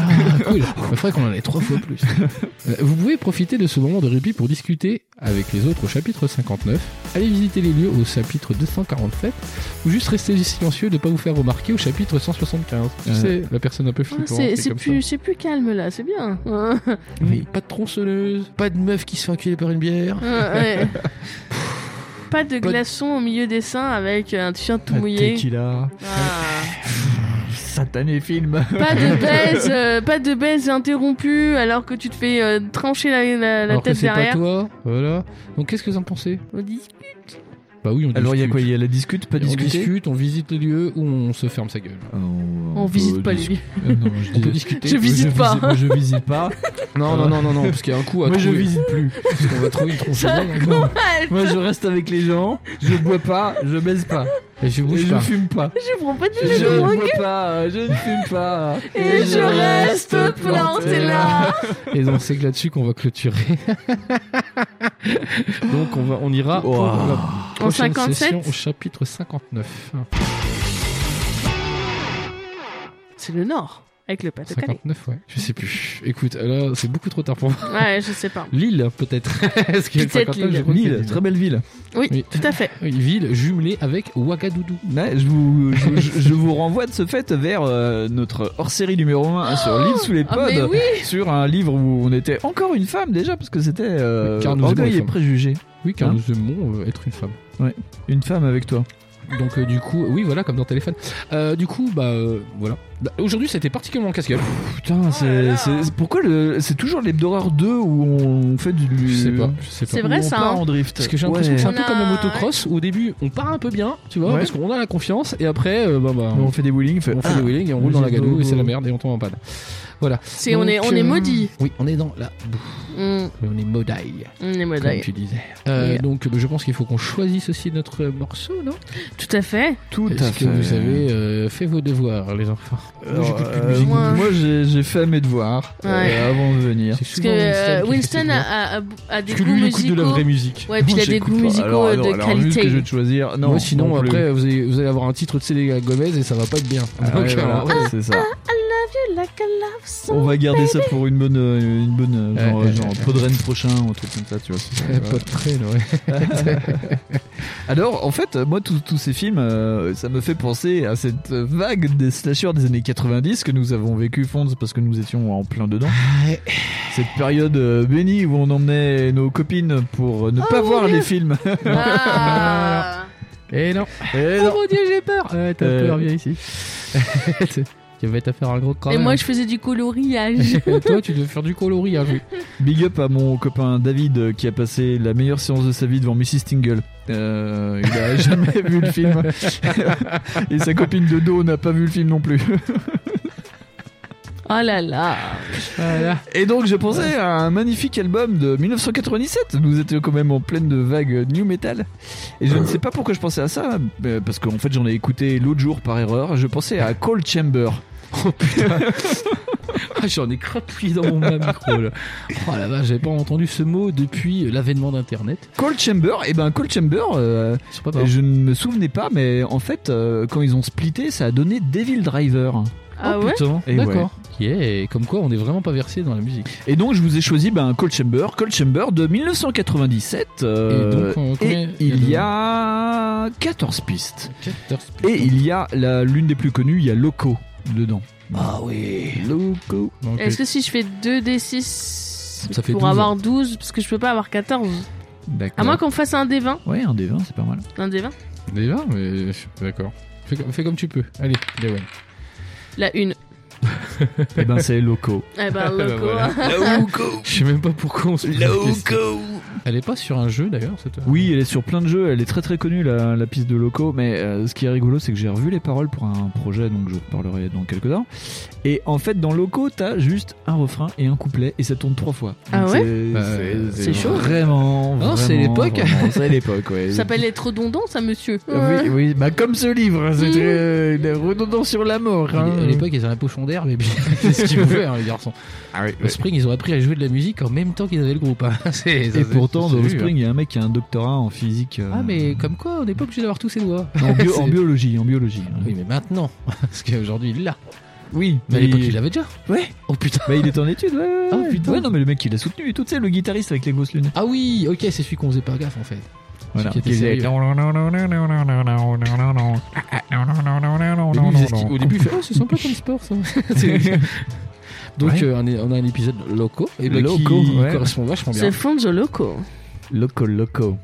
Speaker 4: cool. Il faudrait qu'on en ait trois fois plus. Euh, Vous pouvez profiter de ce moment de répit pour discuter avec les autres au chapitre 59. Allez visiter les lieux au chapitre 247 ou juste rester silencieux de ne pas vous faire remarquer au chapitre 175. Tu
Speaker 3: Euh.
Speaker 4: sais, la personne un peu
Speaker 2: Ah,
Speaker 4: flippante.
Speaker 2: c'est c'est
Speaker 4: comme
Speaker 2: plus, c'est plus calme là, c'est bien. Hein,
Speaker 4: ça.
Speaker 3: Oui.
Speaker 4: Pas de tronçonneuse.
Speaker 12: Pas de meuf qui se fait enculer par une bière.
Speaker 2: ouais. Pas de
Speaker 12: Pas de-
Speaker 2: glaçons au milieu des seins avec un t-shirt tout
Speaker 3: Pas de
Speaker 2: mouillé.
Speaker 3: tequila.
Speaker 2: Ah.
Speaker 3: Satané film.
Speaker 2: Pas de baise, euh, pas de baise interrompue alors que tu te fais euh, trancher la, la- la
Speaker 4: Alors que
Speaker 2: tête
Speaker 4: c'est pas
Speaker 2: derrière.
Speaker 4: toi. Voilà. Donc qu'est-ce que vous en pensez
Speaker 2: On dit,
Speaker 4: Bah oui, on discute.
Speaker 3: Alors, il y a quoi Il y a la discute, pas
Speaker 4: on
Speaker 3: discuter Ah,
Speaker 4: discute, on visite les lieux ou on se ferme sa gueule.
Speaker 2: on
Speaker 4: Oh,
Speaker 2: visite pas les lieux.
Speaker 3: Euh, Non, je
Speaker 4: On peut
Speaker 3: dis-
Speaker 4: discuter.
Speaker 2: Je visite
Speaker 3: visi-
Speaker 2: pas.
Speaker 3: moi, je visite pas.
Speaker 4: Non, non, non, non, non, parce qu'il y a un coup à
Speaker 3: Moi, je
Speaker 4: trouver.
Speaker 3: visite plus.
Speaker 4: Parce qu'on va trouver une tronçonneuse.
Speaker 2: Ça
Speaker 4: Non.
Speaker 3: Moi, je reste avec les gens. Je bois pas. Je baise pas.
Speaker 4: Et je
Speaker 3: Et
Speaker 4: bouge
Speaker 3: je
Speaker 4: pas.
Speaker 3: fume pas.
Speaker 2: Je prends pas de
Speaker 3: Je,
Speaker 2: jus de
Speaker 3: ne
Speaker 2: drogue
Speaker 3: bois pas. Je ne fume pas.
Speaker 2: et je reste planté là.
Speaker 4: Et donc c'est que là-dessus qu'on va clôturer. donc on va, on ira pour
Speaker 3: Wow.
Speaker 4: la prochaine
Speaker 2: 57.
Speaker 4: session au chapitre 59.
Speaker 2: C'est le Nord avec le pâte de calais.
Speaker 4: 59, ouais. Je sais plus. Écoute, là c'est beaucoup trop tard pour moi.
Speaker 2: Ouais, je sais pas.
Speaker 4: Lille peut-être. Est-ce qu'il y a le
Speaker 2: Peut-être
Speaker 4: 59, je
Speaker 2: Lille.
Speaker 4: crois qu'il y a Lille.
Speaker 3: très belle ville.
Speaker 2: Oui,
Speaker 4: Oui.
Speaker 2: tout à fait.
Speaker 4: Une ville jumelée avec Ouagadougou.
Speaker 3: Ouais, je, vous, je, je- je vous renvoie de ce fait vers euh, notre hors-série numéro 1 sur l'île sous les pods,
Speaker 2: Ah mais oui,
Speaker 3: sur un livre où on était encore une femme déjà, parce que c'était euh,
Speaker 4: Car nous aimons les
Speaker 3: Orgueil et
Speaker 4: femmes.
Speaker 3: préjugés.
Speaker 4: Oui, car
Speaker 3: Hein
Speaker 4: nous aimons euh, être une femme.
Speaker 3: Une femme avec toi.
Speaker 4: Donc euh, du coup, oui, voilà, comme dans téléphone. Euh, du coup, bah euh, voilà. Bah, Aujourd'hui, c'était particulièrement casse-gueule. Oh
Speaker 3: Putain,
Speaker 2: là
Speaker 3: c'est
Speaker 2: là.
Speaker 3: c'est- c'est- pourquoi le- c'est toujours l'hebdoreur 2 où on fait du...
Speaker 4: Je sais pas, je sais pas.
Speaker 2: C'est
Speaker 3: où
Speaker 2: vrai,
Speaker 3: on
Speaker 2: ça,
Speaker 3: part
Speaker 2: hein.
Speaker 3: en drift.
Speaker 4: Parce que j'ai l'impression
Speaker 3: Ouais.
Speaker 4: que c'est un
Speaker 2: On
Speaker 4: peu
Speaker 2: a-
Speaker 4: comme en motocross. Au début, on part un peu bien, tu vois,
Speaker 3: Ouais.
Speaker 4: parce qu'on a la confiance, et après, euh, bah, bah,
Speaker 3: On fait des wheelings, on fait-
Speaker 4: on fait
Speaker 3: Ah,
Speaker 4: le wheeling et on roule dans la
Speaker 3: Juste
Speaker 4: gadoue,
Speaker 3: au-
Speaker 4: et c'est la merde, et on tombe en panne.
Speaker 2: c'est on est
Speaker 4: Donc,
Speaker 2: on est
Speaker 4: euh,
Speaker 2: maudit.
Speaker 4: Oui, on est dans la bouffe,
Speaker 2: Mm,
Speaker 4: on est modaille,
Speaker 2: on est
Speaker 4: comme
Speaker 2: maudit.
Speaker 4: tu disais. Euh,
Speaker 2: Yeah.
Speaker 4: Donc, bah, je pense qu'il faut qu'on choisisse aussi notre morceau, non
Speaker 2: Tout à fait.
Speaker 3: tout à
Speaker 4: Est-ce
Speaker 3: fait.
Speaker 4: que vous avez euh, fait vos devoirs, les enfants
Speaker 3: Alors,
Speaker 4: J'écoute plus de
Speaker 3: euh,
Speaker 4: musique.
Speaker 3: moi,
Speaker 2: Moi-
Speaker 3: j'ai j'ai fait mes devoirs euh,
Speaker 2: Ouais.
Speaker 3: avant de venir.
Speaker 4: C'est
Speaker 2: Parce
Speaker 4: souvent
Speaker 2: que euh, Winston
Speaker 4: qui fait ses devoirs.
Speaker 2: a, a- a des
Speaker 3: Parce que
Speaker 2: goûts
Speaker 3: lui, il écoute de la
Speaker 2: musicaux.
Speaker 3: vraie musique.
Speaker 2: Ouais, puis il a des
Speaker 3: j'écoute
Speaker 2: goûts
Speaker 3: pas.
Speaker 2: musicaux,
Speaker 3: Alors,
Speaker 2: euh,
Speaker 3: alors,
Speaker 2: de
Speaker 3: alors, la musique
Speaker 2: qualité.
Speaker 3: que je vais te choisir, non.
Speaker 4: Moi, sinon,
Speaker 3: non plus.
Speaker 4: après, vous allez, vous allez avoir un titre de CD à Gomez et ça va pas être bien.
Speaker 3: Ah,
Speaker 4: Donc, euh,
Speaker 3: ouais,
Speaker 4: alors,
Speaker 3: voilà, c'est ça.
Speaker 2: Like a love song.
Speaker 3: On va garder ça pour une bonne, euh, une bonne, euh, genre,
Speaker 4: Ouais, ouais,
Speaker 3: genre
Speaker 4: ouais.
Speaker 3: Podren prochain, ou un truc comme ça, tu vois. c'est ça,
Speaker 4: euh,
Speaker 3: ouais.
Speaker 4: Pas de traîne, ouais.
Speaker 3: Alors, en fait, moi, tous tous ces films, euh, ça me fait penser à cette vague des slashers des années 90 que nous avons vécu, Fonz, parce que nous étions en plein dedans.
Speaker 4: ouais.
Speaker 3: Cette période euh, bénie où on emmenait nos copines pour euh, ne pas
Speaker 2: Ah, mon
Speaker 3: voir
Speaker 2: Dieu.
Speaker 3: les films.
Speaker 2: Ah.
Speaker 4: Et non.
Speaker 3: Et
Speaker 4: Oh
Speaker 3: non.
Speaker 4: mon dieu, j'ai peur. Ouais, t'as
Speaker 3: Euh.
Speaker 4: peur, viens ici. tu vas te faire un gros crabe.
Speaker 2: Et moi je faisais du coloriage.
Speaker 4: Toi, tu devais faire du hein, coloriage. oui.
Speaker 3: Big up à mon copain David euh, qui a passé la meilleure séance de sa vie devant Mrs. Tingle. Euh, il a jamais vu le film. Et sa copine de dos n'a pas vu le film non plus.
Speaker 2: Oh là là.
Speaker 3: Ah
Speaker 4: Voilà.
Speaker 3: Et donc je pensais à un magnifique album de 1997. Nous étions quand même en pleine de vague new metal. Et je ne sais pas pourquoi je pensais à ça, mais- parce qu'en fait j'en ai écouté l'autre jour par erreur. Je pensais à Cold Chamber.
Speaker 4: Ah, J'en ai crapouillé dans mon bas micro. Là. Oh la vache, j'avais pas entendu ce mot depuis l'avènement d'Internet.
Speaker 3: Cold Chamber, et ben Cold Chamber, euh,
Speaker 4: Je sais pas. pardon.
Speaker 3: je ne me souvenais pas, mais en fait euh, quand ils ont splitté, ça a donné Devil Driver.
Speaker 2: Ah ouais.
Speaker 4: Oh, Putain,
Speaker 3: Et
Speaker 4: d'accord. Yeah, comme quoi on est vraiment pas versé dans la musique.
Speaker 3: Et donc je vous ai choisi ben, Cold Chamber, Cold Chamber de 1997. euh,
Speaker 4: et donc, on-
Speaker 3: et
Speaker 4: combien-
Speaker 3: il y a 14 pistes.
Speaker 4: 14 pistes.
Speaker 3: Et il y a la- l'une des plus connues, il y a Loco dedans.
Speaker 4: Ah oui.
Speaker 3: Loco.
Speaker 4: Donc,
Speaker 2: Est-ce que si je fais 2d6
Speaker 4: Ça fait
Speaker 2: pour
Speaker 4: 12.
Speaker 2: avoir 12 parce que je peux pas avoir 14
Speaker 4: euh,
Speaker 3: D'accord.
Speaker 2: À moins qu'on fasse un d20.
Speaker 3: Ouais, un des 20, c'est pas mal.
Speaker 2: Un d20
Speaker 4: Déjà, mais je suis pas d'accord. Fais comme, fais comme tu peux. Allez, Dewen.
Speaker 2: La une.
Speaker 3: Eh ben, c'est locaux.
Speaker 2: Eh ben,
Speaker 4: bah
Speaker 2: loco.
Speaker 4: voilà.
Speaker 8: La Ouko
Speaker 4: Je sais même pas pourquoi on se pose la
Speaker 8: La
Speaker 4: question.
Speaker 8: Ouko
Speaker 4: Elle est pas sur un jeu d'ailleurs, cette.
Speaker 3: Oui, elle est sur plein de jeux, elle est très très connue la, la piste de locaux, mais euh, ce qui est rigolo c'est que j'ai revu les paroles pour un projet, donc je vous parlerai dans quelques temps. Et en fait dans locaux t'as juste un refrain et un couplet et ça tourne trois fois.
Speaker 2: Ah
Speaker 3: Donc
Speaker 2: ouais
Speaker 3: c'est-
Speaker 4: Bah,
Speaker 3: C'est
Speaker 4: c'est
Speaker 3: c'est Vraiment.
Speaker 4: Non, c'est
Speaker 3: vraiment,
Speaker 4: l'époque.
Speaker 3: vraiment, C'est l'époque, ouais.
Speaker 2: Ça s'appelle être redondant, ça, monsieur.
Speaker 3: Ah Oui, oui, bah comme ce livre,
Speaker 2: Mmh.
Speaker 3: hein, c'est euh, le redondant sur la mort. hein.
Speaker 4: À l'époque, ils avaient un pochon d'herbe et puis c'est ce qu'ils pouvaient, hein, les garçons.
Speaker 3: Ah oui,
Speaker 4: Au Spring, ils ont appris à jouer de la musique en même temps qu'ils avaient le groupe. hein. C'est- ça,
Speaker 3: Et
Speaker 4: c'est-
Speaker 3: pourtant,
Speaker 4: c'est
Speaker 3: dans
Speaker 4: vu,
Speaker 3: le
Speaker 4: hein.
Speaker 3: Spring, il y a un mec qui a un doctorat en physique. euh,
Speaker 4: Ah, mais comme quoi, on n'est pas obligé d'avoir tous ses doigts.
Speaker 3: en, bio-
Speaker 4: C'est-
Speaker 3: en biologie, en biologie. hein.
Speaker 4: Oui, mais maintenant. Parce qu'aujourd'hui, il l'a.
Speaker 3: Oui,
Speaker 4: Mais à l'époque, il l'avait déjà.
Speaker 3: Ouais.
Speaker 4: Oh putain.
Speaker 3: Bah, il est en étude, ouais, ouais.
Speaker 4: Ah,
Speaker 3: ouais.
Speaker 4: putain.
Speaker 3: Ouais, non, mais le mec, il a soutenu et tout, tu sais, le guitariste avec les grosses lunettes.
Speaker 4: Ah oui, ok, c'est celui qu'on faisait pas gaffe en fait. Voilà. Celui qui était sérieux. Au début, il faisait ce qu'il- au début, il fait, oh, c'est sympa comme sport ça. C'est- Donc,
Speaker 3: Ouais.
Speaker 4: euh, on est- on a un épisode loco et bah,
Speaker 3: Loco,
Speaker 4: qui
Speaker 3: ouais.
Speaker 4: correspond vachement bien.
Speaker 2: C'est Fonzo Loco.
Speaker 3: Loco, loco.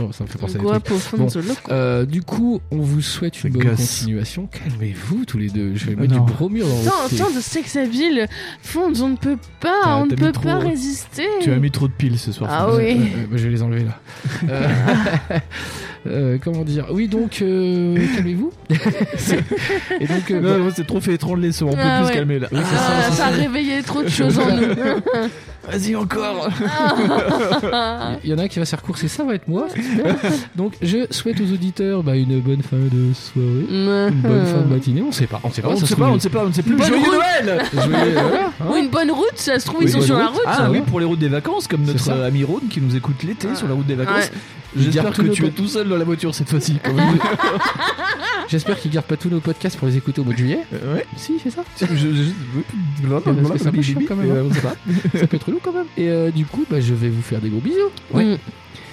Speaker 4: Oh, ça me fait penser à des
Speaker 2: Quoi
Speaker 4: trucs.
Speaker 2: pour Fonzo Loco
Speaker 4: Euh, du coup, on vous souhaite une
Speaker 3: Ça
Speaker 4: bonne
Speaker 3: casse.
Speaker 4: continuation. Calmez-vous tous les deux. Je vais
Speaker 3: Ah
Speaker 4: mettre
Speaker 3: non.
Speaker 4: du bromure dans
Speaker 2: Tant,
Speaker 4: votre thé.
Speaker 2: tant de sexaville, Fonz, on ne peut pas,
Speaker 3: T'as-
Speaker 2: on ne
Speaker 3: t'as
Speaker 2: peut
Speaker 3: mis trop-
Speaker 2: pas résister.
Speaker 3: Tu as mis trop de piles ce soir.
Speaker 2: Ah
Speaker 3: François.
Speaker 4: Euh,
Speaker 2: oui.
Speaker 4: euh, bah, je vais les enlever là. Euh, euh, comment dire Oui, donc euh, calmez-vous. et donc, euh,
Speaker 3: Non, non, c'est trop fait étrangler ce, on peut
Speaker 2: Ah
Speaker 3: plus
Speaker 2: ouais.
Speaker 3: se calmer là.
Speaker 2: Ah, ça, a réveillé trop de choses en nous.
Speaker 3: Vas-y encore
Speaker 2: Ah.
Speaker 4: bah, Il y en a un qui va se raccourcir, ça va être moi. j'espère. Donc je souhaite aux auditeurs bah, une bonne fin de soirée, une bonne fin de matinée, on sait pas, on sait pas.
Speaker 3: On ne
Speaker 4: ça
Speaker 3: sait
Speaker 4: se
Speaker 3: pas, on
Speaker 4: trouve,
Speaker 3: ne sait pas, on ne sait plus.
Speaker 2: Bonne route.
Speaker 3: Noël
Speaker 4: je- je- voilà, hein.
Speaker 2: Ou une bonne route, ça se trouve, ils
Speaker 4: Oui,
Speaker 2: sont
Speaker 4: bonne
Speaker 2: sur la
Speaker 4: route.
Speaker 2: route.
Speaker 3: Ah
Speaker 4: ça,
Speaker 3: oui,
Speaker 4: ouais.
Speaker 3: pour les routes des vacances, comme
Speaker 4: C'est
Speaker 3: notre
Speaker 4: ça.
Speaker 3: euh, ami Rhône qui nous écoute l'été
Speaker 2: Ah.
Speaker 3: sur la route des vacances.
Speaker 2: Ouais.
Speaker 3: J'espère
Speaker 4: Garde
Speaker 3: que
Speaker 4: nos
Speaker 3: tu es
Speaker 4: po-
Speaker 3: tout seul dans la voiture cette fois-ci. comme on dit.
Speaker 4: hein, J'espère qu'ils gardent pas tous nos podcasts pour les écouter au mois de juillet.
Speaker 3: Euh, ouais.
Speaker 4: Si, il fait ça.
Speaker 3: Je- je- je- oui, voilà,
Speaker 4: Parce que
Speaker 3: voilà,
Speaker 4: ça peut
Speaker 3: bibi,
Speaker 4: chiant, quand même,
Speaker 3: bibi,
Speaker 4: hein.
Speaker 3: euh, on sait pas.
Speaker 4: Ça peut être lourd quand même. Et euh, du coup, bah, je vais vous faire des gros bisous.
Speaker 2: Mm.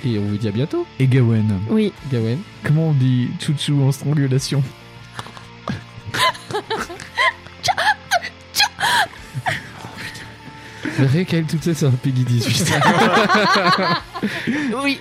Speaker 4: Et on vous dit à bientôt,
Speaker 3: Et Gawen,
Speaker 2: Oui.
Speaker 4: Gawen.
Speaker 3: comment on dit chouchou en strangulation
Speaker 4: Rien qu'à elle toute seule, c'est un Peggy 18.
Speaker 2: Oui.